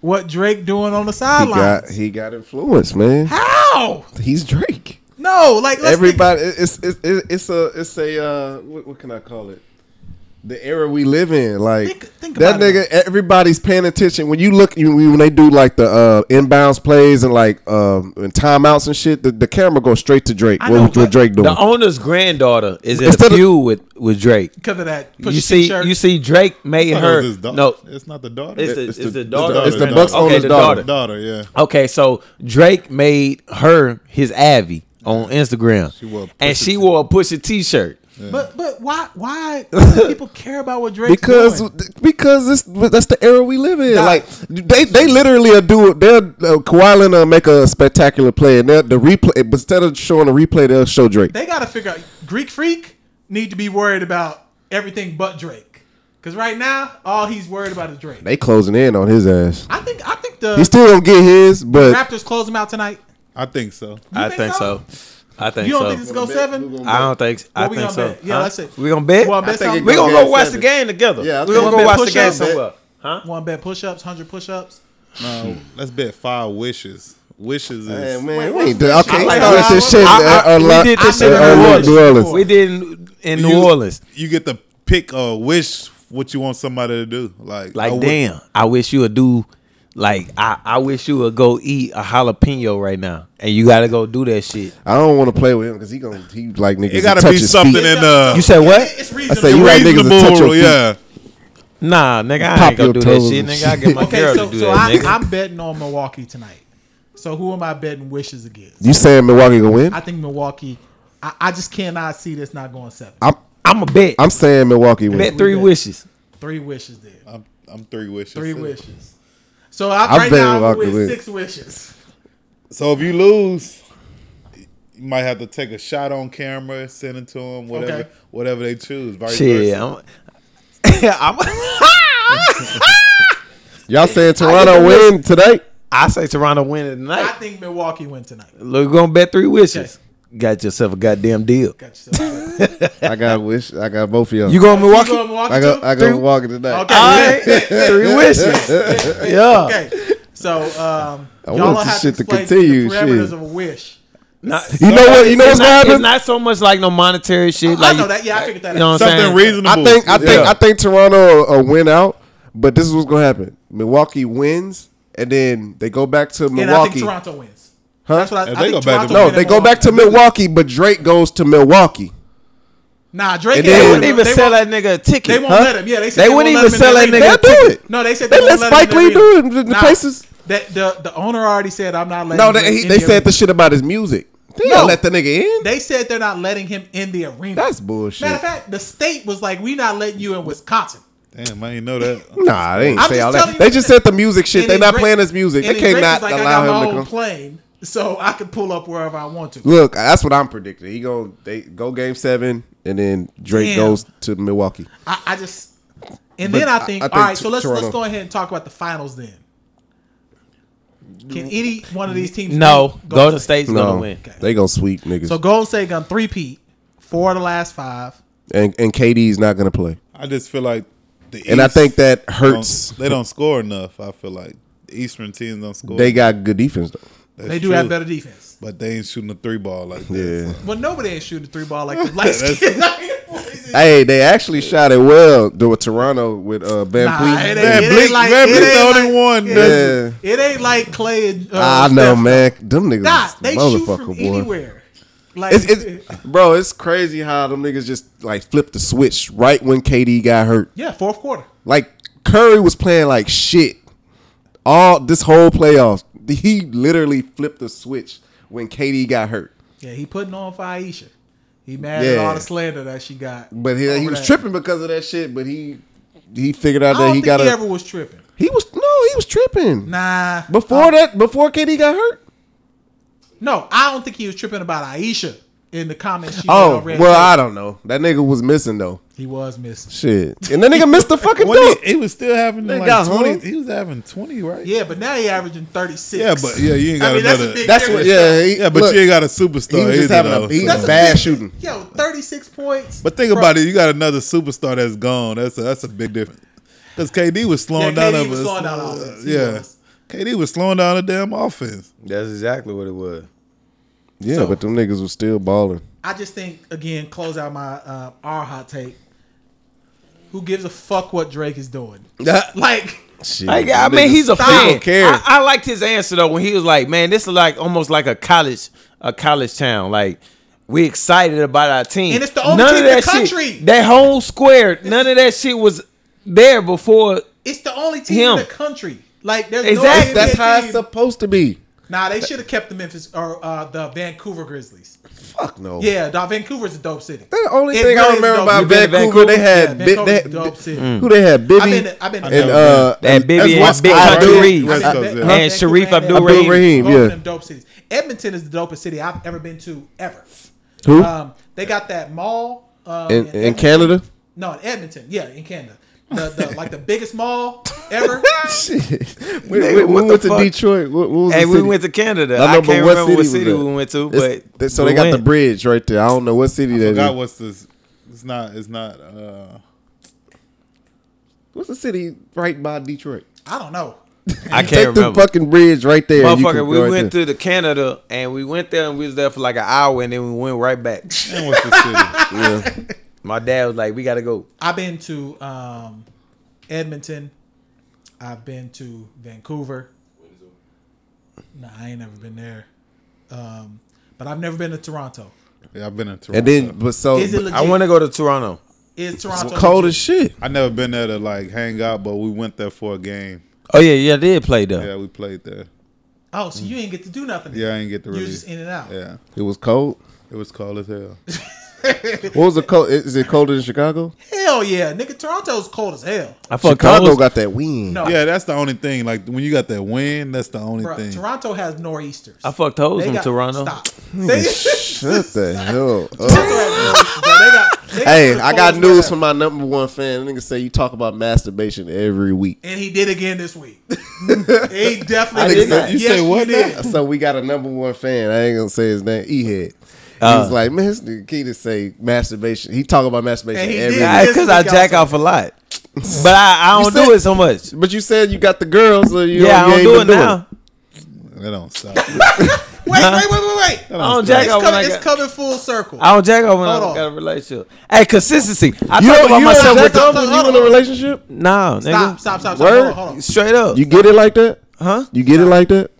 Speaker 4: what Drake doing on the
Speaker 3: He
Speaker 4: sideline.
Speaker 3: got he got influence, man.
Speaker 4: How?
Speaker 3: He's Drake.
Speaker 4: No, like let's
Speaker 3: Everybody, it's it's it's it's a it's a uh, what, what can I call it? The era we live in, like
Speaker 4: Think- think
Speaker 3: that
Speaker 4: about it.
Speaker 3: nigga. Everybody's paying attention when you look you- when they do like the uh, inbounds plays and like um, and timeouts and shit. The, the camera goes straight to Drake.
Speaker 4: I
Speaker 3: what,
Speaker 4: know,
Speaker 3: was- what
Speaker 4: but-
Speaker 3: Drake doing?
Speaker 2: The owner's granddaughter is in a
Speaker 3: Instead of-
Speaker 2: feud with with Drake.
Speaker 4: because of that. Push
Speaker 2: You see,
Speaker 4: shirt.
Speaker 2: you see, Drake made
Speaker 5: I thought it
Speaker 2: her.
Speaker 5: was his daughter.
Speaker 2: No,
Speaker 5: it's not the daughter.
Speaker 2: it's the
Speaker 5: It-
Speaker 2: it's the daughter.
Speaker 3: daughter. It's the
Speaker 5: daughter.
Speaker 3: Bucks
Speaker 5: Okay,
Speaker 3: owner's
Speaker 2: the
Speaker 3: daughter.
Speaker 5: daughter. Yeah,
Speaker 2: Okay, so Drake made her his Abby on Instagram,
Speaker 5: wore a Pusha
Speaker 2: and she
Speaker 5: T.
Speaker 2: wore a Pusha T-shirt.
Speaker 4: but but why why do people care about what Drake
Speaker 3: because
Speaker 4: doing?
Speaker 3: because this that's the era we live in.
Speaker 4: Nah.
Speaker 3: Like they they literally are do they'll uh, Kawhi Leonard will make a spectacular play and they'll- the replay but instead of showing the replay they'll show Drake.
Speaker 4: they got to figure out Greek Freak need to be worried about everything but Drake. Because right now all he's worried about is Drake.
Speaker 3: They closing in on his ass.
Speaker 4: I think I think the
Speaker 3: He still don't get his, but
Speaker 4: Raptors close him out tonight.
Speaker 5: I think so.
Speaker 4: You
Speaker 2: I think so. I think
Speaker 4: You don't
Speaker 2: so.
Speaker 4: think this go
Speaker 6: bet? Who
Speaker 4: seven?
Speaker 6: gonna-
Speaker 2: I don't think. I
Speaker 4: we
Speaker 2: think
Speaker 4: gonna
Speaker 2: so.
Speaker 4: bet? Yeah,
Speaker 2: Huh?
Speaker 4: that's it.
Speaker 2: We gonna bet.
Speaker 4: We're gonna bet,
Speaker 6: think
Speaker 4: some,
Speaker 6: it
Speaker 2: we gonna
Speaker 6: Go
Speaker 2: go
Speaker 6: game
Speaker 2: watch the
Speaker 6: seven.
Speaker 2: game together.
Speaker 6: Yeah, I
Speaker 2: we
Speaker 6: think
Speaker 2: gonna
Speaker 4: we'll
Speaker 2: go
Speaker 4: bet
Speaker 2: watch the
Speaker 4: push
Speaker 2: game
Speaker 4: ups.
Speaker 2: somewhere. Huh?
Speaker 4: one bet push ups, hundred push ups.
Speaker 5: No, let's bet five wishes. Wishes is
Speaker 6: Hey, man, we
Speaker 4: Wait, what's
Speaker 6: ain't
Speaker 4: the
Speaker 6: do-
Speaker 4: shit?
Speaker 3: okay,
Speaker 4: I
Speaker 3: like
Speaker 4: like
Speaker 3: start
Speaker 4: how-
Speaker 3: this shit
Speaker 2: I- I-
Speaker 3: uh, uh,
Speaker 2: we
Speaker 3: Lo-
Speaker 2: did this
Speaker 3: uh,
Speaker 2: in
Speaker 3: uh,
Speaker 2: New Orleans.
Speaker 3: New Orleans.
Speaker 2: We did in, in
Speaker 5: You-
Speaker 2: New Orleans.
Speaker 5: You get to pick a wish what you want somebody to do. Like
Speaker 2: Like
Speaker 5: I would-
Speaker 2: damn, I wish you would do. Like I, I wish you would go eat a jalapeno right now, and you gotta go do that shit.
Speaker 3: I don't want to play with him because he gonna he like niggas.
Speaker 5: It
Speaker 3: It
Speaker 5: gotta be something in uh
Speaker 2: You said what?
Speaker 4: It's reasonable.
Speaker 3: you like niggas to
Speaker 5: reasonable.
Speaker 3: touch your feet.
Speaker 5: yeah.
Speaker 2: Nah, nigga, I
Speaker 3: Pop
Speaker 2: ain't gonna
Speaker 3: your
Speaker 2: do that
Speaker 3: toes.
Speaker 2: shit. Nigga, I get my
Speaker 4: okay,
Speaker 2: girl
Speaker 4: so,
Speaker 2: to do
Speaker 4: so
Speaker 2: that.
Speaker 4: I,
Speaker 2: nigga.
Speaker 4: I'm betting on Milwaukee tonight. So who am I betting wishes against?
Speaker 3: You saying Milwaukee gonna win?
Speaker 4: I think Milwaukee. I, I just cannot see this not going seven.
Speaker 3: I'm
Speaker 2: I'm a bet.
Speaker 3: I'm saying Milwaukee win.
Speaker 2: bet three
Speaker 4: bet.
Speaker 2: wishes.
Speaker 4: Three wishes there.
Speaker 5: I'm, I'm three wishes.
Speaker 4: Three
Speaker 5: too.
Speaker 4: wishes. So I,
Speaker 3: I'm
Speaker 4: right
Speaker 3: betting
Speaker 4: now I'm
Speaker 3: Milwaukee
Speaker 4: with
Speaker 3: win.
Speaker 4: six wishes.
Speaker 5: So if you lose, you might have to take a shot on camera, send it to them, whatever,
Speaker 4: Okay.
Speaker 5: whatever they choose. Vice
Speaker 2: Shit,
Speaker 5: versa.
Speaker 2: I'm. I'm
Speaker 3: Y'all saying
Speaker 2: I
Speaker 3: Toronto
Speaker 2: get
Speaker 3: win tonight?
Speaker 2: I say Toronto win
Speaker 4: I
Speaker 2: tonight.
Speaker 4: think Milwaukee win tonight.
Speaker 2: Look, we gonna bet three wishes. got yourself a goddamn deal.
Speaker 4: Got yourself.
Speaker 3: I got wish. I got both of y'all.
Speaker 2: You going to
Speaker 4: You
Speaker 2: Milwaukee?
Speaker 4: going Milwaukee
Speaker 3: I go.
Speaker 4: too?
Speaker 3: I go walking tonight.
Speaker 4: Okay.
Speaker 2: All right. Three wishes. Yeah.
Speaker 4: Okay. So um,
Speaker 3: I
Speaker 4: y'all
Speaker 3: want
Speaker 4: will
Speaker 3: this
Speaker 4: have to
Speaker 3: shit to
Speaker 4: explain
Speaker 3: continue,
Speaker 4: the parameters
Speaker 3: shit.
Speaker 4: of a wish.
Speaker 2: Not-
Speaker 3: You know what? You know
Speaker 2: it's
Speaker 3: what's
Speaker 2: not, it's
Speaker 3: happening?
Speaker 2: not so much like no monetary shit.
Speaker 4: Oh, I
Speaker 2: Like
Speaker 4: know that. Yeah, I figured that
Speaker 2: You know
Speaker 4: out.
Speaker 2: what I'm saying?
Speaker 5: Something reasonable.
Speaker 3: I think. I think.
Speaker 5: Yeah.
Speaker 3: I think Toronto uh, win out. But this is what's gonna happen. Milwaukee wins, and then they go back to
Speaker 4: And I
Speaker 3: Milwaukee.
Speaker 4: think Toronto wins.
Speaker 3: Huh?
Speaker 4: That's what I,
Speaker 5: Yeah,
Speaker 4: I
Speaker 5: they
Speaker 4: think
Speaker 5: go back
Speaker 4: Toronto
Speaker 5: to-
Speaker 4: win
Speaker 3: No,
Speaker 4: in
Speaker 3: they go
Speaker 4: Milwaukee.
Speaker 3: back to Milwaukee, but Drake goes to Milwaukee.
Speaker 4: Nah, Drake. ain't-
Speaker 3: And then-
Speaker 2: They
Speaker 3: They
Speaker 2: wouldn't even
Speaker 4: they
Speaker 2: sell
Speaker 4: won't-
Speaker 2: that nigga a ticket.
Speaker 4: They won't
Speaker 2: huh?
Speaker 4: let him. Yeah, they said
Speaker 2: They
Speaker 4: won't
Speaker 2: wouldn't
Speaker 4: let
Speaker 2: even
Speaker 4: him in
Speaker 2: sell
Speaker 4: their
Speaker 2: that
Speaker 4: arena.
Speaker 2: nigga a
Speaker 3: They'll do
Speaker 2: ticket.
Speaker 3: it.
Speaker 4: No, they said
Speaker 3: They
Speaker 4: they won't
Speaker 3: let
Speaker 4: let him
Speaker 3: Spike
Speaker 4: in their
Speaker 3: Lee do it
Speaker 4: arena.
Speaker 3: in the places.
Speaker 4: That the the owner already said I'm not letting.
Speaker 3: No,
Speaker 4: him
Speaker 3: they,
Speaker 4: in
Speaker 3: he,
Speaker 4: the
Speaker 3: they
Speaker 4: arena."
Speaker 3: said the shit about his music. They
Speaker 4: No.
Speaker 3: don't let the nigga in.
Speaker 4: They said they're not letting him in the arena.
Speaker 3: That's bullshit.
Speaker 4: Matter of fact, the state was like, "We not letting you in Wisconsin."
Speaker 5: Damn, I ain't know that.
Speaker 3: Nah, they ain't
Speaker 4: I'm
Speaker 3: say
Speaker 4: just
Speaker 3: all
Speaker 4: telling
Speaker 3: that.
Speaker 4: you
Speaker 3: They just said the music shit.
Speaker 4: And
Speaker 3: They
Speaker 4: then
Speaker 3: not
Speaker 4: Drake-
Speaker 3: playing his music.
Speaker 4: and then
Speaker 3: They can't
Speaker 4: Drake was
Speaker 3: not
Speaker 4: like, I got
Speaker 3: allow
Speaker 4: my
Speaker 3: him to
Speaker 4: own
Speaker 3: come.
Speaker 4: plane, so I can pull up wherever I want to.
Speaker 3: Look, that's what I'm predicting. He go they go game seven, and then Drake
Speaker 4: Damn.
Speaker 3: goes to Milwaukee.
Speaker 4: I, I just and
Speaker 3: But
Speaker 4: then I
Speaker 3: I-
Speaker 4: think,
Speaker 3: I think
Speaker 4: all right.
Speaker 3: T-
Speaker 4: So let's let's
Speaker 3: Toronto-
Speaker 4: go ahead and talk about the finals then. Can any one of these teams?
Speaker 2: No,
Speaker 4: beat
Speaker 2: go to
Speaker 4: State?
Speaker 2: state's gonna
Speaker 3: No,
Speaker 2: win.
Speaker 3: they gonna sweep niggas,
Speaker 4: So Golden State gun three peat, four of the last five.
Speaker 3: and and KD's not gonna play.
Speaker 5: I just feel like the
Speaker 3: And I
Speaker 5: East
Speaker 3: think that
Speaker 5: don't-
Speaker 3: hurts.
Speaker 5: They don't score enough. I feel like the Eastern teams don't score.
Speaker 3: They got good defense though.
Speaker 5: That's
Speaker 4: they do
Speaker 5: true.
Speaker 4: have better defense.
Speaker 5: but they ain't shooting a three ball like that.
Speaker 3: Yeah.
Speaker 4: Well, nobody ain't shooting the three ball like the light skin.
Speaker 3: Hey, they actually shot it well. The Toronto with uh, Van
Speaker 4: Nah,
Speaker 3: Vliet.
Speaker 4: it ain't-
Speaker 5: Man,
Speaker 4: it
Speaker 5: Bleak,
Speaker 4: like-
Speaker 5: man,
Speaker 4: it
Speaker 5: Bleak's
Speaker 4: ain't
Speaker 5: the only one. that's-
Speaker 3: Yeah,
Speaker 4: It ain't like Clay and uh,
Speaker 3: I know,
Speaker 4: Steph.
Speaker 3: man. Them niggas,
Speaker 4: Nah, they shoot
Speaker 3: motherfucker,
Speaker 4: from
Speaker 3: boy.
Speaker 4: anywhere. Like
Speaker 3: It's, it's, bro, it's crazy how them niggas just like flipped the switch right when KD got hurt.
Speaker 4: yeah, fourth quarter.
Speaker 3: Like Curry was playing like shit all this whole playoffs. He literally flipped the switch when KD got hurt.
Speaker 4: Yeah, he putting on for Aisha. He mad at
Speaker 3: Yeah.
Speaker 4: all the slander that she got.
Speaker 3: But he, he
Speaker 4: over
Speaker 3: was
Speaker 4: that.
Speaker 3: tripping because of that shit. But he he figured
Speaker 4: I
Speaker 3: out
Speaker 4: don't
Speaker 3: that he
Speaker 4: think
Speaker 3: got
Speaker 4: he
Speaker 3: a
Speaker 4: ever was tripping.
Speaker 3: he was no he was tripping
Speaker 4: Nah. Oh.
Speaker 3: before that before KD got hurt.
Speaker 4: No, I don't think he was tripping about Aisha in the comments. She
Speaker 3: Oh
Speaker 4: read
Speaker 3: well, I don't know. That nigga was missing though.
Speaker 4: he was missing.
Speaker 3: Shit, and that nigga missed the fucking
Speaker 5: When
Speaker 3: dunk.
Speaker 5: he, he was still having
Speaker 3: They
Speaker 5: like
Speaker 3: got
Speaker 5: twenty.
Speaker 3: hung.
Speaker 5: He was having twenty, right?
Speaker 4: Yeah, but now he averaging thirty six.
Speaker 5: Yeah, but yeah, you ain't got
Speaker 4: I mean, that's
Speaker 5: another.
Speaker 4: a big
Speaker 3: That's what.
Speaker 4: difference.
Speaker 3: Yeah, he,
Speaker 5: yeah, but
Speaker 3: look,
Speaker 5: you ain't got a superstar.
Speaker 3: he was just
Speaker 5: either,
Speaker 3: having a-
Speaker 5: though,
Speaker 3: he
Speaker 5: so.
Speaker 3: was bad shooting.
Speaker 4: Yo, thirty six points.
Speaker 5: But think about it. You got another superstar that's gone. That's a, that's a big difference. Because KD was slowing
Speaker 4: Yeah,
Speaker 5: down
Speaker 4: KD
Speaker 5: of
Speaker 4: was
Speaker 5: us.
Speaker 4: slowing down offense. He
Speaker 5: yeah,
Speaker 4: was.
Speaker 5: KD was slowing down the damn offense.
Speaker 2: That's exactly what it was.
Speaker 3: Yeah,
Speaker 4: So-
Speaker 3: but them niggas was still balling.
Speaker 4: I just think again, close out my uh, our hot take. Who gives a fuck what Drake is doing? Like,
Speaker 2: I, I mean, he's a
Speaker 4: Stop.
Speaker 2: fan.
Speaker 4: I don't
Speaker 3: care.
Speaker 2: I, I liked his answer though when he was like, "Man, this is like almost like a college, a college town. Like we excited about our team,
Speaker 4: And it's the only team in the country.
Speaker 2: Shit, that whole square, none of that shit was there before.
Speaker 4: it's the only team
Speaker 2: Him.
Speaker 4: in the country. Like, there's
Speaker 2: Exactly.
Speaker 4: no
Speaker 3: That's
Speaker 4: that's
Speaker 3: how it's
Speaker 4: team.
Speaker 3: supposed to be.
Speaker 4: Nah, they should have kept the Memphis or uh, the Vancouver Grizzlies.
Speaker 3: Fuck no.
Speaker 4: Yeah, the Vancouver's a dope city.
Speaker 3: The only
Speaker 4: It
Speaker 3: thing I
Speaker 4: really is
Speaker 3: remember
Speaker 4: dope.
Speaker 3: about
Speaker 4: You been
Speaker 2: to
Speaker 3: Vancouver, they
Speaker 4: Yeah,
Speaker 3: had Bi-
Speaker 4: Vancouver's
Speaker 3: they-
Speaker 4: a dope city.
Speaker 3: who they had
Speaker 4: I've
Speaker 3: Bibby
Speaker 4: been, I've been,
Speaker 3: and
Speaker 5: never
Speaker 3: uh
Speaker 2: That Bibby and
Speaker 3: that's
Speaker 2: Big
Speaker 3: West Coast,
Speaker 2: Country
Speaker 3: right?
Speaker 2: Reed.
Speaker 5: West Coast, yeah.
Speaker 2: And Sharif Abdul-Rahim.
Speaker 3: Abdul-Rahim,
Speaker 4: Both of
Speaker 3: yeah.
Speaker 4: them dope cities. Edmonton is the dopest city I've ever been to ever.
Speaker 3: Who
Speaker 4: Um, they got that mall um,
Speaker 3: in,
Speaker 4: Edmonton.
Speaker 3: in Canada?
Speaker 4: No, in Edmonton. Yeah, in Canada. The, the like the biggest mall ever.
Speaker 3: Shit. We,
Speaker 2: Nigga,
Speaker 3: we- we
Speaker 2: what the
Speaker 3: went to
Speaker 2: fuck?
Speaker 3: Detroit. What, what was
Speaker 2: Hey,
Speaker 3: the
Speaker 2: we
Speaker 3: city?
Speaker 2: went to Canada.
Speaker 3: I
Speaker 2: I,
Speaker 3: know, but
Speaker 2: can't
Speaker 3: what
Speaker 2: remember what
Speaker 3: city
Speaker 2: city
Speaker 3: was
Speaker 2: we
Speaker 3: that?
Speaker 2: went to,
Speaker 3: It's-
Speaker 2: but
Speaker 3: that- so
Speaker 2: we
Speaker 3: they got the
Speaker 2: went.
Speaker 3: bridge right there. I don't know what city that
Speaker 5: Forgot
Speaker 3: is.
Speaker 5: what's this? It's not. It's not. Uh,
Speaker 3: What's the city right by Detroit?
Speaker 4: I don't know.
Speaker 2: I can't
Speaker 3: Take the
Speaker 2: remember.
Speaker 3: fucking bridge right there. You can
Speaker 2: Motherfucker,
Speaker 3: go
Speaker 2: we
Speaker 3: right
Speaker 2: went
Speaker 3: there.
Speaker 2: to the Canada and we went there and we was there for like an hour and then we went right back.
Speaker 5: man, what's the city?
Speaker 2: My dad was like, "We gotta go."
Speaker 4: I've been to um, Edmonton. I've been to Vancouver. Nah, I ain't never been there. Um, but I've never been to Toronto.
Speaker 5: yeah, I've been in Toronto.
Speaker 3: and then, but so
Speaker 4: Is it legit?
Speaker 2: I want to go to Toronto.
Speaker 4: Is
Speaker 3: it's
Speaker 4: Toronto
Speaker 3: cold
Speaker 4: legit?
Speaker 3: as shit.
Speaker 5: I never been there to like hang out, but we went there for a game.
Speaker 2: Oh yeah, yeah, I did play there.
Speaker 5: Yeah, we played there.
Speaker 4: Oh, so you ain't get to do nothing.
Speaker 5: Yeah, I didn't get the
Speaker 4: You're
Speaker 5: release.
Speaker 4: just in and out.
Speaker 5: Yeah,
Speaker 3: It was cold.
Speaker 5: it was cold as hell.
Speaker 3: What was the cold? Is it colder than Chicago?
Speaker 4: Hell yeah, nigga. Toronto's cold as hell.
Speaker 2: I fucked
Speaker 3: Chicago
Speaker 2: Toronto.
Speaker 3: got that wind.
Speaker 4: No,
Speaker 5: yeah, that's the only thing. Like when you got that win, that's the only
Speaker 4: bruh,
Speaker 5: thing.
Speaker 4: Toronto has nor'easters.
Speaker 2: I fucked hoes
Speaker 4: They
Speaker 2: from
Speaker 4: got-
Speaker 2: Toronto.
Speaker 4: Stop. They,
Speaker 3: Shut the hell
Speaker 4: Toronto
Speaker 3: up.
Speaker 4: has nor'easters, bruh. They got- they got
Speaker 3: Hey,
Speaker 4: the
Speaker 3: I got
Speaker 4: coldest
Speaker 3: news
Speaker 4: weather.
Speaker 3: from my number one fan. That nigga say you talk about masturbation every week.
Speaker 4: and he did again this week. he definitely
Speaker 3: I did
Speaker 4: did.
Speaker 3: not.
Speaker 4: You yes,
Speaker 5: said what
Speaker 4: You did.
Speaker 3: So we got a number one fan. I ain't gonna say his name. E head.
Speaker 6: he
Speaker 4: Uh.
Speaker 6: was like, man, this nigga Keita say masturbation. He talk about masturbation
Speaker 4: And he
Speaker 6: every
Speaker 4: did.
Speaker 6: day.
Speaker 2: Because I jack off a lot, but I, I
Speaker 6: You
Speaker 2: don't
Speaker 6: said-
Speaker 2: do it so much.
Speaker 6: But you said you got the girls, so you
Speaker 2: Yeah, I
Speaker 6: don't,
Speaker 2: don't
Speaker 6: you
Speaker 2: do it
Speaker 6: ain't been doing
Speaker 2: now.
Speaker 5: That don't stop.
Speaker 4: Wait, wait, wait, wait, wait.
Speaker 2: I don't jack
Speaker 4: It's,
Speaker 2: off when
Speaker 4: coming,
Speaker 2: I got.
Speaker 4: it's coming full circle.
Speaker 2: I don't jack off when I
Speaker 4: Hold on.
Speaker 2: got a relationship. Hey, consistency. I
Speaker 6: You
Speaker 2: talk
Speaker 6: don't,
Speaker 2: about
Speaker 6: you
Speaker 2: myself
Speaker 6: don't jack
Speaker 2: with the
Speaker 6: off when you in a relationship?
Speaker 2: nah,
Speaker 4: Stop,
Speaker 2: nigga.
Speaker 4: stop, stop, stop.
Speaker 6: Word?
Speaker 4: Hold on, hold on.
Speaker 2: Straight up.
Speaker 6: You get it like that?
Speaker 2: huh?
Speaker 6: You get it like that?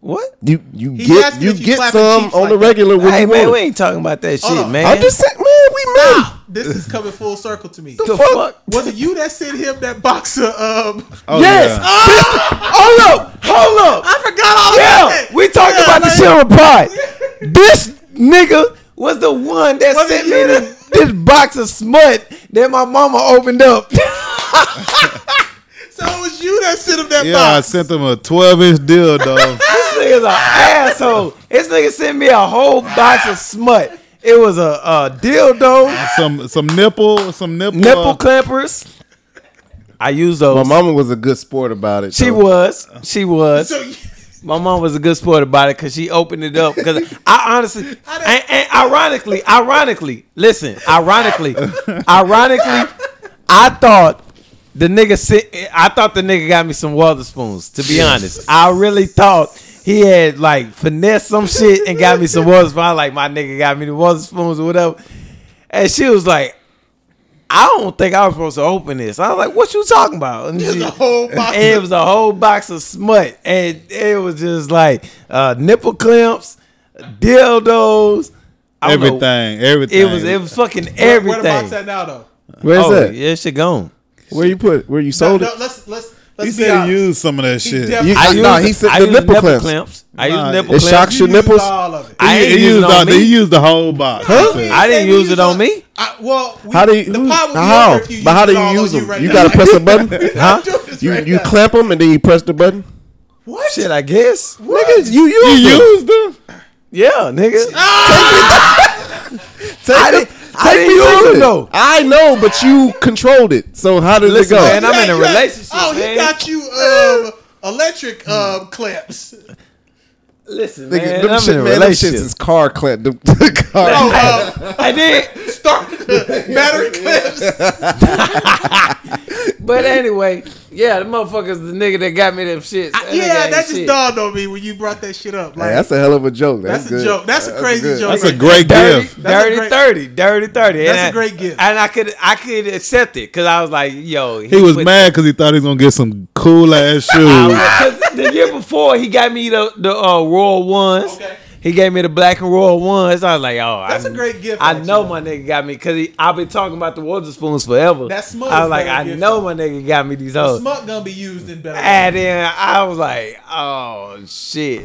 Speaker 2: What?
Speaker 6: You you
Speaker 4: He's
Speaker 6: get
Speaker 4: asking
Speaker 6: you
Speaker 4: if you
Speaker 6: get
Speaker 4: clapping
Speaker 6: some
Speaker 4: cheeks
Speaker 6: on
Speaker 4: like
Speaker 6: the
Speaker 4: that.
Speaker 6: regular when
Speaker 2: Hey
Speaker 6: you
Speaker 2: man,
Speaker 6: want
Speaker 2: we
Speaker 6: it.
Speaker 2: ain't talking about that shit,
Speaker 4: Hold on.
Speaker 2: man.
Speaker 6: I'm just saying, man, we men.
Speaker 4: Stop. This is coming full circle to me.
Speaker 2: the fuck.
Speaker 4: Was it you that sent him that box of? Um,
Speaker 5: Oh,
Speaker 6: Yes.
Speaker 5: Yeah.
Speaker 2: Hold up, hold up.
Speaker 4: I forgot all that.
Speaker 2: Yeah, we talking about the shit on the pod. This nigga was the one that
Speaker 4: Was
Speaker 2: sent
Speaker 4: it
Speaker 2: me
Speaker 4: you
Speaker 2: this, this box of smut that my mama opened up.
Speaker 4: So it was you that sent him that
Speaker 5: Yeah, I
Speaker 4: box.
Speaker 5: sent them a 12 inch dildo.
Speaker 2: This nigga's an asshole. This nigga sent me a whole box of smut. It was a, a dildo,
Speaker 5: some some nipple, some nipple.
Speaker 2: nipple
Speaker 5: uh,
Speaker 2: clampers. I used
Speaker 6: My
Speaker 2: those.
Speaker 6: mama was a good sport about it.
Speaker 2: she
Speaker 6: though.
Speaker 2: was. She was.
Speaker 4: So you-
Speaker 2: My mom was a good sport about it because she opened it up. Because I honestly,
Speaker 4: don't-
Speaker 2: and, and ironically, ironically, listen, ironically, ironically, I thought the nigga, sit, I thought the nigga got me some water spoons. To be honest, I really thought he had like finessed some shit and got me some water spoons. I Like my nigga got me the water spoons or whatever. And she was like, I don't think I was supposed to open this. I was like, what you talking about? And she-
Speaker 4: the whole box.
Speaker 2: and it was a whole box of smut, and it was just like uh, nipple clamps, dildos, I don't know.
Speaker 5: uh, everything, everything.
Speaker 2: It was it was fucking
Speaker 4: Where-
Speaker 2: everything.
Speaker 4: Where the box at now though?
Speaker 6: Where's
Speaker 2: oh,
Speaker 6: that?
Speaker 2: Yeah, shit gone.
Speaker 6: Where you put? Where you sold
Speaker 4: No,
Speaker 6: it?
Speaker 4: let's let's
Speaker 5: He
Speaker 4: let's be
Speaker 5: said
Speaker 4: honest.
Speaker 5: he used some of that
Speaker 4: He
Speaker 5: shit.
Speaker 4: definitely-
Speaker 6: You- I- nah, he said the nipple clamps.
Speaker 2: I
Speaker 5: Nah,
Speaker 2: used nipple
Speaker 6: It
Speaker 2: clamps.
Speaker 6: shocks your
Speaker 4: he used
Speaker 6: nipples.
Speaker 4: all of it.
Speaker 2: I
Speaker 5: he,
Speaker 2: ain't used
Speaker 5: he used
Speaker 2: it
Speaker 5: all,
Speaker 2: on
Speaker 5: he
Speaker 2: me.
Speaker 5: used the whole box. Huh?
Speaker 2: I didn't
Speaker 4: Hey, we
Speaker 2: use it on me.
Speaker 4: I, well, we,
Speaker 6: How do you?
Speaker 4: the pod would be
Speaker 6: how?
Speaker 4: over if you
Speaker 6: but how
Speaker 4: used
Speaker 6: do
Speaker 4: it all
Speaker 6: you
Speaker 4: on
Speaker 6: use them?
Speaker 4: right
Speaker 6: you
Speaker 4: now.
Speaker 6: gotta press a button,
Speaker 4: I'm
Speaker 6: huh?
Speaker 4: doing this
Speaker 6: You
Speaker 4: right
Speaker 6: you
Speaker 4: now.
Speaker 6: clamp them and then you press the button.
Speaker 4: What?
Speaker 2: Shit, I guess.
Speaker 6: Nigga, you used
Speaker 5: You
Speaker 6: them.
Speaker 5: used them?
Speaker 2: Yeah, nigga.
Speaker 6: Take
Speaker 2: I
Speaker 6: the-
Speaker 2: didn't- I
Speaker 6: take
Speaker 2: didn't
Speaker 6: the
Speaker 2: use
Speaker 6: use
Speaker 2: them, though.
Speaker 6: I know, but you controlled it. So how did
Speaker 2: Listen,
Speaker 6: it go?
Speaker 2: man, I'm in a
Speaker 4: you got-
Speaker 2: relationship,
Speaker 4: Oh,
Speaker 2: man.
Speaker 4: he got you um, electric um, clamps.
Speaker 2: Listen,
Speaker 6: Nigga,
Speaker 2: man,
Speaker 6: them
Speaker 2: I'm
Speaker 6: shit,
Speaker 2: in a
Speaker 6: man, them
Speaker 2: relationship.
Speaker 6: shits is car clamp. The, the car.
Speaker 4: Oh, um,
Speaker 2: I did.
Speaker 4: start battery clamps.
Speaker 2: But anyway, yeah, the motherfucker's the nigga that got me them shits. That nigga
Speaker 4: Yeah,
Speaker 2: ain't
Speaker 4: that just
Speaker 2: shit.
Speaker 4: dawned on me when you brought that shit up. Like,
Speaker 6: Hey, that's a hell of a joke. That's,
Speaker 4: That's a
Speaker 6: good.
Speaker 4: joke. That's a crazy
Speaker 6: good.
Speaker 4: joke.
Speaker 5: That's a great
Speaker 2: dirty,
Speaker 5: gift.
Speaker 4: That's a
Speaker 2: dirty
Speaker 4: great-
Speaker 2: 30, dirty 30. and
Speaker 4: That's a
Speaker 2: I-
Speaker 4: great gift.
Speaker 2: And I could I could accept it because I was like, yo,
Speaker 5: He was
Speaker 2: put-
Speaker 5: mad because he thought he was gonna get some cool ass
Speaker 2: I
Speaker 5: shoes.
Speaker 2: was- 'cause the year before he got me the the uh, royal ones.
Speaker 4: Okay.
Speaker 2: He gave me the black and royal ones. I was like, oh,
Speaker 4: That's
Speaker 2: a
Speaker 4: a great gift,
Speaker 2: I
Speaker 4: actually.
Speaker 2: know my nigga got me because I've been talking about the water spoons forever.
Speaker 4: That smug
Speaker 2: I
Speaker 4: is
Speaker 2: was like,
Speaker 4: better
Speaker 2: I
Speaker 4: gift,
Speaker 2: know my
Speaker 4: though.
Speaker 2: nigga got me these hoes.
Speaker 4: Smut gonna be used in better.
Speaker 2: And then I was like, oh shit.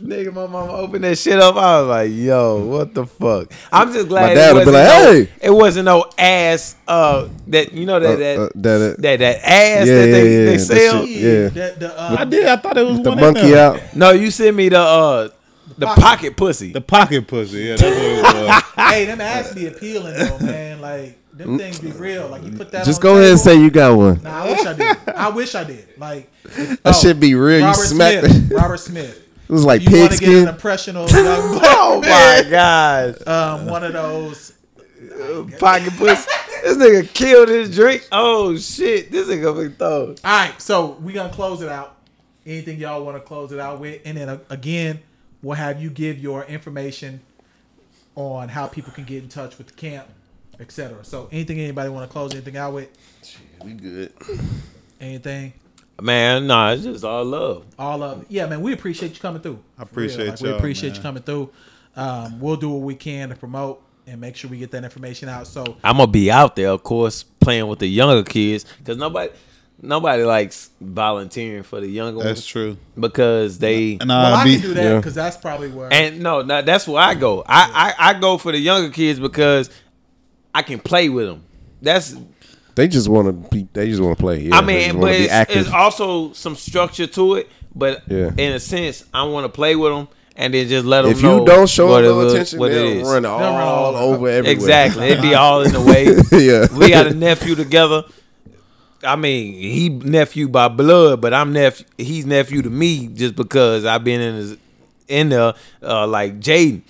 Speaker 2: Nigga, my mama opened that shit up. I was like, yo, what the fuck? I'm just glad
Speaker 6: My dad
Speaker 2: it
Speaker 6: would be
Speaker 2: wasn't
Speaker 6: like,
Speaker 2: no,
Speaker 6: "Hey."
Speaker 2: it wasn't no ass uh that you know that that,
Speaker 6: Uh, uh, that-
Speaker 2: that that ass
Speaker 6: Yeah,
Speaker 2: that they,
Speaker 6: yeah, yeah,
Speaker 2: they
Speaker 6: that
Speaker 2: sell.
Speaker 6: shit. Yeah.
Speaker 4: That, the, uh,
Speaker 5: I did. I thought it was
Speaker 6: The
Speaker 5: one in
Speaker 6: monkey
Speaker 5: there.
Speaker 6: out.
Speaker 2: No, you sent me the uh the pocket, pussy.
Speaker 5: The pocket pussy. Yeah, that's what it was.
Speaker 4: hey, them ass be appealing though, man. Like
Speaker 6: Mm.
Speaker 4: them things be real. Like you put that.
Speaker 6: Just
Speaker 4: on
Speaker 6: go
Speaker 4: the
Speaker 6: ahead and
Speaker 4: table.
Speaker 6: say you got one.
Speaker 4: Nah, I wish I did. I wish I did. Like that
Speaker 6: That shit be real. You
Speaker 4: Robert
Speaker 6: smack
Speaker 4: Smith.
Speaker 6: the-
Speaker 4: Robert Smith.
Speaker 6: It was like
Speaker 4: you want to get an
Speaker 6: pigskin.
Speaker 4: impression of a young black
Speaker 2: oh
Speaker 4: man.
Speaker 2: my god.
Speaker 4: Um, one of those.
Speaker 2: Pocket pussy. This nigga killed his drink. Oh shit. This nigga be thrown.
Speaker 4: All right, so we gonna close it out. Anything y'all want to close it out with, and then uh, again, we'll have you give your information on how people can get in touch with the camp, etc. So, anything anybody want to close anything out with?
Speaker 6: We good.
Speaker 4: Anything?
Speaker 2: Man, nah, it's just all love.
Speaker 4: All of it. Yeah, man. We appreciate you coming through. I
Speaker 5: appreciate
Speaker 4: We
Speaker 5: y'all,
Speaker 4: appreciate you
Speaker 5: man.
Speaker 4: coming through. Um, we'll do what we can to promote and make sure we get that information out. So,
Speaker 2: I'm gonna be out there, of course, playing with the younger kids because nobody, nobody likes volunteering for the younger
Speaker 5: That's
Speaker 2: ones
Speaker 5: true.
Speaker 2: because they
Speaker 5: And
Speaker 4: well,
Speaker 5: I'll
Speaker 4: I
Speaker 5: Uh, be
Speaker 4: can do that
Speaker 6: yeah.
Speaker 4: because that's probably where.
Speaker 2: and no, no, that's where I go. I, I I go for the younger kids because I can play with them. That's
Speaker 6: They just want to be. They just want to play. Yeah,
Speaker 2: I
Speaker 6: they just
Speaker 2: mean,
Speaker 6: wanna
Speaker 2: but
Speaker 6: be
Speaker 2: it's,
Speaker 6: active.
Speaker 2: it's also some structure to it. But
Speaker 6: Yeah.
Speaker 2: in a sense, I want to play with them and then just let them
Speaker 6: if
Speaker 2: know
Speaker 6: you don't show
Speaker 2: what
Speaker 6: them no
Speaker 2: it-
Speaker 6: attention,
Speaker 2: what it
Speaker 6: they'll
Speaker 2: is.
Speaker 6: run all,
Speaker 4: all
Speaker 6: over everywhere.
Speaker 2: Exactly. It'd be all in the way.
Speaker 6: Yeah.
Speaker 2: We got a nephew together. I mean, he nephew by blood, but I'm nephew he's nephew to me just because I've been in his in the uh like Jaden.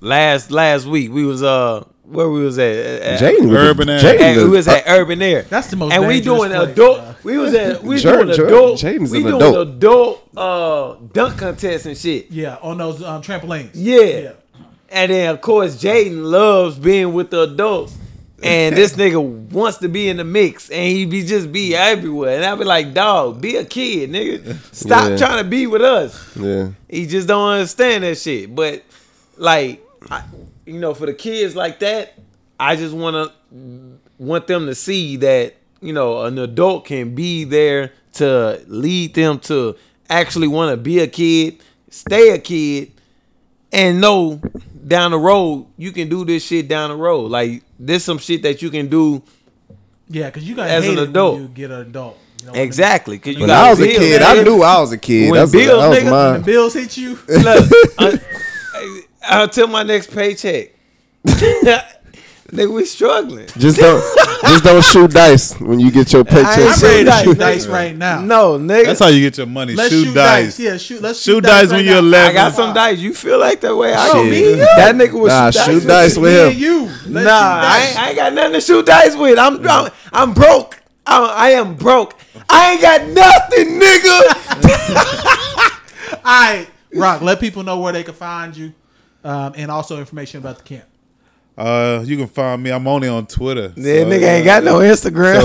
Speaker 2: last last week we was uh where we was at, at
Speaker 3: Jaden was
Speaker 5: Urban
Speaker 3: a,
Speaker 5: Air.
Speaker 3: Jaden
Speaker 2: at-
Speaker 3: was a-
Speaker 2: we was at Urban Air.
Speaker 4: That's the most
Speaker 2: And we
Speaker 4: dangerous
Speaker 2: doing
Speaker 4: place,
Speaker 2: adult.
Speaker 4: bro.
Speaker 2: We was at we
Speaker 3: Jer-
Speaker 2: doing
Speaker 3: Jer-
Speaker 2: adult.
Speaker 3: Jaden's
Speaker 2: we
Speaker 3: an
Speaker 2: doing
Speaker 3: adult.
Speaker 2: adult uh, dunk contest and shit.
Speaker 4: Yeah, on those um, trampolines.
Speaker 2: Yeah. And then of course Jaden loves being with the adults. And this nigga wants to be in the mix and he be just be everywhere. And I be like, dog, be a kid, nigga. Stop
Speaker 3: Yeah.
Speaker 2: trying to be with us.
Speaker 3: yeah.
Speaker 2: He just don't understand that shit. But like, I, you know, for the kids like that, I just wanna want them to see that you know an adult can be there to lead them to actually want to be a kid, stay a kid, and know down the road you can do this shit down the road. Like there's some shit that you can do
Speaker 4: Yeah, because you got
Speaker 2: As an
Speaker 4: hate it when
Speaker 2: adult.
Speaker 4: you get an adult. You know what I mean?
Speaker 2: exactly because you
Speaker 3: When
Speaker 2: got
Speaker 3: I was a kid, I knew I was a kid.
Speaker 2: When
Speaker 3: That's
Speaker 2: Bill,
Speaker 3: that was
Speaker 2: nigga,
Speaker 3: my.
Speaker 4: When the bills hit you,
Speaker 2: Look, I- I- until my next paycheck. Nigga, we struggling.
Speaker 3: Just don't, just don't shoot dice when you get your
Speaker 2: ain't
Speaker 3: paycheck.
Speaker 4: I'm ready to
Speaker 2: dice.
Speaker 4: shoot dice right now.
Speaker 2: No, nigga.
Speaker 5: That's how you get your money.
Speaker 4: let's
Speaker 5: shoot, dice.
Speaker 4: Yeah, shoot. Let's
Speaker 5: Shoot dice when
Speaker 4: right
Speaker 5: you're
Speaker 4: now.
Speaker 5: eleven.
Speaker 2: I got some dice. You feel like that way? I
Speaker 4: Shit.
Speaker 2: don't
Speaker 4: Me, yeah.
Speaker 2: That nigga was
Speaker 3: Nah, shoot dice
Speaker 4: Me
Speaker 3: with
Speaker 4: and
Speaker 3: him.
Speaker 4: you.
Speaker 2: Nah,
Speaker 4: Let's shoot
Speaker 2: I
Speaker 4: dice.
Speaker 2: ain't, I ain't got nothing to shoot dice with. I'm I'm, I'm broke. I'm, I am broke. I ain't got nothing, nigga.
Speaker 4: All right, Rock. Let people know where they can find you, um, and also information about the camp.
Speaker 5: Uh, you can find me. I'm only on Twitter.
Speaker 2: yeah, nigga ain't
Speaker 3: uh,
Speaker 2: got no Instagram.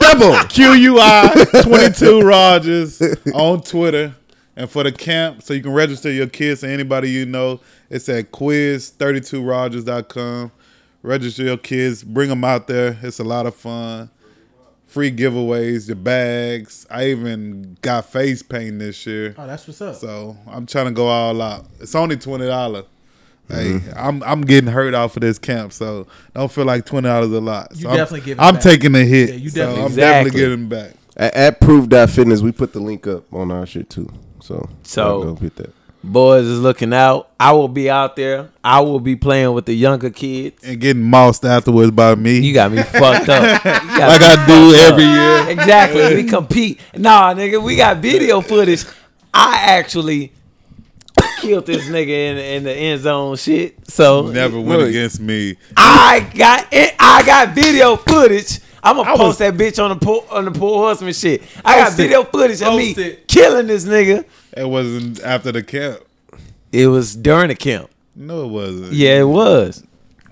Speaker 5: double QUI 22 Rogers on Twitter. And for the camp, so you can register your kids and anybody you know, it's at quiz32rogers.com. Register your kids, bring them out there. It's a lot of fun. Free giveaways, your bags. I even got face paint this year.
Speaker 4: Oh, that's what's up.
Speaker 5: So I'm trying to go all out. It's only twenty dollar. Hey, I'm I'm getting hurt off of this camp, so don't feel like twenty dollars a lot. So I'm,
Speaker 4: definitely giving
Speaker 5: I'm
Speaker 4: back.
Speaker 5: taking a hit.
Speaker 4: Yeah, you
Speaker 5: you
Speaker 4: definitely-
Speaker 5: definitely. I'm
Speaker 2: Exactly.
Speaker 5: definitely getting back.
Speaker 3: At, at Proof Dot Fitness, we put the link up on our shit too. So
Speaker 2: So-
Speaker 3: go get that.
Speaker 2: Boys is looking out. I will be out there. I will be playing with the younger kids.
Speaker 5: And getting mossed afterwards by me.
Speaker 2: You got me fucked up. You got
Speaker 5: like
Speaker 2: me
Speaker 5: I do every year.
Speaker 2: exactly. We compete. Nah, nigga, we got video footage. I actually killed this nigga in, in the end zone shit. So
Speaker 5: Never went against me.
Speaker 2: I got it. I got video footage. I'm gonna post that bitch on the poor on the poor husband shit. I got
Speaker 4: Post it.
Speaker 2: video footage of me
Speaker 4: Post it.
Speaker 2: killing this nigga.
Speaker 5: It wasn't after the camp.
Speaker 2: It was during the camp.
Speaker 5: No, it wasn't.
Speaker 2: Yeah, it was.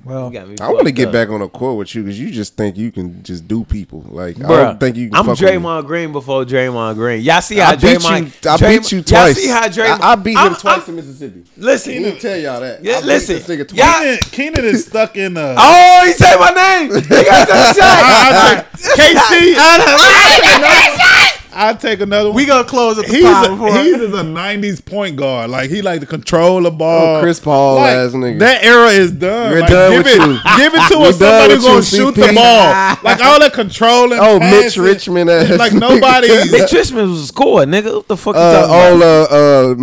Speaker 4: Well,
Speaker 2: You got me
Speaker 3: I want to
Speaker 2: fucked
Speaker 3: get
Speaker 2: up.
Speaker 3: back on a court with you because you just think you can just do people. Like I
Speaker 2: Bruh,
Speaker 3: don't think you. Can
Speaker 2: I'm
Speaker 3: fuck with me.
Speaker 2: Draymond Green before Draymond Green. Y'all see how
Speaker 3: I beat
Speaker 2: Draymond?
Speaker 3: you. I
Speaker 2: Draymond-
Speaker 3: beat you
Speaker 2: Y'all
Speaker 3: twice.
Speaker 2: see how Draymond?
Speaker 3: I, I beat him
Speaker 2: I'm-
Speaker 3: twice
Speaker 2: I'm-
Speaker 3: in Mississippi. He
Speaker 2: listen,
Speaker 3: didn't tell y'all that.
Speaker 2: Yeah,
Speaker 3: I beat
Speaker 2: listen.
Speaker 3: this nigga twice.
Speaker 2: Y'all-
Speaker 5: Keenan, Keenan is stuck in the.
Speaker 2: Oh, he said my name. He got that shot.
Speaker 5: KC. I'll take another one.
Speaker 4: we gonna close up the
Speaker 5: He's
Speaker 4: pod
Speaker 5: a,
Speaker 4: before.
Speaker 5: he's is a '90s point guard. Like he like to control the ball.
Speaker 3: Oh, Chris Paul ass nigga.
Speaker 5: That era is done.
Speaker 3: We're
Speaker 5: Like,
Speaker 3: done
Speaker 5: give
Speaker 3: with
Speaker 5: it,
Speaker 3: you.
Speaker 5: give it to
Speaker 3: We're
Speaker 5: us.
Speaker 3: done
Speaker 5: Somebody
Speaker 3: with
Speaker 5: gonna
Speaker 3: you,
Speaker 5: shoot
Speaker 3: CP.
Speaker 5: the ball. Like all that controlling.
Speaker 3: Oh, Mitch
Speaker 5: passing.
Speaker 3: Richmond ass.
Speaker 5: Like
Speaker 3: nigga.
Speaker 5: nobody.
Speaker 2: Big Trishman was a scorer, nigga. What the fuck you
Speaker 3: Uh,
Speaker 4: oh,
Speaker 2: talking
Speaker 3: all
Speaker 2: about?
Speaker 3: uh, uh,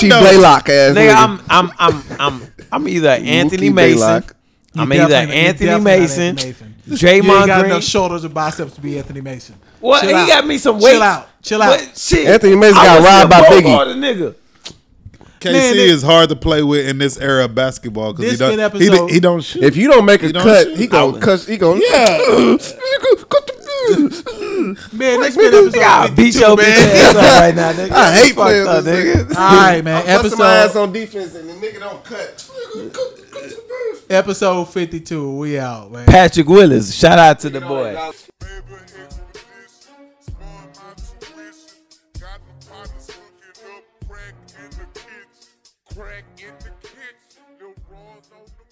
Speaker 3: Moochie
Speaker 5: Rondo.
Speaker 3: Blaylock ass.
Speaker 2: Nigga,
Speaker 3: nigga.
Speaker 2: I'm I'm I'm I'm I'm either Anthony Mason.
Speaker 3: Blaylock.
Speaker 2: I'm
Speaker 4: You
Speaker 2: either
Speaker 4: definitely- you
Speaker 2: Anthony
Speaker 4: definitely not
Speaker 2: Mason,
Speaker 4: Anthony Mason. you ain't
Speaker 2: Draymond
Speaker 4: got
Speaker 2: Green.
Speaker 4: enough shoulders or biceps to be Anthony Mason.
Speaker 2: what?
Speaker 4: Chill
Speaker 2: he
Speaker 4: out.
Speaker 2: got me some
Speaker 4: Chill
Speaker 2: weight.
Speaker 4: out. Chill out.
Speaker 2: What? Shit.
Speaker 3: Anthony Mason
Speaker 2: I
Speaker 3: got
Speaker 2: was
Speaker 3: robbed by
Speaker 2: still
Speaker 3: Biggie.
Speaker 2: Bogart, nigga.
Speaker 5: KC
Speaker 4: Man, this-
Speaker 5: is hard to play with in this era of basketball because
Speaker 4: This
Speaker 5: he
Speaker 4: been
Speaker 5: don't. He,
Speaker 4: episode-
Speaker 5: he don't shoot.
Speaker 3: If you don't make a
Speaker 5: don't
Speaker 3: cut,
Speaker 5: shoot.
Speaker 3: he gonna cuss. He gonna
Speaker 5: yeah.
Speaker 4: Man, this
Speaker 3: Man,
Speaker 4: been
Speaker 3: this
Speaker 4: episode
Speaker 2: Nigga, I'll beat
Speaker 4: 52,
Speaker 2: your bitch
Speaker 4: man.
Speaker 2: ass up right now, nigga.
Speaker 3: I hate
Speaker 2: You fucked
Speaker 3: playing
Speaker 2: up,
Speaker 3: with this
Speaker 2: nigga.
Speaker 4: All right, man.
Speaker 3: I'm busting my ass
Speaker 4: Episode
Speaker 3: on defense and the nigga don't cut.
Speaker 4: episode fifty two. We out, man.
Speaker 2: Patrick Willis. Shout out to the boy.
Speaker 7: Baby, it's delicious. Small amounts of wishes. Got the partners hooking up. Crack in the kitchen. Crack in the kitchen. Little rolls on the